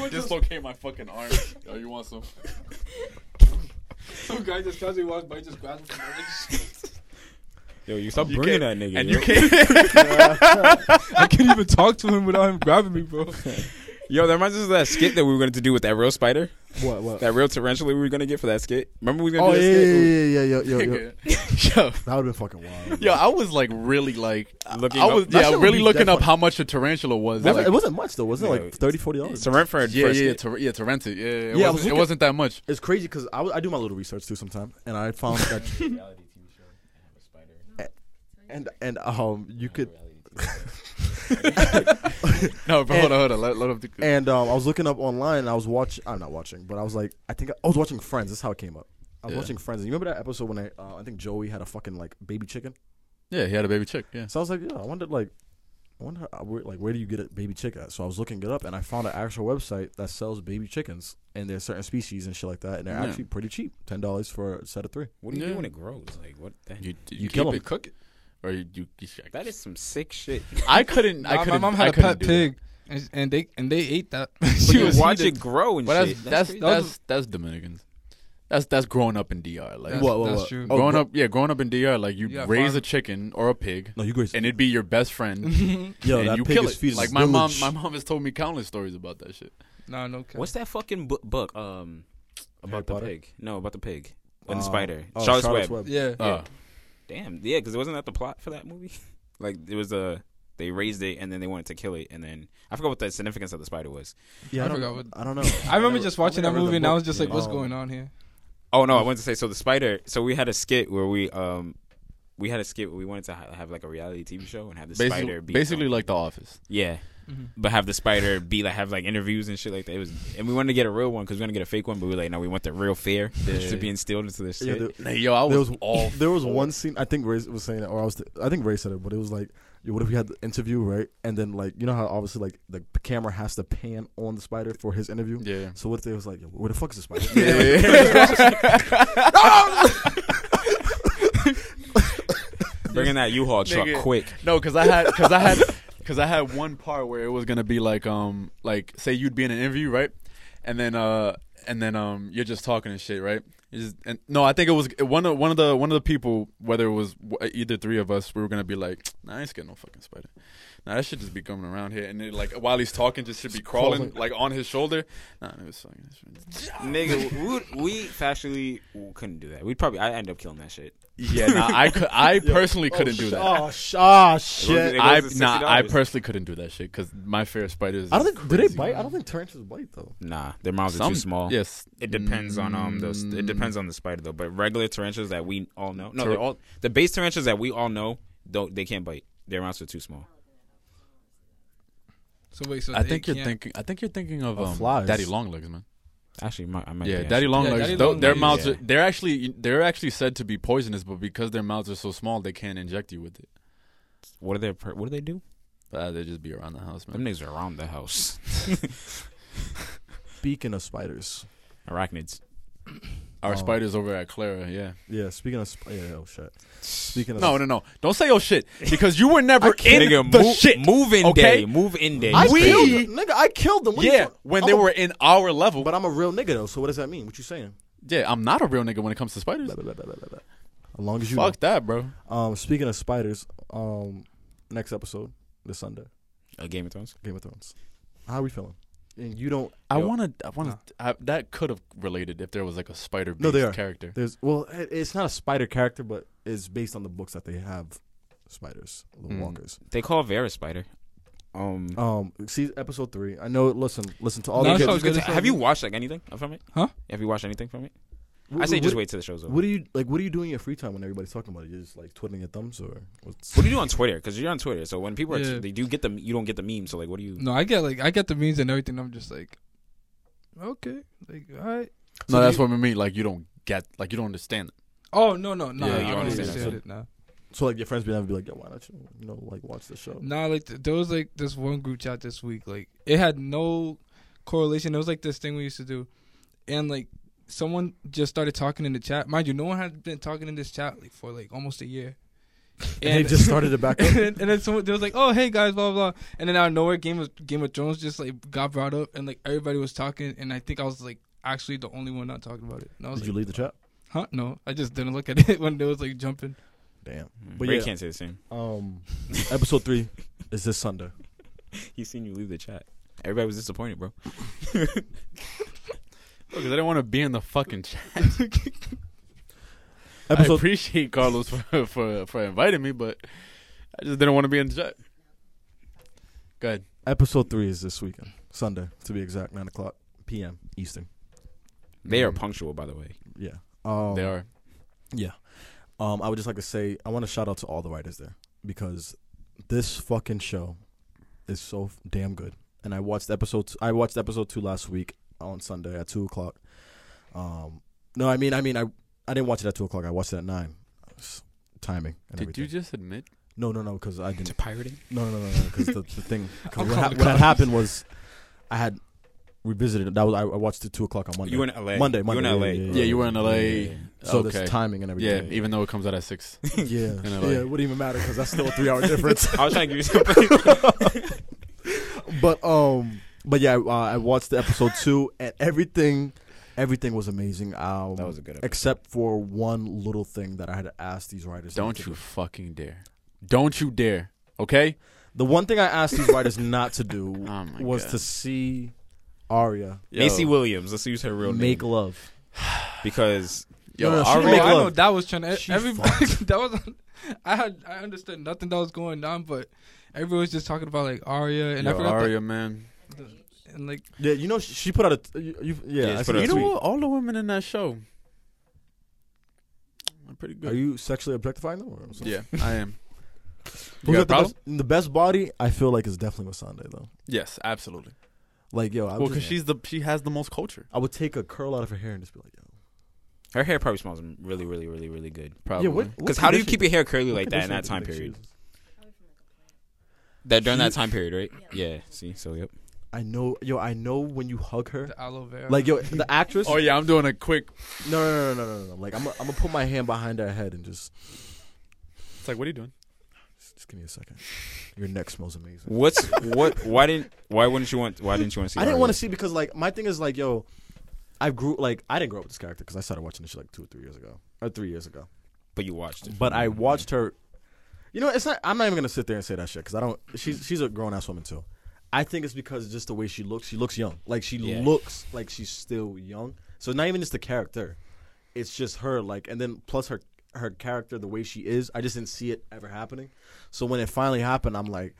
[SPEAKER 2] wa-
[SPEAKER 3] dislocate my fucking arm. Yo, you want some?
[SPEAKER 4] some guy just casually walks by, just grabs him.
[SPEAKER 5] Yo, you stop
[SPEAKER 3] You
[SPEAKER 5] bringing that
[SPEAKER 3] can't-
[SPEAKER 5] nigga.
[SPEAKER 3] And
[SPEAKER 5] yo.
[SPEAKER 3] you can't.
[SPEAKER 4] I can't even talk to him without him grabbing me, bro.
[SPEAKER 5] Yo, that reminds us of that skit that we were gonna do with that real spider,
[SPEAKER 2] What? What?
[SPEAKER 5] that real tarantula we were gonna get for that skit. Remember we were gonna
[SPEAKER 2] Oh
[SPEAKER 5] do
[SPEAKER 2] yeah,
[SPEAKER 5] that
[SPEAKER 2] yeah,
[SPEAKER 5] skit?
[SPEAKER 2] yeah, yeah, yeah, yeah, yeah, yeah.
[SPEAKER 3] yo,
[SPEAKER 2] That would have been fucking wild.
[SPEAKER 3] Yo, I was like really like
[SPEAKER 5] Looking
[SPEAKER 3] I
[SPEAKER 5] up-
[SPEAKER 3] was
[SPEAKER 5] That
[SPEAKER 3] yeah
[SPEAKER 2] shit would
[SPEAKER 3] really
[SPEAKER 2] be
[SPEAKER 3] looking up
[SPEAKER 2] definitely-
[SPEAKER 3] how much a tarantula was.
[SPEAKER 2] Wasn't-
[SPEAKER 3] Like,
[SPEAKER 2] it wasn't much though, wasn't it?
[SPEAKER 5] Yeah.
[SPEAKER 2] Like 30 40 dollars.
[SPEAKER 5] It's a rent for
[SPEAKER 3] yeah,
[SPEAKER 5] a for a
[SPEAKER 3] yeah,
[SPEAKER 5] skit.
[SPEAKER 3] to, yeah, to rent it. Yeah, yeah, it,
[SPEAKER 2] Yeah, I was
[SPEAKER 3] wasn't, it
[SPEAKER 2] looking-
[SPEAKER 3] wasn't that much.
[SPEAKER 2] It's crazy because I, w- I do my little research too sometimes, and I found that and and um you could
[SPEAKER 3] No, but hold on, hold on. Let, let him. do-
[SPEAKER 2] and um I was looking up online and I was watching I'm not watching but I was like I think I, I was watching Friends that's how it came up I was
[SPEAKER 3] Yeah.
[SPEAKER 2] watching Friends and you remember that episode when I uh, I think Joey had a fucking like baby chicken
[SPEAKER 3] yeah, he had a baby chick. Yeah.
[SPEAKER 2] so I was like yeah I wondered like I wonder uh, where, like where do you get a baby chick at so I was looking it up and I found an actual website that sells baby chickens and there's certain species and shit like that and they're
[SPEAKER 3] Yeah.
[SPEAKER 2] actually pretty cheap ten dollars for a set of three
[SPEAKER 5] What do you
[SPEAKER 3] Yeah.
[SPEAKER 5] do when it grows? Like what? The
[SPEAKER 3] You, you,
[SPEAKER 2] You
[SPEAKER 3] keep
[SPEAKER 2] kill him.
[SPEAKER 3] it, cook it, or you. you, you
[SPEAKER 5] That is some sick shit.
[SPEAKER 3] I couldn't. I
[SPEAKER 4] Nah,
[SPEAKER 3] couldn't.
[SPEAKER 4] Uh, my mom
[SPEAKER 3] I
[SPEAKER 4] had a
[SPEAKER 3] couldn't
[SPEAKER 4] pet
[SPEAKER 3] do
[SPEAKER 4] pig, and, and they and they ate that.
[SPEAKER 5] But
[SPEAKER 4] she
[SPEAKER 5] you
[SPEAKER 4] was
[SPEAKER 5] watch
[SPEAKER 4] eating-
[SPEAKER 5] it grow and
[SPEAKER 3] But that's
[SPEAKER 5] shit.
[SPEAKER 3] that's
[SPEAKER 5] crazy.
[SPEAKER 3] that's, that's Dominicans. That's that's growing up in DR. Like
[SPEAKER 4] That's,
[SPEAKER 2] Whoa, whoa,
[SPEAKER 4] that's
[SPEAKER 2] whoa.
[SPEAKER 4] true.
[SPEAKER 2] Oh,
[SPEAKER 3] growing
[SPEAKER 2] gro-
[SPEAKER 3] up, yeah, growing up in DR, like you
[SPEAKER 4] You got
[SPEAKER 3] raise
[SPEAKER 4] farm-
[SPEAKER 3] a chicken or a pig,
[SPEAKER 2] no you great
[SPEAKER 3] and it'd be your best friend,
[SPEAKER 2] yo
[SPEAKER 3] and
[SPEAKER 2] that
[SPEAKER 3] you
[SPEAKER 2] pig
[SPEAKER 3] kill
[SPEAKER 2] is
[SPEAKER 3] it.
[SPEAKER 2] feeding
[SPEAKER 3] Like
[SPEAKER 2] his
[SPEAKER 3] my mom,
[SPEAKER 2] village.
[SPEAKER 3] my mom has told me countless stories about that shit.
[SPEAKER 4] Nah, no. cap.
[SPEAKER 5] What's that fucking bu- book? Um,
[SPEAKER 2] Harry
[SPEAKER 5] about the
[SPEAKER 2] Potter?
[SPEAKER 5] pig? No, about the pig and
[SPEAKER 2] Uh,
[SPEAKER 5] the spider.
[SPEAKER 2] oh,
[SPEAKER 5] Charlotte's, Web.
[SPEAKER 4] Yeah.
[SPEAKER 3] Uh,
[SPEAKER 5] Damn. Yeah, because wasn't that the plot for that movie? like it was a. They raised it and then they wanted to kill it and then I forgot what the significance of the spider was.
[SPEAKER 2] Yeah,
[SPEAKER 4] I
[SPEAKER 2] I, don't,
[SPEAKER 4] forgot what-
[SPEAKER 2] I don't know.
[SPEAKER 4] I remember
[SPEAKER 2] never-
[SPEAKER 4] just watching
[SPEAKER 2] I
[SPEAKER 4] that
[SPEAKER 2] never read
[SPEAKER 4] movie,
[SPEAKER 2] the
[SPEAKER 4] and I
[SPEAKER 2] book.
[SPEAKER 4] was just like,
[SPEAKER 2] Yeah.
[SPEAKER 4] "What's
[SPEAKER 2] Um,
[SPEAKER 4] going on here?"
[SPEAKER 5] Oh no, I wanted to say so the spider. So we had a skit where we um we had a skit where we wanted to ha- have like a reality TV show and have the
[SPEAKER 3] basically,
[SPEAKER 5] spider be
[SPEAKER 3] basically
[SPEAKER 5] um,
[SPEAKER 3] like The Office.
[SPEAKER 5] yeah, but have the spider be like have like interviews and shit like that. It was and we wanted to get a real one because we wanted to get a fake one, but we were like no, we want the real fear that
[SPEAKER 3] Yeah.
[SPEAKER 5] should be instilled into this
[SPEAKER 2] Yeah,
[SPEAKER 5] shit.
[SPEAKER 2] there,
[SPEAKER 3] Hey, yo, I
[SPEAKER 2] there
[SPEAKER 3] was,
[SPEAKER 2] was
[SPEAKER 3] all.
[SPEAKER 2] there was one scene I think Ray was saying it, or I was I think Ray said it, but it was like, yo, what if we had the interview right, and then like you know how obviously like the camera has to pan on the spider for his interview.
[SPEAKER 3] Yeah.
[SPEAKER 2] So what if they was like, yo, where the fuck is the spider?
[SPEAKER 5] Bringing that U-Haul truck
[SPEAKER 3] Nigga.
[SPEAKER 5] quick.
[SPEAKER 3] No, because I had because I had because I had one part where it was gonna be like um like say you'd be in an interview right, and then uh and then um you're just talking and shit right. You just- and, no, I think it was one of one of the one of the people. Whether it was w- either three of us, we were gonna be like, "Nah, I ain't scared of no fucking spider. Nah, that should just be coming around here." And then, like while he's talking, just should be crawling
[SPEAKER 2] crawling.
[SPEAKER 3] like on his shoulder. Nah, it was fucking.
[SPEAKER 5] Nigga, we, we factually couldn't do that. We'd probably I end up killing that shit.
[SPEAKER 3] Yeah, nah, I could, I personally couldn't do that.
[SPEAKER 2] Oh, sh- oh shit.
[SPEAKER 5] It
[SPEAKER 3] I
[SPEAKER 5] goes to
[SPEAKER 3] nah, I
[SPEAKER 5] $60.
[SPEAKER 3] personally couldn't do that shit because my fear of spiders.
[SPEAKER 2] I don't
[SPEAKER 3] is
[SPEAKER 2] think did they
[SPEAKER 3] crazy.
[SPEAKER 2] bite? I don't think tarantulas bite though.
[SPEAKER 5] Nah, their mouths are
[SPEAKER 3] Some-
[SPEAKER 5] too small.
[SPEAKER 3] Yes,
[SPEAKER 5] It depends on um those. It
[SPEAKER 3] Mm.
[SPEAKER 5] depends on the spider though. But regular tarantulas that we all know, no,
[SPEAKER 3] Tar-
[SPEAKER 5] they're all the base tarantulas that we all know don't. They can't bite. Their mouths are too small.
[SPEAKER 4] So wait, so
[SPEAKER 3] Mm, I
[SPEAKER 4] they
[SPEAKER 3] think you're
[SPEAKER 4] can't-
[SPEAKER 3] thinking. I think you're thinking of
[SPEAKER 2] Of
[SPEAKER 3] um,
[SPEAKER 2] flies.
[SPEAKER 3] Daddy Longlegs, man.
[SPEAKER 5] Actually, my, I might.
[SPEAKER 3] yeah,
[SPEAKER 5] be
[SPEAKER 3] Daddy
[SPEAKER 5] actually-
[SPEAKER 3] Longlegs.
[SPEAKER 4] Daddy
[SPEAKER 3] though, their
[SPEAKER 4] Longlegs.
[SPEAKER 3] mouths. Are,
[SPEAKER 5] Yeah.
[SPEAKER 3] they're actually. They're actually said to be poisonous, but because their mouths are so small, they can't inject you with it.
[SPEAKER 5] What are their? per- What do they do?
[SPEAKER 3] But uh, they just be around the house,
[SPEAKER 5] Them
[SPEAKER 3] man.
[SPEAKER 5] niggas are around the house.
[SPEAKER 2] Speaking of spiders,
[SPEAKER 5] Arachnids.
[SPEAKER 3] Our
[SPEAKER 2] Oh.
[SPEAKER 3] spiders over at Clara. Yeah.
[SPEAKER 2] yeah. Speaking of, sp- yeah, oh shit. Speaking of,
[SPEAKER 3] No, no, no. Don't say oh shit because you were never in
[SPEAKER 5] Nigga,
[SPEAKER 3] the
[SPEAKER 5] move,
[SPEAKER 3] shit.
[SPEAKER 5] move in
[SPEAKER 3] okay?
[SPEAKER 5] day. Move in day.
[SPEAKER 2] I
[SPEAKER 5] is
[SPEAKER 2] killed
[SPEAKER 5] crazy.
[SPEAKER 2] them. nigga. I killed them. What are you
[SPEAKER 3] Yeah,
[SPEAKER 2] talking-
[SPEAKER 3] when
[SPEAKER 2] I'm
[SPEAKER 3] they
[SPEAKER 2] a-
[SPEAKER 3] were in our level.
[SPEAKER 2] But I'm a real nigga though. So what does that mean? What you saying?
[SPEAKER 3] yeah, I'm not a real nigga when it comes to spiders.
[SPEAKER 2] Blah, blah, blah, blah, blah, blah. As long as you know.
[SPEAKER 3] Fuck that, bro.
[SPEAKER 2] Um, speaking of spiders, um, next episode this Sunday,
[SPEAKER 5] Uh, Game of Thrones.
[SPEAKER 2] Game of Thrones. How are we feeling? And you don't.
[SPEAKER 3] I
[SPEAKER 2] yo,
[SPEAKER 3] wanna, I wanna. I, that could have related if there was like a spider
[SPEAKER 2] No, they
[SPEAKER 3] based
[SPEAKER 2] are.
[SPEAKER 3] character.
[SPEAKER 2] There's well, it- it's not a spider character, but it's based on the books that they have spiders, the
[SPEAKER 5] Mm.
[SPEAKER 2] walkers.
[SPEAKER 5] They call Vera Spider. Um.
[SPEAKER 2] Um, see episode three. I know. Listen, listen to all
[SPEAKER 4] No,
[SPEAKER 2] the.
[SPEAKER 4] it's
[SPEAKER 2] kids.
[SPEAKER 4] all good.
[SPEAKER 5] have you watched like anything from it?
[SPEAKER 4] Huh?
[SPEAKER 5] Have you watched anything from it?
[SPEAKER 2] Wh-
[SPEAKER 5] I say
[SPEAKER 2] wh-
[SPEAKER 5] just
[SPEAKER 2] what,
[SPEAKER 5] wait till the show's over.
[SPEAKER 2] What do you like? What do you do in your free time when everybody's talking about it? You're just like twiddling your thumbs, or what's,
[SPEAKER 5] What do you do on Twitter? Because you're on Twitter, so when people are,
[SPEAKER 4] Yeah.
[SPEAKER 5] they do get the, you don't get the meme. So like, what do you?
[SPEAKER 4] No, I get like I get the means and everything. I'm just like, okay, like all right.
[SPEAKER 3] No,
[SPEAKER 4] So
[SPEAKER 3] that's
[SPEAKER 4] you-
[SPEAKER 3] what I mean. Like you don't get, like you don't understand.
[SPEAKER 4] Oh no no no!
[SPEAKER 3] Yeah,
[SPEAKER 4] I
[SPEAKER 3] you
[SPEAKER 4] don't
[SPEAKER 5] understand.
[SPEAKER 4] understand
[SPEAKER 2] So-
[SPEAKER 4] it now.
[SPEAKER 2] so like your friends be never be like, yo, why not you, you know, like watch the show?
[SPEAKER 4] Nah, like th- there was like this one group chat this week. Like it had no correlation. It was like this thing we used to do, and like someone just started talking in the chat. Mind you, no one had been talking in this chat like for like almost a year.
[SPEAKER 2] And they just started it back up.
[SPEAKER 4] and, then, and then someone they was like, "Oh, hey guys, blah blah," blah. and then out of nowhere, Game of Game of Thrones just like got brought up, and like everybody was talking, and I think I was like actually the only one not talking about it. And I was
[SPEAKER 2] Did you
[SPEAKER 4] like,
[SPEAKER 2] leave the chat?
[SPEAKER 4] "Huh? No, I just didn't look at it when it was like jumping."
[SPEAKER 2] Damn.
[SPEAKER 5] But
[SPEAKER 2] But
[SPEAKER 5] Ray
[SPEAKER 2] yeah.
[SPEAKER 5] can't say the same.
[SPEAKER 2] Um, episode three is this Sunday.
[SPEAKER 5] He's seen you leave the chat. Everybody was disappointed, bro.
[SPEAKER 3] Because I didn't want to be in the fucking chat. I
[SPEAKER 2] Episode
[SPEAKER 3] appreciate Carlos for, for for inviting me, but I just didn't want to be in the chat. Go ahead.
[SPEAKER 2] episode three is this weekend, Sunday to be exact, nine o'clock p.m. Eastern.
[SPEAKER 5] They are
[SPEAKER 2] Mm-hmm.
[SPEAKER 3] Mhm.
[SPEAKER 5] punctual, by the way.
[SPEAKER 2] Yeah. Um,
[SPEAKER 3] They are.
[SPEAKER 2] Yeah. Um, I would just like to say I want to shout out to all the writers there because this fucking show is so f- damn good. And I watched episode t- I watched episode two last week on Sunday at two o'clock. Um, no, I mean I mean I I didn't watch it at two o'clock. I watched it at nine. S- Timing and
[SPEAKER 3] Did
[SPEAKER 2] everything.
[SPEAKER 3] you just admit?
[SPEAKER 2] no, no, no, because I didn't.
[SPEAKER 5] pirating.
[SPEAKER 2] No, no, no, no, because the, the thing.
[SPEAKER 4] I'll
[SPEAKER 2] Cause what,
[SPEAKER 4] call
[SPEAKER 2] hap
[SPEAKER 4] the
[SPEAKER 2] what had
[SPEAKER 4] cops.
[SPEAKER 2] happened was, I had revisited. it. That was I, I watched it two o'clock on Monday.
[SPEAKER 5] You were in LA.
[SPEAKER 2] Monday,
[SPEAKER 5] You were
[SPEAKER 2] Monday.
[SPEAKER 5] in LA.
[SPEAKER 3] Yeah, you were in LA.
[SPEAKER 2] So
[SPEAKER 3] okay.
[SPEAKER 2] there's timing and
[SPEAKER 3] yeah,
[SPEAKER 2] everything.
[SPEAKER 3] even though it comes out at six.
[SPEAKER 2] yeah, yeah.
[SPEAKER 3] in LA.
[SPEAKER 2] Yeah, it wouldn't even matter because that's still a three-hour difference.
[SPEAKER 5] I was trying to give you something.
[SPEAKER 2] but um, but yeah, uh, I watched the episode two, and everything, everything was amazing. Um,
[SPEAKER 5] That was a good episode.
[SPEAKER 2] except for one little thing that I had to ask these writers.
[SPEAKER 3] Don't
[SPEAKER 2] to
[SPEAKER 3] you
[SPEAKER 2] do.
[SPEAKER 3] fucking dare! Don't you dare! Okay.
[SPEAKER 2] The one thing I asked these writers not to do
[SPEAKER 3] Oh my
[SPEAKER 2] was
[SPEAKER 3] God.
[SPEAKER 2] to see Arya
[SPEAKER 5] Macy
[SPEAKER 3] Yo.
[SPEAKER 5] Williams. Let's use her real
[SPEAKER 2] make
[SPEAKER 5] name
[SPEAKER 2] love.
[SPEAKER 5] because
[SPEAKER 3] Yo,
[SPEAKER 2] No, no, she
[SPEAKER 4] Bro,
[SPEAKER 3] Ari-
[SPEAKER 2] make
[SPEAKER 4] I know
[SPEAKER 2] love.
[SPEAKER 4] that was trying to.
[SPEAKER 2] She
[SPEAKER 4] Everybody that was. I had I understood nothing that was going on, but everyone was just talking about like Arya and I
[SPEAKER 3] yo,
[SPEAKER 4] forgot
[SPEAKER 3] Aria, man.
[SPEAKER 4] The, the, and like
[SPEAKER 2] Yeah, you know, she, she put out a. T- you, you, yeah,
[SPEAKER 5] Yeah, she
[SPEAKER 2] I
[SPEAKER 5] put
[SPEAKER 2] see-
[SPEAKER 5] out a
[SPEAKER 3] You know
[SPEAKER 5] tweet.
[SPEAKER 3] what? All the women in that show are pretty good.
[SPEAKER 2] Are you sexually objectifying them? Or something?
[SPEAKER 3] yeah, I am.
[SPEAKER 2] Who
[SPEAKER 3] You got a
[SPEAKER 2] got the
[SPEAKER 3] problem?
[SPEAKER 2] best, the best body? I feel like is definitely Masande though.
[SPEAKER 3] Yes, absolutely.
[SPEAKER 2] Like yo, I
[SPEAKER 3] Well,
[SPEAKER 2] would,
[SPEAKER 3] because
[SPEAKER 2] just,
[SPEAKER 3] she's the she has the most culture.
[SPEAKER 2] I would take a curl out of her hair and just be like, yo.
[SPEAKER 5] her hair probably smells really, really, really, really good.
[SPEAKER 3] Probably.
[SPEAKER 5] Because Oh, how do you keep your hair curly like that in that time period? That during that time period, right? Yeah. See, so yep.
[SPEAKER 2] I know, yo, I know when you hug her.
[SPEAKER 4] the aloe vera.
[SPEAKER 2] Like yo, the actress.
[SPEAKER 3] Oh yeah, I'm doing a quick.
[SPEAKER 2] No, no, no, no, no, no, no. Like I'm, I'm gonna put my hand behind her head and just,
[SPEAKER 3] It's like, what are you doing?
[SPEAKER 2] just give me a second. Your neck smells amazing.
[SPEAKER 5] What's what? Why didn't? Why wouldn't you want? Why didn't you want to see?
[SPEAKER 2] I didn't
[SPEAKER 5] Arya?
[SPEAKER 2] want to see because like my thing is like yo, I grew like I didn't grow up with this character because I started watching this shit like two or three years ago or three years ago.
[SPEAKER 5] but you watched it.
[SPEAKER 2] But I watched her. You know, it's not. I'm not even gonna sit there and say that shit because I don't. She's she's a grown ass woman too. I think it's because just the way she looks. She looks young. Like she
[SPEAKER 5] Yeah.
[SPEAKER 2] looks like she's still young. So not even just the character. It's just her. Like and then plus her her character, the way she is. I just didn't see it ever happening. So when it finally happened, I'm like,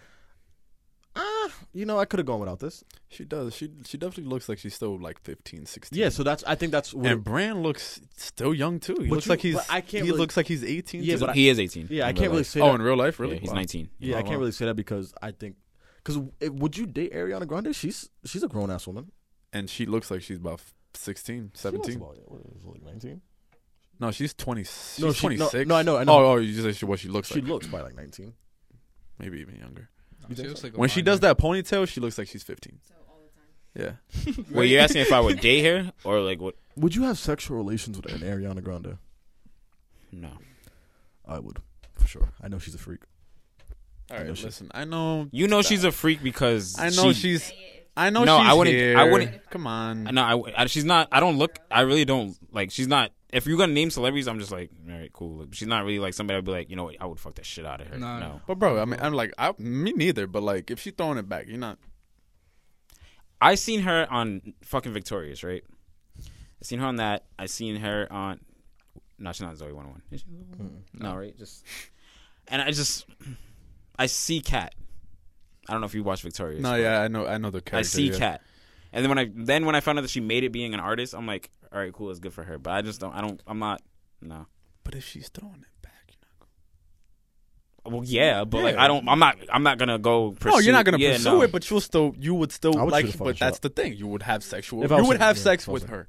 [SPEAKER 2] ah, you know, I could have gone without this.
[SPEAKER 3] She does. She she definitely looks like she's still like 15, 16.
[SPEAKER 2] Yeah. So that's. I think that's. What
[SPEAKER 3] And Bran looks still young too. He
[SPEAKER 2] But
[SPEAKER 3] looks
[SPEAKER 2] you-
[SPEAKER 3] like he's.
[SPEAKER 2] but I can't
[SPEAKER 3] he
[SPEAKER 2] really-
[SPEAKER 3] looks like he's 18.
[SPEAKER 2] Yeah,
[SPEAKER 3] to
[SPEAKER 2] but
[SPEAKER 3] the-
[SPEAKER 2] I-
[SPEAKER 5] He is 18.
[SPEAKER 2] yeah, I
[SPEAKER 5] in
[SPEAKER 2] can't
[SPEAKER 5] real
[SPEAKER 2] really
[SPEAKER 5] life.
[SPEAKER 2] say.
[SPEAKER 3] oh,
[SPEAKER 2] that.
[SPEAKER 3] in real life, really?
[SPEAKER 5] Yeah, he's
[SPEAKER 3] Wow.
[SPEAKER 5] 19.
[SPEAKER 2] Yeah,
[SPEAKER 3] Oh,
[SPEAKER 2] I can't
[SPEAKER 3] wow.
[SPEAKER 2] really say that because I think because would you date Ariana Grande? She's she's a grown ass woman.
[SPEAKER 3] And she looks like she's about 16, 17.
[SPEAKER 2] nineteen.
[SPEAKER 3] No, she's 20. She's
[SPEAKER 2] No, she- no,
[SPEAKER 3] 26.
[SPEAKER 2] no, I know, I know.
[SPEAKER 3] Oh, oh, you just said she- what she looks
[SPEAKER 2] She
[SPEAKER 3] like.
[SPEAKER 2] looks by like nineteen.
[SPEAKER 3] Maybe even younger.
[SPEAKER 4] She looks like a
[SPEAKER 3] When she
[SPEAKER 4] vine
[SPEAKER 3] does
[SPEAKER 4] girl.
[SPEAKER 3] that ponytail, she looks like she's 15. Yeah.
[SPEAKER 5] Well, you're asking if I would date her or like what?
[SPEAKER 2] Would you have sexual relations with an Ariana Grande?
[SPEAKER 5] No.
[SPEAKER 2] I would, for sure. I know she's a freak.
[SPEAKER 3] All
[SPEAKER 2] I
[SPEAKER 3] right,
[SPEAKER 2] know she-
[SPEAKER 3] listen. I know.
[SPEAKER 5] You know she's a freak because
[SPEAKER 3] I know
[SPEAKER 5] she-
[SPEAKER 3] she's. I know
[SPEAKER 5] No,
[SPEAKER 3] she's
[SPEAKER 5] I wouldn't-
[SPEAKER 3] here.
[SPEAKER 5] I wouldn't-
[SPEAKER 3] Come on.
[SPEAKER 5] No, I w I she's not. I don't look. I really don't like. She's not. If you're gonna name celebrities, I'm just like, all right, cool. Like, she's not really like somebody. I'd be like, you know, what, I would fuck that shit out of her.
[SPEAKER 4] Nah.
[SPEAKER 5] No,
[SPEAKER 3] But bro, I mean, I'm like, I, me neither. But like, if she's throwing it back, you're not.
[SPEAKER 5] I seen her on fucking Victorious, right? I seen her on that. I seen her on. No, she's not Zoe 101. Is she? No, right? Just. And I just, I see Cat. I don't know if you watch Victorious.
[SPEAKER 3] No,
[SPEAKER 5] but
[SPEAKER 3] yeah, I know. I know the character.
[SPEAKER 5] I see
[SPEAKER 3] yeah.
[SPEAKER 5] Cat. And then when I then when I found out that she made it being an artist, I'm like, all right, cool, it's good for her. But I just don't. I don't. I'm not. No.
[SPEAKER 3] But if she's throwing it back,
[SPEAKER 5] Well, yeah, but like
[SPEAKER 3] Yeah.
[SPEAKER 5] I don't. I'm not. I'm not gonna go. Pursue,
[SPEAKER 3] no, you're not gonna
[SPEAKER 5] yeah,
[SPEAKER 3] pursue
[SPEAKER 5] no.
[SPEAKER 3] it. But you'll still, you would still
[SPEAKER 2] I would shoot
[SPEAKER 3] like.
[SPEAKER 2] a
[SPEAKER 3] But
[SPEAKER 2] fucking
[SPEAKER 3] that's
[SPEAKER 2] shot.
[SPEAKER 3] the thing. You would have sexual.
[SPEAKER 2] If I
[SPEAKER 3] you
[SPEAKER 2] was
[SPEAKER 3] would
[SPEAKER 2] single,
[SPEAKER 3] have
[SPEAKER 2] yeah,
[SPEAKER 3] sex
[SPEAKER 2] if I was
[SPEAKER 3] with
[SPEAKER 2] single.
[SPEAKER 3] her.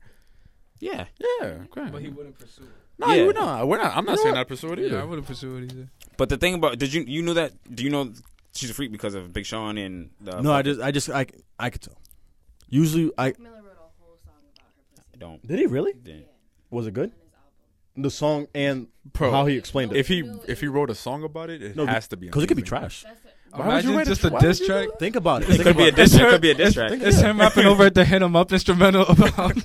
[SPEAKER 5] yeah,
[SPEAKER 3] Yeah, okay.
[SPEAKER 4] but he wouldn't pursue it.
[SPEAKER 3] No, you
[SPEAKER 5] Yeah.
[SPEAKER 3] would not. We're not. I'm not
[SPEAKER 2] know
[SPEAKER 3] saying
[SPEAKER 2] what?
[SPEAKER 3] I pursue it
[SPEAKER 4] Yeah,
[SPEAKER 3] either.
[SPEAKER 4] I wouldn't pursue it either.
[SPEAKER 5] but the thing about did you you know that? Do you know she's a freak because of Big Sean and the
[SPEAKER 2] no, I just I just I I could tell. Usually I
[SPEAKER 6] Miller wrote a whole song about her pussy.
[SPEAKER 5] don't.
[SPEAKER 2] did he really
[SPEAKER 5] Then.
[SPEAKER 2] was it good? The song and
[SPEAKER 3] Bro,
[SPEAKER 2] how he explained it.
[SPEAKER 3] if he if he wrote a song about it, it
[SPEAKER 2] No,
[SPEAKER 3] has to be
[SPEAKER 2] because it could be
[SPEAKER 3] amazing.
[SPEAKER 2] trash.
[SPEAKER 3] Why would you
[SPEAKER 4] Imagine
[SPEAKER 3] write a-
[SPEAKER 4] just a
[SPEAKER 3] why would
[SPEAKER 4] diss
[SPEAKER 3] you do
[SPEAKER 4] track.
[SPEAKER 2] Think about it.
[SPEAKER 5] It could be a diss. It could be a diss track.
[SPEAKER 4] It's him rapping over at the hit 'em up instrumental about.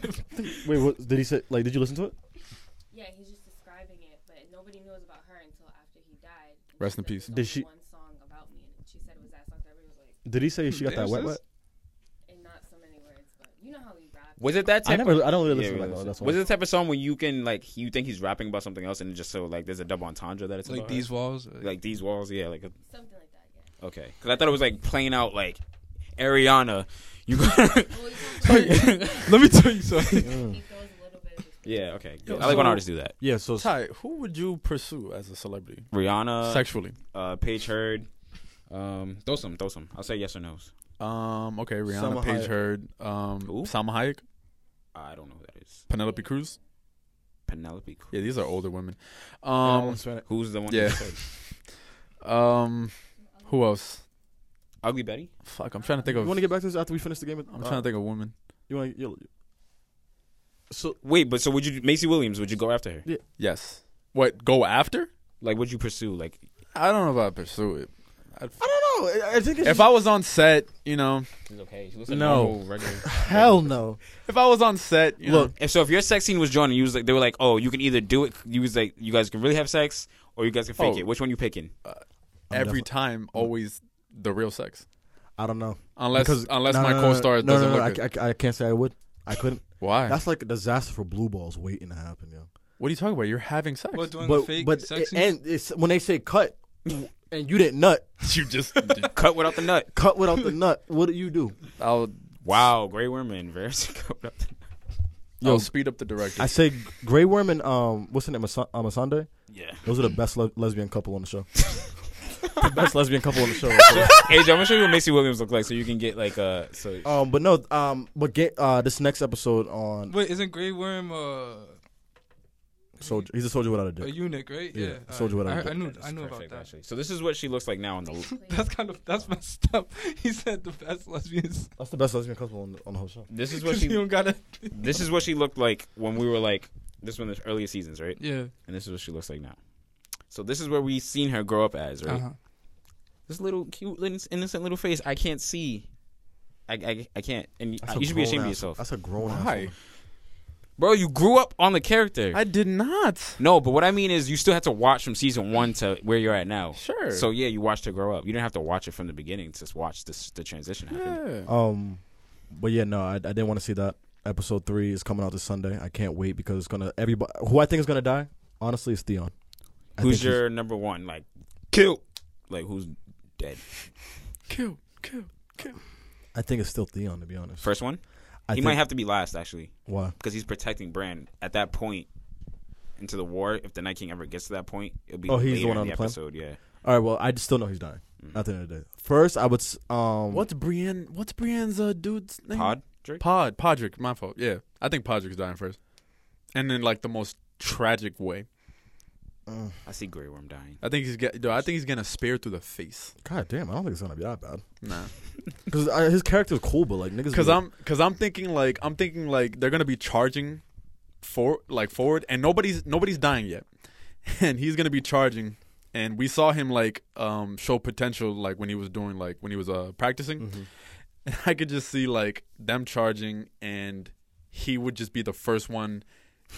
[SPEAKER 2] Wait, what did he say? Like, did you listen to it?
[SPEAKER 6] Yeah, he's just describing it, but nobody knows about her until after he died. And
[SPEAKER 3] Rest
[SPEAKER 6] she
[SPEAKER 3] in
[SPEAKER 6] said,
[SPEAKER 3] peace.
[SPEAKER 6] "There's
[SPEAKER 2] Did
[SPEAKER 6] only
[SPEAKER 2] she-
[SPEAKER 6] One song about me, and she said it was that song that everybody was like,
[SPEAKER 2] Did he say she got that
[SPEAKER 4] Damn,
[SPEAKER 2] wet
[SPEAKER 4] sis.
[SPEAKER 2] wet?
[SPEAKER 6] in not so many words, but you know how he rap.
[SPEAKER 5] Was it that
[SPEAKER 2] I
[SPEAKER 5] type? of,
[SPEAKER 2] never. I don't really
[SPEAKER 5] yeah,
[SPEAKER 2] listen to
[SPEAKER 5] really
[SPEAKER 2] like all
[SPEAKER 5] listen.
[SPEAKER 2] that. song.
[SPEAKER 5] was it the type of song where you can like you think he's rapping about something else and it just so like there's a double entendre that it's
[SPEAKER 4] like
[SPEAKER 5] about
[SPEAKER 4] these walls.
[SPEAKER 5] her? like these walls yeah like a-
[SPEAKER 6] Something like that, yeah.
[SPEAKER 5] okay because I thought it was like playing out like Ariana you got
[SPEAKER 6] Well, he,
[SPEAKER 4] Let me tell you something.
[SPEAKER 3] Mm.
[SPEAKER 6] he throws a little bit of his
[SPEAKER 5] Yeah, okay.
[SPEAKER 3] Yo,
[SPEAKER 5] I like when
[SPEAKER 3] so-
[SPEAKER 5] artists do that.
[SPEAKER 2] Yeah, so s-
[SPEAKER 3] Ty, who would you pursue as a celebrity
[SPEAKER 5] Rihanna,
[SPEAKER 3] sexually?
[SPEAKER 5] uh, Paige Heard. Um, throw some, throw some. I'll say yes or no's.
[SPEAKER 3] Um, okay, Rihanna,
[SPEAKER 2] Salma
[SPEAKER 3] Paige
[SPEAKER 2] Hayek.
[SPEAKER 3] Heard, um,
[SPEAKER 5] Who?
[SPEAKER 3] Salma Hayek,
[SPEAKER 5] I don't know who that is.
[SPEAKER 3] Penelope Cruz.
[SPEAKER 5] Penelope Cruz.
[SPEAKER 3] Yeah, these are older women.
[SPEAKER 2] I
[SPEAKER 3] Um,
[SPEAKER 2] won't spend it.
[SPEAKER 5] Who's the one?
[SPEAKER 3] Yeah.
[SPEAKER 5] you said?
[SPEAKER 3] um, who else?
[SPEAKER 5] Ugly Betty.
[SPEAKER 3] Fuck, I'm trying to think
[SPEAKER 2] you
[SPEAKER 3] of.
[SPEAKER 2] want to get back to this after we finish the game? Uh,
[SPEAKER 3] I'm trying to think of women.
[SPEAKER 2] You want to? So
[SPEAKER 5] Wait, but so would you Macy Williams? Would you go after her?
[SPEAKER 3] Yes. What? Go after?
[SPEAKER 5] Like, would you pursue? Like,
[SPEAKER 3] I don't know if I pursue it.
[SPEAKER 2] I don't know. I, I think it's
[SPEAKER 3] If I was on set, you know,
[SPEAKER 5] she's okay. She looks
[SPEAKER 2] like a No. normal,
[SPEAKER 5] regular.
[SPEAKER 2] hell no.
[SPEAKER 3] if I was on set, you
[SPEAKER 2] Look,
[SPEAKER 3] know,
[SPEAKER 5] If so, if your sex scene was drawn, and you was like, they were like, oh, you can either do it. You was like, you guys can really have sex, or you guys can fake
[SPEAKER 3] Oh.
[SPEAKER 5] it. Which one you picking?
[SPEAKER 2] I'm
[SPEAKER 3] every
[SPEAKER 2] defi-
[SPEAKER 3] time, always the real sex.
[SPEAKER 2] I don't know.
[SPEAKER 3] Unless,
[SPEAKER 2] Because-
[SPEAKER 3] unless
[SPEAKER 2] no,
[SPEAKER 3] my
[SPEAKER 2] no, no,
[SPEAKER 3] co-star
[SPEAKER 2] no,
[SPEAKER 3] doesn't
[SPEAKER 2] no, no,
[SPEAKER 3] look good.
[SPEAKER 2] I, I, I can't say I would. I couldn't.
[SPEAKER 3] Why?
[SPEAKER 2] That's like a disaster for blue balls waiting to happen, yo.
[SPEAKER 3] what are you talking about? You're having sex.
[SPEAKER 4] What doing
[SPEAKER 2] But
[SPEAKER 4] fake
[SPEAKER 2] but
[SPEAKER 4] sex scenes?
[SPEAKER 2] and it's when they say cut, and you didn't nut,
[SPEAKER 3] you just?
[SPEAKER 5] Cut without the nut.
[SPEAKER 2] cut without the nut. What do you do?
[SPEAKER 3] I'll,
[SPEAKER 5] Wow, Grey Worm and Varys. Cut without the nut.
[SPEAKER 2] Yo,
[SPEAKER 3] I'll speed up the director.
[SPEAKER 2] I say Grey Worm and um, what's her name, Mas- uh, Masande?
[SPEAKER 5] Yeah.
[SPEAKER 2] Those are the best le- lesbian couple on the show. the best lesbian couple on the show.
[SPEAKER 5] hey, Joe, I'm gonna show you what Macy Williams look like, so you can get like uh, so
[SPEAKER 4] Oh,
[SPEAKER 2] Um, but no, um, but get uh this next episode on
[SPEAKER 4] Wait, isn't Grey Worm uh,
[SPEAKER 2] soldier. He's a soldier without a
[SPEAKER 4] a
[SPEAKER 2] dick.
[SPEAKER 4] eunuch, right?
[SPEAKER 2] Yeah,
[SPEAKER 4] Yeah,
[SPEAKER 2] soldier
[SPEAKER 4] alright.
[SPEAKER 2] without a
[SPEAKER 4] I, I knew,
[SPEAKER 5] That's
[SPEAKER 4] I knew about
[SPEAKER 5] perfect,
[SPEAKER 4] that.
[SPEAKER 5] Actually. So this is what she looks like now on the.
[SPEAKER 4] That's kind of that's messed up. He said the best lesbians.
[SPEAKER 2] That's the best lesbian couple on the, on the whole show.
[SPEAKER 5] This is what
[SPEAKER 4] 'cause you
[SPEAKER 5] she.
[SPEAKER 4] don't gotta.
[SPEAKER 5] This is what she looked like when we were like this one, the earlier seasons, right?
[SPEAKER 4] Yeah.
[SPEAKER 5] And this is what she looks like now. So this is where we seen her grow up as, right?
[SPEAKER 4] Uh-huh.
[SPEAKER 5] This little cute, little innocent little face. I can't see. I I, I can't. And
[SPEAKER 2] That's a
[SPEAKER 5] Ah, you should be
[SPEAKER 2] grown
[SPEAKER 5] ashamed of
[SPEAKER 2] ass-
[SPEAKER 5] yourself,
[SPEAKER 2] That's a grown
[SPEAKER 3] Why?
[SPEAKER 2] ass.
[SPEAKER 5] bro. You grew up on the character.
[SPEAKER 3] I did not.
[SPEAKER 5] no, but what I mean is, you still have to watch from season one to where you're at now.
[SPEAKER 3] Sure.
[SPEAKER 5] So yeah, you watched her grow up. You didn't have to watch it from the beginning. Just watch this the transition happen.
[SPEAKER 3] yeah.
[SPEAKER 2] Um, but yeah, no, I, I didn't want to see that. Episode three is coming out this Sunday. I can't wait because it's gonna everybody who I think is gonna die. Honestly, it's Theon. I
[SPEAKER 5] Who's
[SPEAKER 2] think he's-
[SPEAKER 5] your number one? Like kill. Like who's dead?
[SPEAKER 3] Kill, kill.
[SPEAKER 2] I think it's still Theon to be honest.
[SPEAKER 5] First one.
[SPEAKER 2] I
[SPEAKER 5] he
[SPEAKER 2] think,
[SPEAKER 5] might have to be last actually
[SPEAKER 2] why
[SPEAKER 5] because he's protecting Bran at that point into the war. If the Night King ever gets to that point, it'll be
[SPEAKER 2] Oh, he's the
[SPEAKER 5] later
[SPEAKER 2] one
[SPEAKER 5] in
[SPEAKER 2] on
[SPEAKER 5] the
[SPEAKER 2] the plan?
[SPEAKER 5] episode. Yeah.
[SPEAKER 2] All right, well, I just still know he's dying.
[SPEAKER 5] Mm.
[SPEAKER 2] At the end of the day, first I would s- um
[SPEAKER 3] What's Brienne? What's Brienne's uh, dude's name?
[SPEAKER 5] Pod Drake.
[SPEAKER 3] Pod. Podrick. My fault. Yeah, I think Podrick's dying first, and in like the most tragic way.
[SPEAKER 5] I see Grey Worm dying.
[SPEAKER 3] I think he's get. Dude, I think he's gonna spear through the face.
[SPEAKER 2] God damn, I don't think it's gonna be that bad
[SPEAKER 3] Nah.
[SPEAKER 2] because uh, his character's cool, but like niggas.
[SPEAKER 3] Cause
[SPEAKER 2] be-
[SPEAKER 3] I'm, cause I'm thinking like I'm thinking like they're gonna be charging, for like forward, and nobody's nobody's dying yet, and he's gonna be charging, and we saw him like um show potential like when he was doing like when he was uh practicing, and I could just see like them charging, and he would just be the first one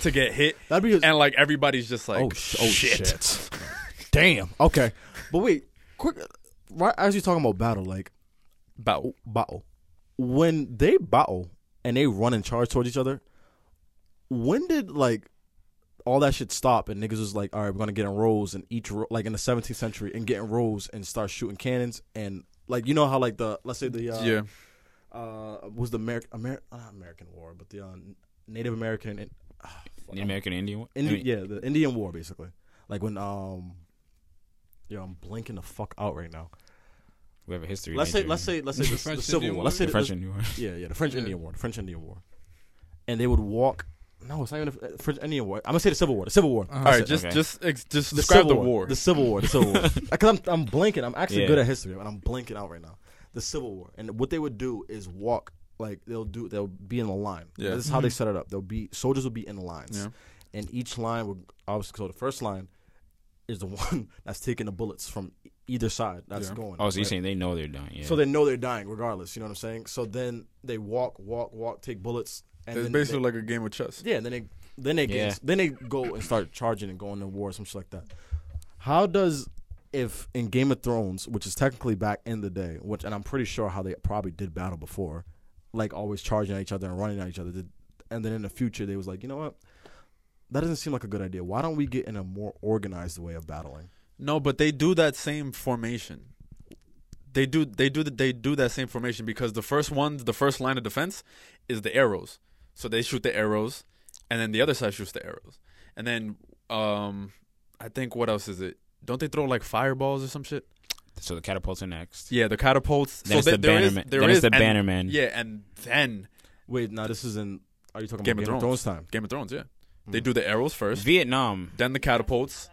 [SPEAKER 3] to get hit,
[SPEAKER 2] that'd be his,
[SPEAKER 3] and like everybody's just like
[SPEAKER 2] oh, sh- oh shit. damn. Okay, but wait, quick. Right as you're talking about battle, like
[SPEAKER 3] Bow.
[SPEAKER 2] battle. When they battle and they run and charge towards each other, when did like all that shit stop and niggas was like, all right, we're gonna get in rows and each ro- like in the 17th century and get in rows and start shooting cannons and like you know how like the let's say the uh,
[SPEAKER 3] yeah,
[SPEAKER 2] uh was the American Amer- not American War but the uh, Native American and
[SPEAKER 5] The American Indian. one? I
[SPEAKER 2] Indi-
[SPEAKER 5] mean,
[SPEAKER 2] yeah the Indian War basically like when um yo I'm blanking the fuck out right now
[SPEAKER 5] We have a history.
[SPEAKER 2] let's say
[SPEAKER 5] major.
[SPEAKER 2] let's say let's say the,
[SPEAKER 4] French
[SPEAKER 2] the Civil
[SPEAKER 4] Indian
[SPEAKER 2] War let's
[SPEAKER 4] War?
[SPEAKER 2] say
[SPEAKER 5] the
[SPEAKER 2] the-
[SPEAKER 5] French
[SPEAKER 2] the-
[SPEAKER 5] Indian. War.
[SPEAKER 2] Yeah, yeah, the French
[SPEAKER 4] Yeah.
[SPEAKER 2] Indian War, the French Indian War, and they would walk. No, it's not even the French Indian War. I'm gonna say the Civil War. The Civil War.
[SPEAKER 4] Uh-huh.
[SPEAKER 3] all right,
[SPEAKER 2] That's it.
[SPEAKER 3] just just
[SPEAKER 5] okay.
[SPEAKER 3] ex- just
[SPEAKER 2] the
[SPEAKER 3] describe
[SPEAKER 2] Civil
[SPEAKER 3] the
[SPEAKER 2] War.
[SPEAKER 3] war.
[SPEAKER 2] The Civil War. The Civil War. Because I'm I'm blanking. I'm actually
[SPEAKER 5] Yeah.
[SPEAKER 2] good at history, and I'm blanking out right now. The Civil War, and what they would do is walk like they'll do. They'll be in a line.
[SPEAKER 3] Yeah. Mm-hmm.
[SPEAKER 2] this is how they set it up. They'll be soldiers will be in lines,
[SPEAKER 3] Yeah.
[SPEAKER 2] and each line would obviously. So the first line is the one that's taking the bullets from e- either side that's
[SPEAKER 3] Yeah.
[SPEAKER 2] going.
[SPEAKER 5] Oh, so you're
[SPEAKER 2] right?
[SPEAKER 5] saying they know they're dying? Yeah.
[SPEAKER 2] So they know they're dying regardless. You know what I'm saying? So then they walk, walk, walk, take bullets, and
[SPEAKER 3] it's
[SPEAKER 2] then
[SPEAKER 3] basically
[SPEAKER 2] they,
[SPEAKER 3] like a game of chess.
[SPEAKER 2] yeah, and then they then they
[SPEAKER 5] Yeah.
[SPEAKER 2] get, then they go and start charging and going to war, some shit like that. How does if in Game of Thrones, which is technically back in the day, which and I'm pretty sure how they probably did battle before, like always charging at each other and running at each other, did- and then in the future they was like, you know what? That doesn't seem like a good idea. Why don't we get in a more organized way of battling?
[SPEAKER 3] No, but they do that same formation. They do they do they do that same formation because the first one, the first line of defense is the arrows. So they shoot the arrows and then the other side shoots the arrows. And then um, I think what else is it? Don't they throw like fireballs or some shit?
[SPEAKER 5] So the catapults are next.
[SPEAKER 3] Yeah, the catapults.
[SPEAKER 5] Then it's
[SPEAKER 3] there-
[SPEAKER 5] the
[SPEAKER 3] there is-
[SPEAKER 5] Bannerman-
[SPEAKER 3] there
[SPEAKER 5] then it's
[SPEAKER 3] is-
[SPEAKER 5] the
[SPEAKER 3] and-
[SPEAKER 5] Bannerman.
[SPEAKER 3] Yeah, and then
[SPEAKER 2] Wait, now this is in. Are you talking
[SPEAKER 3] Game,
[SPEAKER 2] about
[SPEAKER 3] of, Thrones.
[SPEAKER 2] time?
[SPEAKER 3] Game of Thrones. Yeah, they
[SPEAKER 5] Mm.
[SPEAKER 3] do the arrows first,
[SPEAKER 5] Vietnam.
[SPEAKER 3] then the catapults.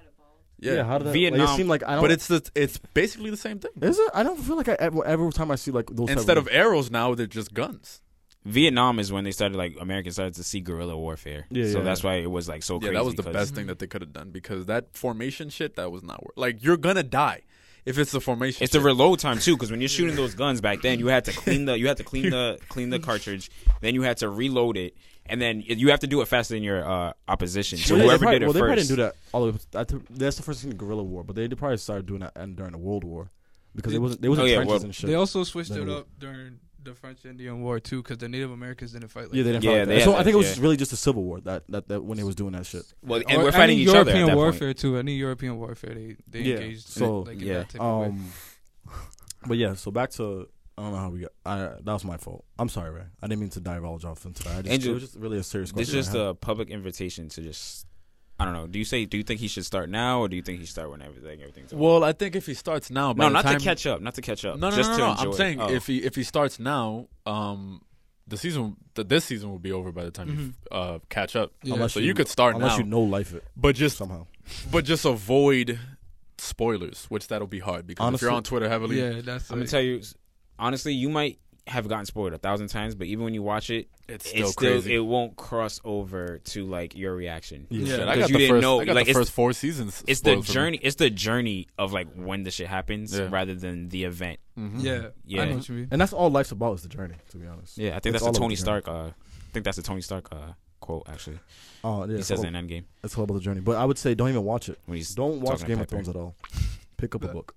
[SPEAKER 3] Yeah,
[SPEAKER 2] how did that? Like, it
[SPEAKER 5] Vietnam,
[SPEAKER 2] seemed like I don't.
[SPEAKER 3] but it's the it's basically the same thing.
[SPEAKER 2] Is it? I don't feel like I ever, every time I see like those. type
[SPEAKER 3] Instead of arrows, now they're just guns.
[SPEAKER 5] Vietnam is when they started like Americans started to see guerrilla warfare.
[SPEAKER 2] Yeah,
[SPEAKER 5] so
[SPEAKER 2] yeah.
[SPEAKER 5] that's why it was like so Oh, crazy.
[SPEAKER 3] yeah, that was the
[SPEAKER 5] 'cause-
[SPEAKER 3] best thing that they could have done because that formation shit that was not work. Like you're gonna die if it's the formation.
[SPEAKER 5] It's the
[SPEAKER 3] shit.
[SPEAKER 5] reload time too, because when you're shooting those guns back then, you had to clean the you had to clean the clean the cartridge, then you had to reload it, and then you have to do it faster than your uh, opposition. So
[SPEAKER 2] Well, yeah, they
[SPEAKER 5] whoever
[SPEAKER 2] probably-
[SPEAKER 5] did it
[SPEAKER 2] well, they probably
[SPEAKER 5] first,
[SPEAKER 2] didn't do that. All the way up- I th- that's the first thing, guerrilla war. But they did probably started doing that and during the World War because it wasn't. They wasn't
[SPEAKER 5] Oh, yeah,
[SPEAKER 2] trenches
[SPEAKER 5] well-
[SPEAKER 2] and shit.
[SPEAKER 4] They also switched it
[SPEAKER 2] Then-
[SPEAKER 4] up during the French Indian War too, because the Native Americans didn't fight. Like
[SPEAKER 2] yeah, they didn't.
[SPEAKER 5] Yeah,
[SPEAKER 2] Yeah, like
[SPEAKER 5] they
[SPEAKER 2] that. so
[SPEAKER 5] had
[SPEAKER 2] I think it
[SPEAKER 5] that,
[SPEAKER 2] was
[SPEAKER 5] yeah.
[SPEAKER 2] really just a civil war that, that that when they was doing that shit.
[SPEAKER 5] well,
[SPEAKER 4] Or
[SPEAKER 5] and we're
[SPEAKER 4] any
[SPEAKER 5] fighting each
[SPEAKER 4] European
[SPEAKER 5] other at that
[SPEAKER 4] warfare
[SPEAKER 5] point.
[SPEAKER 4] too. Any European warfare, they they
[SPEAKER 2] Yeah,
[SPEAKER 4] engaged.
[SPEAKER 2] so,
[SPEAKER 4] in, it, like, in
[SPEAKER 5] yeah.
[SPEAKER 4] that type of way.
[SPEAKER 2] Um, but yeah, so back to I don't know how we got. I that was my fault. I'm sorry, Ray. I didn't mean to divulge off into that. I just,
[SPEAKER 5] Angel,
[SPEAKER 2] it was just really a serious
[SPEAKER 5] It's
[SPEAKER 2] question.
[SPEAKER 5] just
[SPEAKER 2] I had.
[SPEAKER 5] a public invitation to just. I don't know. Do you say? Do you think he should start now, or do you think he should start when everything everything's? over?
[SPEAKER 3] well. I think if he starts now, by
[SPEAKER 5] no,
[SPEAKER 3] the
[SPEAKER 5] not
[SPEAKER 3] time,
[SPEAKER 5] to catch up. Not to catch up.
[SPEAKER 3] No, no,
[SPEAKER 5] just
[SPEAKER 3] no,
[SPEAKER 5] to
[SPEAKER 3] no, no.
[SPEAKER 5] Enjoy.
[SPEAKER 3] I'm saying
[SPEAKER 5] Oh.
[SPEAKER 3] if he if he starts now, um, the season the, this season will be over by the time you
[SPEAKER 5] Mm-hmm.
[SPEAKER 3] uh catch up.
[SPEAKER 4] Yeah.
[SPEAKER 2] Unless
[SPEAKER 3] So
[SPEAKER 2] you-
[SPEAKER 3] you could start
[SPEAKER 2] unless
[SPEAKER 3] now,
[SPEAKER 2] you know life it
[SPEAKER 3] but just
[SPEAKER 2] somehow.
[SPEAKER 3] but just avoid spoilers, which that'll be hard because if
[SPEAKER 2] Honestly-
[SPEAKER 3] you're on Twitter heavily,
[SPEAKER 4] yeah, that's.
[SPEAKER 5] I'm gonna
[SPEAKER 4] like-
[SPEAKER 5] tell you honestly, you might have gotten spoiled a thousand times, but even when you watch it,
[SPEAKER 3] it's
[SPEAKER 5] it's
[SPEAKER 3] still
[SPEAKER 5] still
[SPEAKER 3] crazy.
[SPEAKER 5] it won't cross over to like your reaction.
[SPEAKER 3] Shit,
[SPEAKER 4] Yeah.
[SPEAKER 3] I
[SPEAKER 5] 'Cause
[SPEAKER 3] got
[SPEAKER 5] you
[SPEAKER 3] the
[SPEAKER 5] didn't
[SPEAKER 3] first,
[SPEAKER 5] know,
[SPEAKER 3] I got
[SPEAKER 5] like,
[SPEAKER 3] the
[SPEAKER 5] it's-
[SPEAKER 3] first four seasons.
[SPEAKER 5] It's the
[SPEAKER 3] spoiled for me.
[SPEAKER 5] journey. It's the journey of like when the shit happens,
[SPEAKER 3] Yeah.
[SPEAKER 5] rather than the event.
[SPEAKER 3] Mm-hmm.
[SPEAKER 4] Yeah,
[SPEAKER 5] Yeah.
[SPEAKER 4] I know what you mean.
[SPEAKER 2] And that's all life's about is the journey. To be honest.
[SPEAKER 5] Yeah, I think
[SPEAKER 2] It's
[SPEAKER 5] that's
[SPEAKER 2] all
[SPEAKER 5] a
[SPEAKER 2] about
[SPEAKER 5] Tony
[SPEAKER 2] the journey.
[SPEAKER 5] Stark. Uh, I think that's a Tony Stark uh, quote. Actually,
[SPEAKER 2] Oh yeah,
[SPEAKER 5] he
[SPEAKER 2] it's all,
[SPEAKER 5] says it in Endgame
[SPEAKER 2] it's all about the journey. But I would say don't even watch it.
[SPEAKER 5] when he's
[SPEAKER 2] Don't watch
[SPEAKER 5] talking to
[SPEAKER 2] Game of
[SPEAKER 5] Piper.
[SPEAKER 2] Thrones at all. Pick up a book.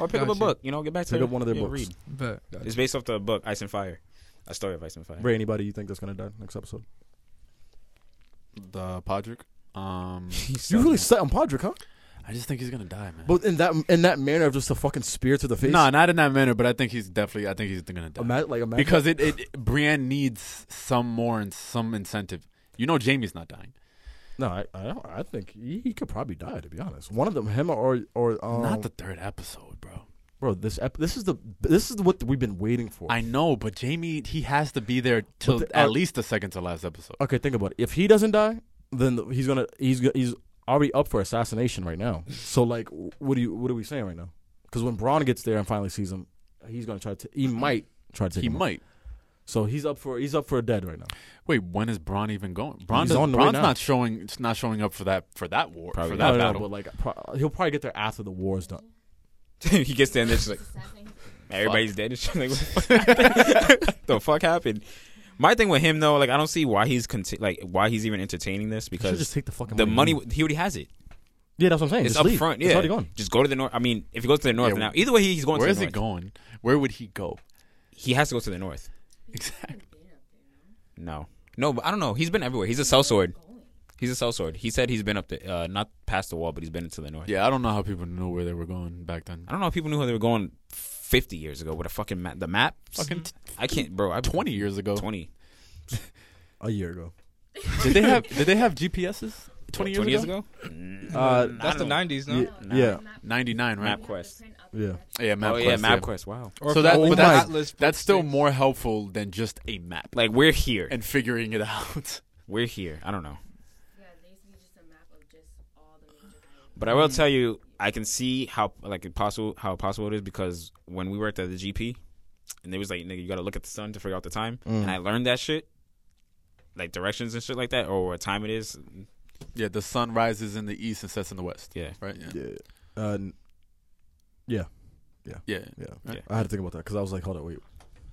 [SPEAKER 5] or pick up a
[SPEAKER 4] Gotcha.
[SPEAKER 5] book. You know, get back to
[SPEAKER 2] Pick up one of their
[SPEAKER 5] yeah,
[SPEAKER 2] books.
[SPEAKER 5] read.
[SPEAKER 4] But
[SPEAKER 5] It's based off the book Ice and Fire, a story of Ice and Fire.
[SPEAKER 2] Ray, anybody you think that's gonna die next episode?
[SPEAKER 3] the Podrick. Um,
[SPEAKER 2] You really set on Podrick, huh?
[SPEAKER 3] I just think he's gonna die, man.
[SPEAKER 2] But in that in that manner of just a fucking spear to the face.
[SPEAKER 3] No, not in that manner. But I think he's definitely. I think he's gonna die
[SPEAKER 2] Imagine, like imagine
[SPEAKER 3] because it, it. Brienne needs some more and some incentive. You know, Jamie's not dying.
[SPEAKER 2] No, I I, don't, I think he, he could probably die. To be honest, one of them, him or or um,
[SPEAKER 3] not the third episode, bro.
[SPEAKER 2] bro. This ep- this is the this is what we've been waiting for.
[SPEAKER 3] I know, but Jamie he has to be there till
[SPEAKER 2] the-
[SPEAKER 3] at
[SPEAKER 2] uh,
[SPEAKER 3] least the second to last episode.
[SPEAKER 2] okay, think about it. If he doesn't die, then the- he's gonna he's go- he's already up for assassination right now. So like, what do you what are we saying right now? Because when Braun gets there and finally sees him, he's gonna try to. He might try to take.
[SPEAKER 3] He
[SPEAKER 2] him out.
[SPEAKER 3] might.
[SPEAKER 2] So he's up for he's up for a dead right now.
[SPEAKER 3] Wait, when is Braun even going? Braun
[SPEAKER 2] He's
[SPEAKER 3] does,
[SPEAKER 2] on the way
[SPEAKER 3] Braun's
[SPEAKER 2] now.
[SPEAKER 3] not showing. It's not showing up for that for that war
[SPEAKER 5] Probably
[SPEAKER 3] for
[SPEAKER 5] not.
[SPEAKER 2] No,
[SPEAKER 3] that
[SPEAKER 2] no, no,
[SPEAKER 3] battle.
[SPEAKER 2] but like pro- he'll probably get there after the war's done.
[SPEAKER 5] he gets there and it's like everybody's dead. And shit. like, what the fuck happened? the fuck happened? My thing with him though, like I don't see why he's conti- like why he's even entertaining this
[SPEAKER 2] He should
[SPEAKER 5] because
[SPEAKER 2] just take the fucking
[SPEAKER 5] the money he already has it.
[SPEAKER 2] Yeah, that's what I'm saying.
[SPEAKER 5] It's
[SPEAKER 2] just
[SPEAKER 5] up
[SPEAKER 2] leave.
[SPEAKER 5] front. Yeah,
[SPEAKER 2] it's already gone.
[SPEAKER 5] Just go to the north. I mean, if he goes to the north
[SPEAKER 3] Yeah,
[SPEAKER 5] now, either way, he's going.
[SPEAKER 3] Where
[SPEAKER 5] to
[SPEAKER 3] is
[SPEAKER 5] the
[SPEAKER 3] he
[SPEAKER 5] north.
[SPEAKER 3] going? Where would he go?
[SPEAKER 5] He has to go to the north.
[SPEAKER 3] Exactly.
[SPEAKER 5] No, no, but I don't know. He's been everywhere. He's a cell sword. He's a cell sword. He said he's been up the uh, not past the wall, but he's been into the north.
[SPEAKER 3] Yeah, I don't know how people knew where they were going back then.
[SPEAKER 5] I don't know if people knew how they were going 50 years ago with a fucking map. The map,
[SPEAKER 3] Fucking t-
[SPEAKER 5] I can't, bro. I
[SPEAKER 3] twenty years ago.
[SPEAKER 5] 20
[SPEAKER 2] A year ago.
[SPEAKER 3] Did they have Did they have GPSs? Twenty
[SPEAKER 5] What,
[SPEAKER 3] years ago.
[SPEAKER 5] Mm,
[SPEAKER 2] Uh,
[SPEAKER 5] I
[SPEAKER 4] that's the
[SPEAKER 5] don't-
[SPEAKER 4] '90s, no?
[SPEAKER 2] Ye-
[SPEAKER 5] Nah.
[SPEAKER 2] yeah.
[SPEAKER 3] Ninety nine, right?
[SPEAKER 5] MapQuest.
[SPEAKER 2] Yeah.
[SPEAKER 3] Yeah, MapQuest.
[SPEAKER 5] Oh yeah,
[SPEAKER 3] yeah.
[SPEAKER 5] MapQuest. Wow.
[SPEAKER 4] Or
[SPEAKER 3] So
[SPEAKER 4] if
[SPEAKER 3] that,
[SPEAKER 4] you
[SPEAKER 2] Oh
[SPEAKER 4] own
[SPEAKER 3] but
[SPEAKER 2] my-
[SPEAKER 4] the
[SPEAKER 3] that's,
[SPEAKER 4] Atlas
[SPEAKER 3] that's still
[SPEAKER 4] things.
[SPEAKER 3] more helpful than just a map
[SPEAKER 5] Like we're here.
[SPEAKER 3] and figuring it out.
[SPEAKER 5] We're here. I don't know. But I will tell you, I can see how like possible how possible it is because when we worked at the GP, and they was like, "Nigga, you gotta look at the sun to figure out the time,"
[SPEAKER 2] Mm.
[SPEAKER 5] and I learned that shit, like directions and shit like that, or what time it is.
[SPEAKER 3] Yeah, the sun rises in the east and sets in the west.
[SPEAKER 5] Yeah.
[SPEAKER 3] Right. Yeah.
[SPEAKER 2] Yeah. Uh, n- yeah.
[SPEAKER 3] Yeah.
[SPEAKER 2] Yeah.
[SPEAKER 3] Yeah.
[SPEAKER 2] I had to think about that because I was like, hold on, wait.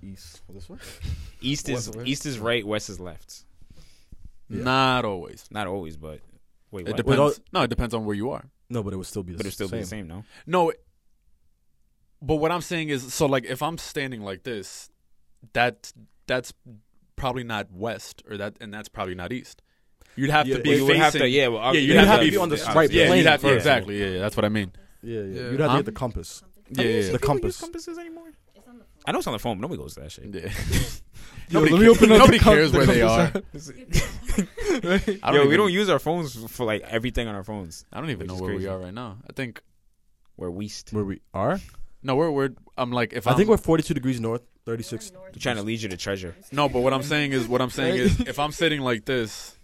[SPEAKER 2] East. This way?
[SPEAKER 5] East is
[SPEAKER 4] West, west.
[SPEAKER 5] east is right, west is left.
[SPEAKER 2] Yeah.
[SPEAKER 3] Not always.
[SPEAKER 5] Not always, but wait,
[SPEAKER 3] It
[SPEAKER 5] what?
[SPEAKER 3] depends.
[SPEAKER 2] all-
[SPEAKER 3] no, it depends on where you are.
[SPEAKER 2] No, but it would still be the
[SPEAKER 5] but
[SPEAKER 2] same.
[SPEAKER 5] it'll still be the same, no?
[SPEAKER 3] No. it- But what I'm saying is, so like, if I'm standing like this, that that's probably not west, or that, and that's probably not east. You'd have
[SPEAKER 2] Yeah,
[SPEAKER 3] to be
[SPEAKER 2] well,
[SPEAKER 5] you would have
[SPEAKER 3] facing-
[SPEAKER 5] to, yeah, well,
[SPEAKER 3] yeah,
[SPEAKER 5] you'd
[SPEAKER 3] you'd
[SPEAKER 5] have
[SPEAKER 3] have
[SPEAKER 5] to
[SPEAKER 3] to be
[SPEAKER 5] be
[SPEAKER 3] on the
[SPEAKER 5] the
[SPEAKER 3] right
[SPEAKER 2] right
[SPEAKER 3] yeah,
[SPEAKER 2] plane.
[SPEAKER 3] you'd have-
[SPEAKER 2] Yeah.
[SPEAKER 3] exactly. Yeah, yeah, that's what I mean.
[SPEAKER 2] Yeah, Um, yeah.
[SPEAKER 4] Yeah.
[SPEAKER 2] You'd have
[SPEAKER 3] Huh?
[SPEAKER 2] to get the compass.
[SPEAKER 3] Yeah, yeah, yeah.
[SPEAKER 2] The compass.
[SPEAKER 5] compasses anymore?
[SPEAKER 6] on the phone.
[SPEAKER 5] I know it's on the phone. But nobody goes to that shit.
[SPEAKER 3] Yeah.
[SPEAKER 2] Yo,
[SPEAKER 3] nobody
[SPEAKER 2] let me open up the
[SPEAKER 3] nobody
[SPEAKER 2] com-
[SPEAKER 3] cares
[SPEAKER 2] the
[SPEAKER 3] where they are.
[SPEAKER 2] conversation.
[SPEAKER 3] I
[SPEAKER 5] Yo, we
[SPEAKER 3] even-
[SPEAKER 5] don't use our phones f- for like everything on our phones.
[SPEAKER 3] I don't even
[SPEAKER 5] which
[SPEAKER 3] know
[SPEAKER 5] is
[SPEAKER 3] where
[SPEAKER 5] crazy.
[SPEAKER 3] we are right now. I think
[SPEAKER 5] We're weast.
[SPEAKER 2] Where we are?
[SPEAKER 3] no, we're we're. I'm like if
[SPEAKER 2] I
[SPEAKER 3] I'm,
[SPEAKER 2] think we're 42 degrees north, 36.
[SPEAKER 5] We're trying to lead you to treasure.
[SPEAKER 3] No, but what I'm saying is, what I'm saying is, if I'm sitting like this,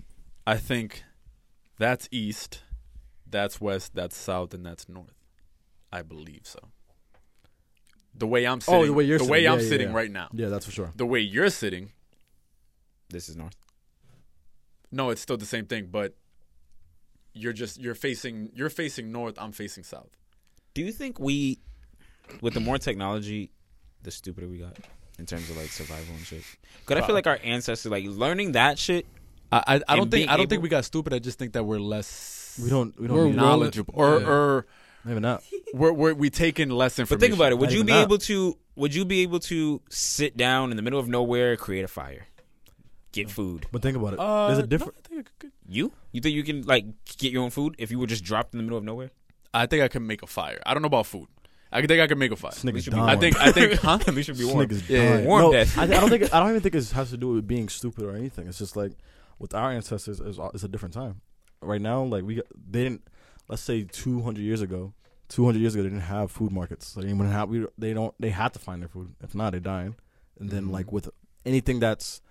[SPEAKER 3] I think that's east, that's west, that's south, and that's north. I believe so. The way I'm sitting,
[SPEAKER 2] Oh, the way you're
[SPEAKER 3] the
[SPEAKER 2] sitting.
[SPEAKER 3] way I'm
[SPEAKER 2] Yeah, yeah,
[SPEAKER 3] sitting
[SPEAKER 2] yeah.
[SPEAKER 3] right now,
[SPEAKER 2] Yeah, that's for sure.
[SPEAKER 3] the way you're sitting,
[SPEAKER 5] This is north.
[SPEAKER 3] no, it's still the same thing, but you're just you're facing you're facing north, I'm facing south.
[SPEAKER 5] Do you think we, with the more technology, the stupider we got in terms of like survival and shit? Because I feel like our ancestors, like learning that shit,
[SPEAKER 3] I I, I
[SPEAKER 5] And
[SPEAKER 3] don't think
[SPEAKER 5] being
[SPEAKER 3] I don't
[SPEAKER 5] able-
[SPEAKER 3] think we got stupid. I just think that we're less
[SPEAKER 2] We don't. We don't.
[SPEAKER 4] We're
[SPEAKER 2] need
[SPEAKER 4] well-
[SPEAKER 2] knowledge.
[SPEAKER 3] knowledgeable or
[SPEAKER 4] Yeah.
[SPEAKER 3] or
[SPEAKER 2] Maybe not.
[SPEAKER 3] we're, we're we take in less information.
[SPEAKER 5] But think about it. Would
[SPEAKER 2] Not
[SPEAKER 5] you
[SPEAKER 2] even
[SPEAKER 5] be
[SPEAKER 2] that.
[SPEAKER 5] able to? Would you be able to sit down in the middle of nowhere, create a fire, get food?
[SPEAKER 2] But think about it.
[SPEAKER 3] Uh,
[SPEAKER 2] There's
[SPEAKER 3] no,
[SPEAKER 2] a difference.
[SPEAKER 3] I think I could-
[SPEAKER 5] You? You think you can like get your own food if you were just dropped in the middle of nowhere?
[SPEAKER 3] I think I can make a fire. I don't know about food. I think I can make a fire.
[SPEAKER 2] This nigga's
[SPEAKER 5] should be-
[SPEAKER 2] dying.
[SPEAKER 3] I think I think huh?
[SPEAKER 5] At least you'd be
[SPEAKER 2] This
[SPEAKER 5] warm.
[SPEAKER 2] nigga's
[SPEAKER 3] Yeah, yeah,
[SPEAKER 2] dying.
[SPEAKER 5] yeah. Warm
[SPEAKER 2] No,
[SPEAKER 5] death.
[SPEAKER 2] I, I don't think. I don't even think it has to do with being stupid or anything. It's just like with our ancestors, it's, it's a different time. Right now, like we, they didn't. Let's say 200 years ago. 200 years ago, they didn't have food markets. They didn't even have. We, they don't. They had to find their food. If not, they're dying. And then
[SPEAKER 3] Mhm.
[SPEAKER 2] like with anything that's,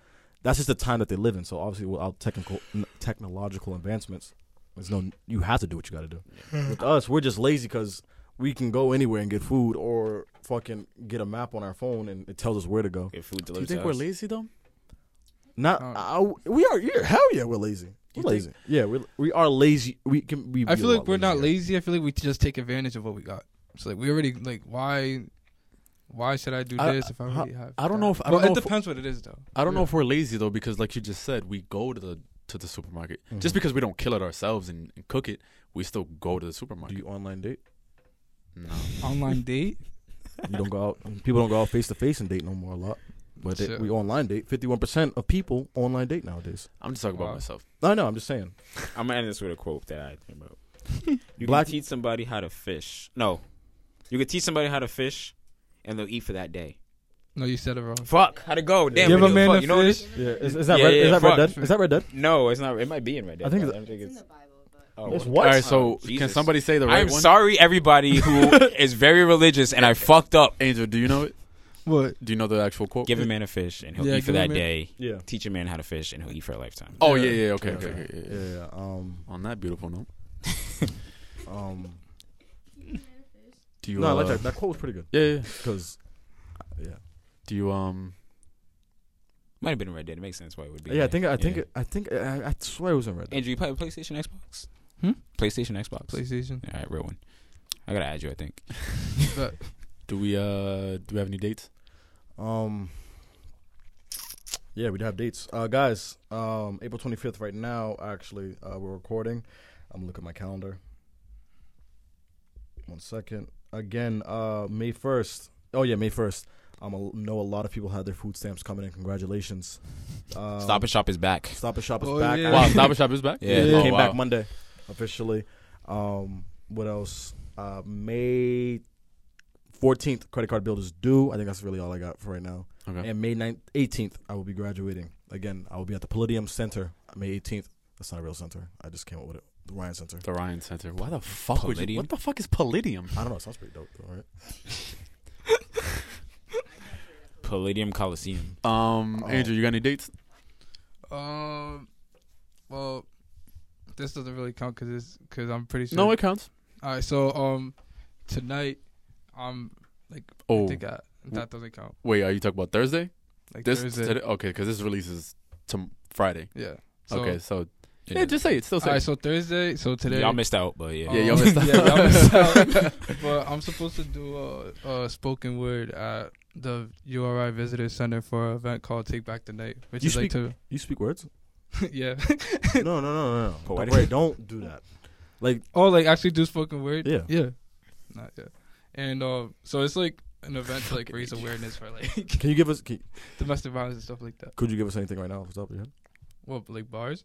[SPEAKER 2] that's just the time that they live in. So obviously, without technical n- technological advancements, there's no. You have to do what you got to do. With us, we're just lazy because we can go anywhere and get food or fucking get a map on our phone and it tells us where to go.
[SPEAKER 5] Get food
[SPEAKER 3] Do you
[SPEAKER 5] delivered.
[SPEAKER 3] think
[SPEAKER 5] to
[SPEAKER 3] we're
[SPEAKER 5] us.
[SPEAKER 3] lazy though?
[SPEAKER 2] Not
[SPEAKER 4] Oh.
[SPEAKER 2] I- we are yeah, hell yeah we're lazy. We're
[SPEAKER 3] You think-
[SPEAKER 2] lazy. Yeah, we we are lazy. We can we. be
[SPEAKER 4] I
[SPEAKER 2] a
[SPEAKER 4] feel
[SPEAKER 2] lot
[SPEAKER 4] like we're not
[SPEAKER 2] lazier.
[SPEAKER 4] lazy. I feel like we just take advantage of what we got. So like we already like why, why should I do
[SPEAKER 3] I-
[SPEAKER 4] this if I
[SPEAKER 3] I-
[SPEAKER 4] already have?
[SPEAKER 3] I don't
[SPEAKER 4] that?
[SPEAKER 3] know if- I
[SPEAKER 4] well,
[SPEAKER 3] don't
[SPEAKER 4] it
[SPEAKER 3] know if-
[SPEAKER 4] depends what it is though.
[SPEAKER 3] I don't know
[SPEAKER 4] Yeah.
[SPEAKER 3] if we're lazy though because like you just said, we go to the to the supermarket just
[SPEAKER 2] Mhm.
[SPEAKER 3] because we don't kill it ourselves and, and cook it. We still go to the
[SPEAKER 2] Do
[SPEAKER 3] supermarket.
[SPEAKER 2] you online date?
[SPEAKER 3] no.
[SPEAKER 4] Online date.
[SPEAKER 2] You don't go out. People don't go out face to face and date no more a lot. But they,
[SPEAKER 4] Sure.
[SPEAKER 2] we online date. Fifty one percent of people online date nowadays.
[SPEAKER 3] I'm just talking about
[SPEAKER 4] Wow.
[SPEAKER 3] myself.
[SPEAKER 2] No, no, I'm just saying.
[SPEAKER 5] I'm gonna end this with a quote that I think about. You
[SPEAKER 2] Black-
[SPEAKER 5] can teach somebody how to fish. No, you could teach somebody how to fish, and they'll eat for that day.
[SPEAKER 4] No, you said it wrong.
[SPEAKER 5] Fuck, how to go? Damn,
[SPEAKER 4] Give
[SPEAKER 5] we
[SPEAKER 4] a
[SPEAKER 5] do.
[SPEAKER 4] man
[SPEAKER 5] Fuck,
[SPEAKER 4] a
[SPEAKER 5] you know this?
[SPEAKER 4] fish.
[SPEAKER 2] Yeah, is, is that
[SPEAKER 5] Yeah,
[SPEAKER 2] red,
[SPEAKER 5] yeah,
[SPEAKER 2] is that
[SPEAKER 5] fuck.
[SPEAKER 2] red dead? Is that red dead?
[SPEAKER 5] No, it's not. It might be in Red Dead.
[SPEAKER 2] I think
[SPEAKER 5] but
[SPEAKER 2] it's-
[SPEAKER 5] I don't think
[SPEAKER 6] It's in
[SPEAKER 5] it's.
[SPEAKER 6] the Bible, but
[SPEAKER 5] Oh,
[SPEAKER 2] It's
[SPEAKER 5] well.
[SPEAKER 2] what?
[SPEAKER 3] All right, so
[SPEAKER 5] Oh,
[SPEAKER 3] can
[SPEAKER 5] Jesus.
[SPEAKER 3] somebody say the right
[SPEAKER 5] I'm
[SPEAKER 3] one?
[SPEAKER 5] sorry, everybody who is very religious, and I fucked up.
[SPEAKER 3] Angel, do you know it?
[SPEAKER 4] What?
[SPEAKER 3] Do you know the actual quote?
[SPEAKER 5] Give a man a fish, and he'll
[SPEAKER 4] Yeah,
[SPEAKER 5] eat for
[SPEAKER 4] give a
[SPEAKER 5] that
[SPEAKER 4] man-
[SPEAKER 5] day.
[SPEAKER 2] Yeah.
[SPEAKER 5] Teach a man how to fish, and he'll eat for a lifetime.
[SPEAKER 3] Oh
[SPEAKER 4] Yeah.
[SPEAKER 3] yeah, yeah, okay,
[SPEAKER 2] Yeah.
[SPEAKER 3] okay, okay, yeah, yeah.
[SPEAKER 2] Yeah. yeah, Um.
[SPEAKER 3] On that beautiful note,
[SPEAKER 2] Um.
[SPEAKER 3] do you?
[SPEAKER 2] No, I like
[SPEAKER 3] uh,
[SPEAKER 2] that. That quote was pretty good
[SPEAKER 3] Yeah, yeah.
[SPEAKER 2] because. Yeah.
[SPEAKER 3] Do you um?
[SPEAKER 5] Might have been in Red Dead. It makes sense why it would be.
[SPEAKER 2] Yeah, I think I think it, I think I, I swear it was in red.
[SPEAKER 5] Andrew, you play PlayStation Xbox?
[SPEAKER 4] Hmm?
[SPEAKER 5] PlayStation Xbox.
[SPEAKER 4] PlayStation.
[SPEAKER 5] All right, real one. I gotta add you. I think.
[SPEAKER 4] But
[SPEAKER 3] Do we uh? Do we have any dates?
[SPEAKER 2] Um. Yeah, we do have dates, uh, guys. Um, April twenty fifth, right now. Actually, uh, we're recording. I'm gonna look at my calendar. One second. Again, uh, May first. Oh yeah, May first. Um, I know a lot of people had their food stamps coming in. Congratulations. Um,
[SPEAKER 5] Stop and Shop is back.
[SPEAKER 2] Stop and shop is
[SPEAKER 4] Oh,
[SPEAKER 2] back.
[SPEAKER 4] yeah.
[SPEAKER 3] Wow, Stop and Shop is back.
[SPEAKER 5] Yeah.
[SPEAKER 2] It
[SPEAKER 3] Oh,
[SPEAKER 2] came
[SPEAKER 3] wow.
[SPEAKER 2] back Monday, officially. Um, what else? Uh, May 14th, credit card bill is due. I think that's really all I got for right now.
[SPEAKER 3] Okay.
[SPEAKER 2] And May 9th, 18th, I will be graduating. Again, I will be at the Palladium Center on May 18th. That's not a real center. I just came up with it. The Ryan Center.
[SPEAKER 3] The Ryan Center. Why the fuck would you?
[SPEAKER 5] Palladium?
[SPEAKER 3] What the fuck is Palladium?
[SPEAKER 2] I don't know. It sounds pretty dope, though, right?
[SPEAKER 5] Palladium Coliseum.
[SPEAKER 3] Um,
[SPEAKER 2] Oh.
[SPEAKER 3] Andrew, you got any dates?
[SPEAKER 4] um, well, this doesn't really count because it's because I'm pretty sure.
[SPEAKER 3] No, it counts.
[SPEAKER 4] All right, so um, tonight, I'm like I
[SPEAKER 3] Oh,
[SPEAKER 4] think I, that doesn't count.
[SPEAKER 3] wait, are you talking about Thursday?
[SPEAKER 4] Like
[SPEAKER 3] This
[SPEAKER 4] Thursday.
[SPEAKER 3] today- okay, because this releases to Friday.
[SPEAKER 4] Yeah. So,
[SPEAKER 3] okay, so yeah, just say it. Still
[SPEAKER 4] All
[SPEAKER 3] say
[SPEAKER 4] right,
[SPEAKER 3] it.
[SPEAKER 4] so Thursday. So today. um,
[SPEAKER 5] Y'all missed out, but yeah.
[SPEAKER 3] Yeah, y'all missed out.
[SPEAKER 4] yeah, y'all missed out. but I'm supposed to do a, a spoken word at the URI Visitor Center for an event called Take Back the Night, which
[SPEAKER 2] You
[SPEAKER 4] is like to
[SPEAKER 2] You speak words?
[SPEAKER 4] yeah.
[SPEAKER 2] no, no, no, no, no. Don't,
[SPEAKER 5] Poetic.
[SPEAKER 2] worry, don't do that. Like,
[SPEAKER 4] Oh, like actually do spoken word.
[SPEAKER 2] Yeah.
[SPEAKER 4] yeah, not yeah. And uh, so it's like an event to like raise awareness for like
[SPEAKER 2] can you give us? Can,
[SPEAKER 4] domestic violence and stuff like that.
[SPEAKER 2] could you give us anything right now? Off the top of your head?
[SPEAKER 4] What like bars?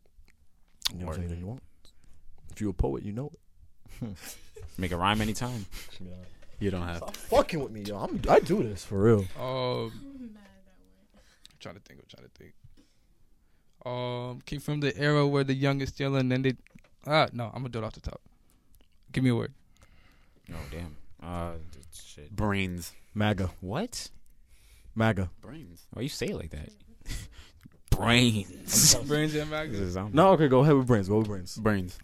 [SPEAKER 2] You know anything you want. If you're a poet, you know it.
[SPEAKER 5] Make a rhyme anytime.
[SPEAKER 3] You don't have.
[SPEAKER 2] Stop fucking with me, yo. I'm, I do this for real.
[SPEAKER 4] Um, I'm trying to think. I'm trying to think. Um, came from the era where the youngest yelling, and then they. Ah, no, I'm gonna do it off the top. Give me a word.
[SPEAKER 5] Oh damn. Uh, d- shit.
[SPEAKER 3] Brains.
[SPEAKER 2] MAGA,
[SPEAKER 5] What?
[SPEAKER 2] MAGA.
[SPEAKER 3] Brains.
[SPEAKER 5] Why you say it like that? Brains.
[SPEAKER 4] Brains and magazines.
[SPEAKER 3] um,
[SPEAKER 2] No, okay, go ahead with brains. Go with brains.
[SPEAKER 3] Brains.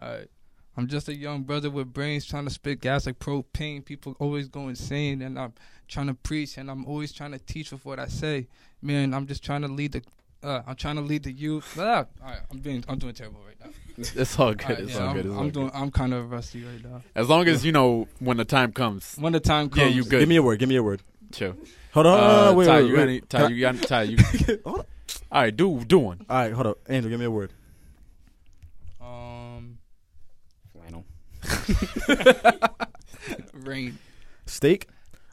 [SPEAKER 4] All right. I'm just a young brother with brains trying to spit gas like propane. People always go insane, and I'm trying to preach, and I'm always trying to teach with what I say. Man, I'm just trying to lead the. Uh, I'm trying to lead the youth. Ah, all right, I'm being. I'm doing terrible right now.
[SPEAKER 3] It's all good.
[SPEAKER 4] All right,
[SPEAKER 3] it's
[SPEAKER 4] yeah,
[SPEAKER 3] all
[SPEAKER 4] I'm,
[SPEAKER 3] good. It's
[SPEAKER 4] I'm
[SPEAKER 3] all good.
[SPEAKER 4] doing. I'm kind of rusty right now.
[SPEAKER 3] As long as you know when the time comes.
[SPEAKER 4] When the time comes,
[SPEAKER 3] Yeah, you good.
[SPEAKER 2] Give me a word. Give me a word.
[SPEAKER 3] Chill.
[SPEAKER 2] Hold on.
[SPEAKER 3] Uh,
[SPEAKER 2] wait,
[SPEAKER 3] Ty,
[SPEAKER 2] wait,
[SPEAKER 3] you
[SPEAKER 2] wait.
[SPEAKER 3] got any? Ty,
[SPEAKER 2] Can I-
[SPEAKER 3] you got any? Ty, you.
[SPEAKER 2] Hold
[SPEAKER 3] all right, do do one.
[SPEAKER 2] All right, hold up. Angel, give me a word.
[SPEAKER 4] Um,
[SPEAKER 5] Flannel.
[SPEAKER 4] rain.
[SPEAKER 2] Steak.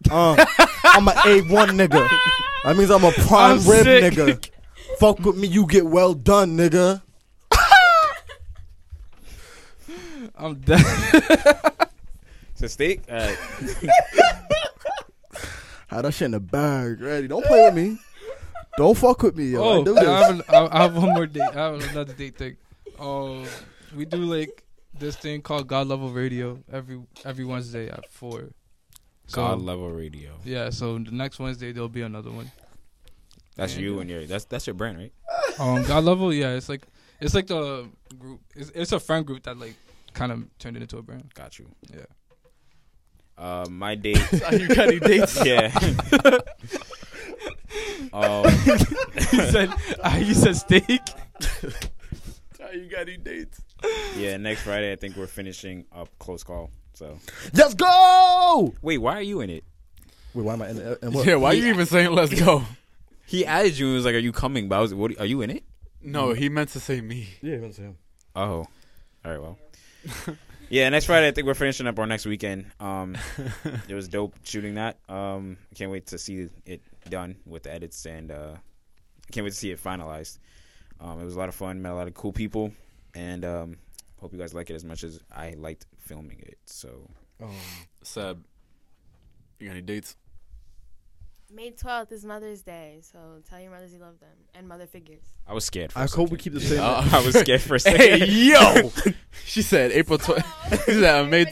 [SPEAKER 2] Uh, I'm an A1 nigga. That means I'm a prime
[SPEAKER 3] I'm
[SPEAKER 2] rib
[SPEAKER 3] sick.
[SPEAKER 2] nigga. Fuck with me, you get well done, nigga.
[SPEAKER 4] I'm done.
[SPEAKER 5] So steak. All
[SPEAKER 3] Uh,
[SPEAKER 5] right.
[SPEAKER 2] Had that shit in the bag ready. Don't play with me. Don't fuck with me, yo. I
[SPEAKER 4] oh,
[SPEAKER 2] do
[SPEAKER 4] I
[SPEAKER 2] this.
[SPEAKER 4] have, an, I I have one more date. I have another date thing. Um, we do like this thing called God Level Radio every every Wednesday at four. So,
[SPEAKER 5] God level radio.
[SPEAKER 4] Yeah, so the next Wednesday there'll be another one.
[SPEAKER 5] That's
[SPEAKER 4] Yeah.
[SPEAKER 5] you and your. That's that's your brand, right?
[SPEAKER 4] Um, God Level, yeah, it's like it's like the group. It's, it's a friend group that like kind of turned it into a brand.
[SPEAKER 5] Got you.
[SPEAKER 4] Yeah.
[SPEAKER 5] Uh, my date.
[SPEAKER 3] you got any dates?
[SPEAKER 5] yeah. um,
[SPEAKER 4] he said,
[SPEAKER 5] uh,
[SPEAKER 4] "You said steak."
[SPEAKER 3] Ty, Uh, you got any dates?
[SPEAKER 5] yeah. Next Friday, I think we're finishing up close call. So
[SPEAKER 2] Let's go.
[SPEAKER 5] wait, why are you in it?
[SPEAKER 2] Wait, why am I in? the- And what?
[SPEAKER 3] Yeah. Why you even saying let's go?
[SPEAKER 5] He added you and was like, "Are you coming?" But I was, "What? Are you in it?"
[SPEAKER 3] No, he meant to say me.
[SPEAKER 2] Yeah, that's him.
[SPEAKER 5] Oh. All right, well. yeah, next Friday I think we're finishing up our next weekend. Um it was dope shooting that. Um I can't wait to see it done with the edits and uh I can't wait to see it finalized. Um it was a lot of fun, met a lot of cool people and um hope you guys like it as much as I liked filming it. So
[SPEAKER 3] Seb, you got any dates?
[SPEAKER 6] May 12th is Mother's Day, so tell your mothers you love them and mother figures.
[SPEAKER 5] I was scared for
[SPEAKER 2] I
[SPEAKER 5] a
[SPEAKER 2] hope we
[SPEAKER 5] second.
[SPEAKER 2] keep the same.
[SPEAKER 3] Uh,
[SPEAKER 5] I was scared for a second.
[SPEAKER 3] Hey yo, she said April twelfth. She said I made.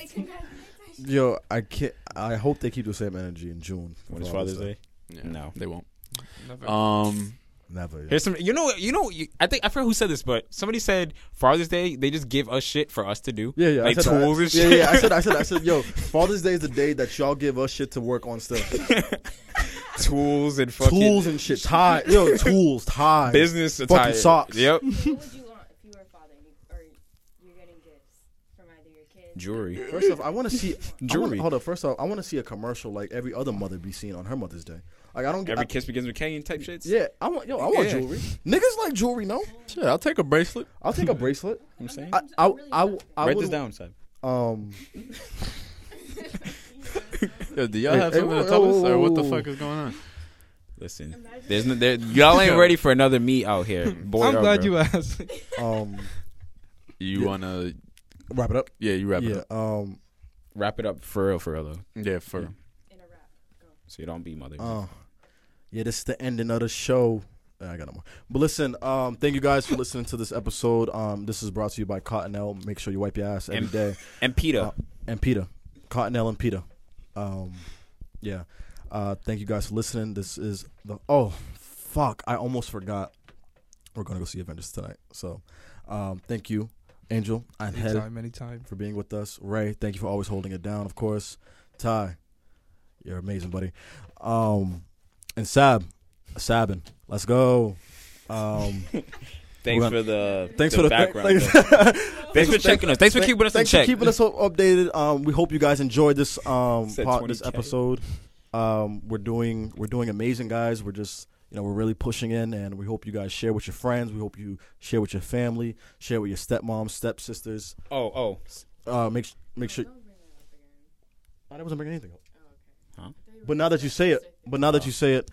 [SPEAKER 2] Yo, I can't. I hope they keep the same energy in June. for
[SPEAKER 5] When it's
[SPEAKER 2] all
[SPEAKER 5] Father's
[SPEAKER 2] this
[SPEAKER 5] Day.
[SPEAKER 3] Yeah,
[SPEAKER 5] No.
[SPEAKER 3] they won't.
[SPEAKER 4] Never.
[SPEAKER 3] Um,
[SPEAKER 2] stuff. Never. Yeah.
[SPEAKER 5] Here's some, you know, you know. you- I think I forgot who said this, but somebody said Father's Day. They just give us shit for us to do.
[SPEAKER 2] Yeah, yeah, I
[SPEAKER 5] like
[SPEAKER 2] said that.
[SPEAKER 5] tools and
[SPEAKER 2] yeah,
[SPEAKER 5] shit.
[SPEAKER 2] yeah. I said, I said, I said, yo, Father's Day is the day that y'all give us shit to work on stuff,
[SPEAKER 5] tools and fucking
[SPEAKER 2] tools and shit, tie, yo, tools, tie,
[SPEAKER 5] business
[SPEAKER 2] Fucking
[SPEAKER 5] attire.
[SPEAKER 2] socks.
[SPEAKER 5] Yep.
[SPEAKER 6] what would you want if you were a father and you, or you're getting gifts from either your kids?
[SPEAKER 5] Jewelry.
[SPEAKER 2] First off, I want to see. I wanna,
[SPEAKER 5] Jewelry.
[SPEAKER 2] hold up. First off, I want to see a commercial like every other mother be seen on her Mother's Day. Like I don't get.
[SPEAKER 5] Every
[SPEAKER 2] I,
[SPEAKER 5] kiss begins with K and type shits.
[SPEAKER 2] yeah, I want yo. I want
[SPEAKER 5] Yeah.
[SPEAKER 2] jewelry. Niggas like jewelry. No,
[SPEAKER 3] shit, I'll take a bracelet.
[SPEAKER 2] I'll take a bracelet.
[SPEAKER 5] I'm saying.
[SPEAKER 2] I I I, I, I
[SPEAKER 5] Write
[SPEAKER 2] would,
[SPEAKER 5] this down, Seb.
[SPEAKER 2] Um,
[SPEAKER 3] Yo, do y'all
[SPEAKER 2] Hey,
[SPEAKER 3] have
[SPEAKER 2] hey,
[SPEAKER 3] something to
[SPEAKER 2] whoa,
[SPEAKER 3] tell us, or
[SPEAKER 2] whoa,
[SPEAKER 3] what the
[SPEAKER 2] whoa,
[SPEAKER 3] fuck is going on?
[SPEAKER 5] Listen, there's no, there, y'all ain't ready for another meet out here. Boy, oh,
[SPEAKER 4] I'm
[SPEAKER 5] or
[SPEAKER 4] glad
[SPEAKER 5] girl.
[SPEAKER 4] you asked.
[SPEAKER 2] um,
[SPEAKER 3] You wanna?
[SPEAKER 2] wrap it up.
[SPEAKER 3] Yeah, you wrap it
[SPEAKER 2] yeah.
[SPEAKER 3] up.
[SPEAKER 2] Um.
[SPEAKER 5] wrap it up for real, for real though.
[SPEAKER 3] Yeah, for
[SPEAKER 6] In a wrap.
[SPEAKER 5] So you don't be mother.
[SPEAKER 2] Uh, yeah, this is the ending of the show. Uh, I got no more. But listen, um, thank you guys for listening to this episode. Um, this is brought to you by Cottonelle. Make sure you wipe your ass every
[SPEAKER 5] And-
[SPEAKER 2] day.
[SPEAKER 5] and Peter,
[SPEAKER 2] Uh, and Peter, Cottonelle and Peter. Um, yeah. Uh, thank you guys for listening. This is the oh fuck, I almost forgot. We're gonna go see Avengers tonight. So, um, thank you, Angel and Head
[SPEAKER 4] Anytime, anytime.
[SPEAKER 2] for being with us. Ray, thank you for always holding it down. Of course, Ty, you're amazing, buddy. Um, and Sab, Sabin, let's go. Um,
[SPEAKER 5] thanks
[SPEAKER 2] we're
[SPEAKER 5] for the
[SPEAKER 2] thanks
[SPEAKER 5] the
[SPEAKER 2] for the
[SPEAKER 5] background.
[SPEAKER 2] Thanks,
[SPEAKER 5] though. thanks for checking us. Thanks for keeping us in
[SPEAKER 2] Thanks
[SPEAKER 5] check.
[SPEAKER 2] for keeping us up- updated. Um, we hope you guys enjoyed this um
[SPEAKER 5] Said
[SPEAKER 2] part, this
[SPEAKER 5] 20K.
[SPEAKER 2] episode. Um, we're doing we're doing amazing, guys. We're just you know we're really pushing in, and we hope you guys share with your friends. We hope you share with your family, share with your stepmoms, stepsisters.
[SPEAKER 5] oh, oh,
[SPEAKER 2] Uh, make s- make sure. I wasn't bringing anything up.
[SPEAKER 6] Oh,
[SPEAKER 5] Huh?
[SPEAKER 2] But now that you say it, but now that you say it,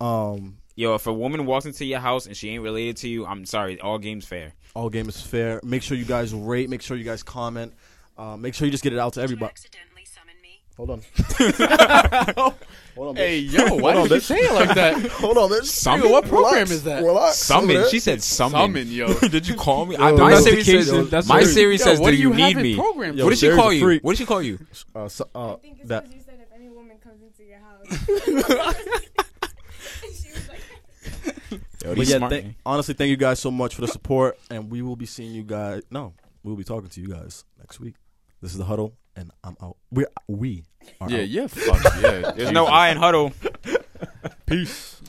[SPEAKER 2] um,
[SPEAKER 5] yo! If a woman walks into your house and she ain't related to you, I'm sorry. All games fair.
[SPEAKER 2] all game is fair. Make sure you guys rate. Make sure you guys comment. Uh, make sure you just get it out to everybody.
[SPEAKER 7] accidentally summon
[SPEAKER 2] Hold on. Hold on. Bitch.
[SPEAKER 3] Hey yo, why
[SPEAKER 2] Hold on,
[SPEAKER 3] did you
[SPEAKER 2] bitch.
[SPEAKER 3] say it like that?
[SPEAKER 2] Hold on, bitch.
[SPEAKER 5] Summon?
[SPEAKER 3] Nigga, what program
[SPEAKER 2] Relax,
[SPEAKER 3] is that?
[SPEAKER 2] Relax.
[SPEAKER 5] Summon.
[SPEAKER 2] Over
[SPEAKER 5] She
[SPEAKER 2] there.
[SPEAKER 5] said summon.
[SPEAKER 3] Summon, yo.
[SPEAKER 5] Did you call me? I,
[SPEAKER 2] Yo,
[SPEAKER 5] my Siri
[SPEAKER 4] domestication,
[SPEAKER 5] says,
[SPEAKER 4] that's
[SPEAKER 5] my
[SPEAKER 4] what-
[SPEAKER 5] Siri
[SPEAKER 4] Yo,
[SPEAKER 5] says,
[SPEAKER 3] what
[SPEAKER 5] do
[SPEAKER 3] do you
[SPEAKER 5] you
[SPEAKER 3] have
[SPEAKER 5] need
[SPEAKER 3] it
[SPEAKER 5] me?
[SPEAKER 3] programmed?
[SPEAKER 5] What did she
[SPEAKER 2] Siri's
[SPEAKER 5] call
[SPEAKER 2] a
[SPEAKER 5] you?
[SPEAKER 2] freak.
[SPEAKER 5] What did she call you?
[SPEAKER 2] Uh, so, uh,
[SPEAKER 6] I think it's
[SPEAKER 2] that.
[SPEAKER 6] because you said if any woman comes into your house. she was like,
[SPEAKER 5] Yo,
[SPEAKER 2] But
[SPEAKER 5] these
[SPEAKER 2] yeah,
[SPEAKER 5] smart-
[SPEAKER 2] thank- honestly, thank you guys so much for the support, and we will be seeing you guys. No, we will be talking to you guys next week. This is the huddle, and I'm out. We we are
[SPEAKER 3] Yeah,
[SPEAKER 2] out.
[SPEAKER 3] yeah, fuck yeah.
[SPEAKER 5] There's no I in huddle.
[SPEAKER 3] Peace.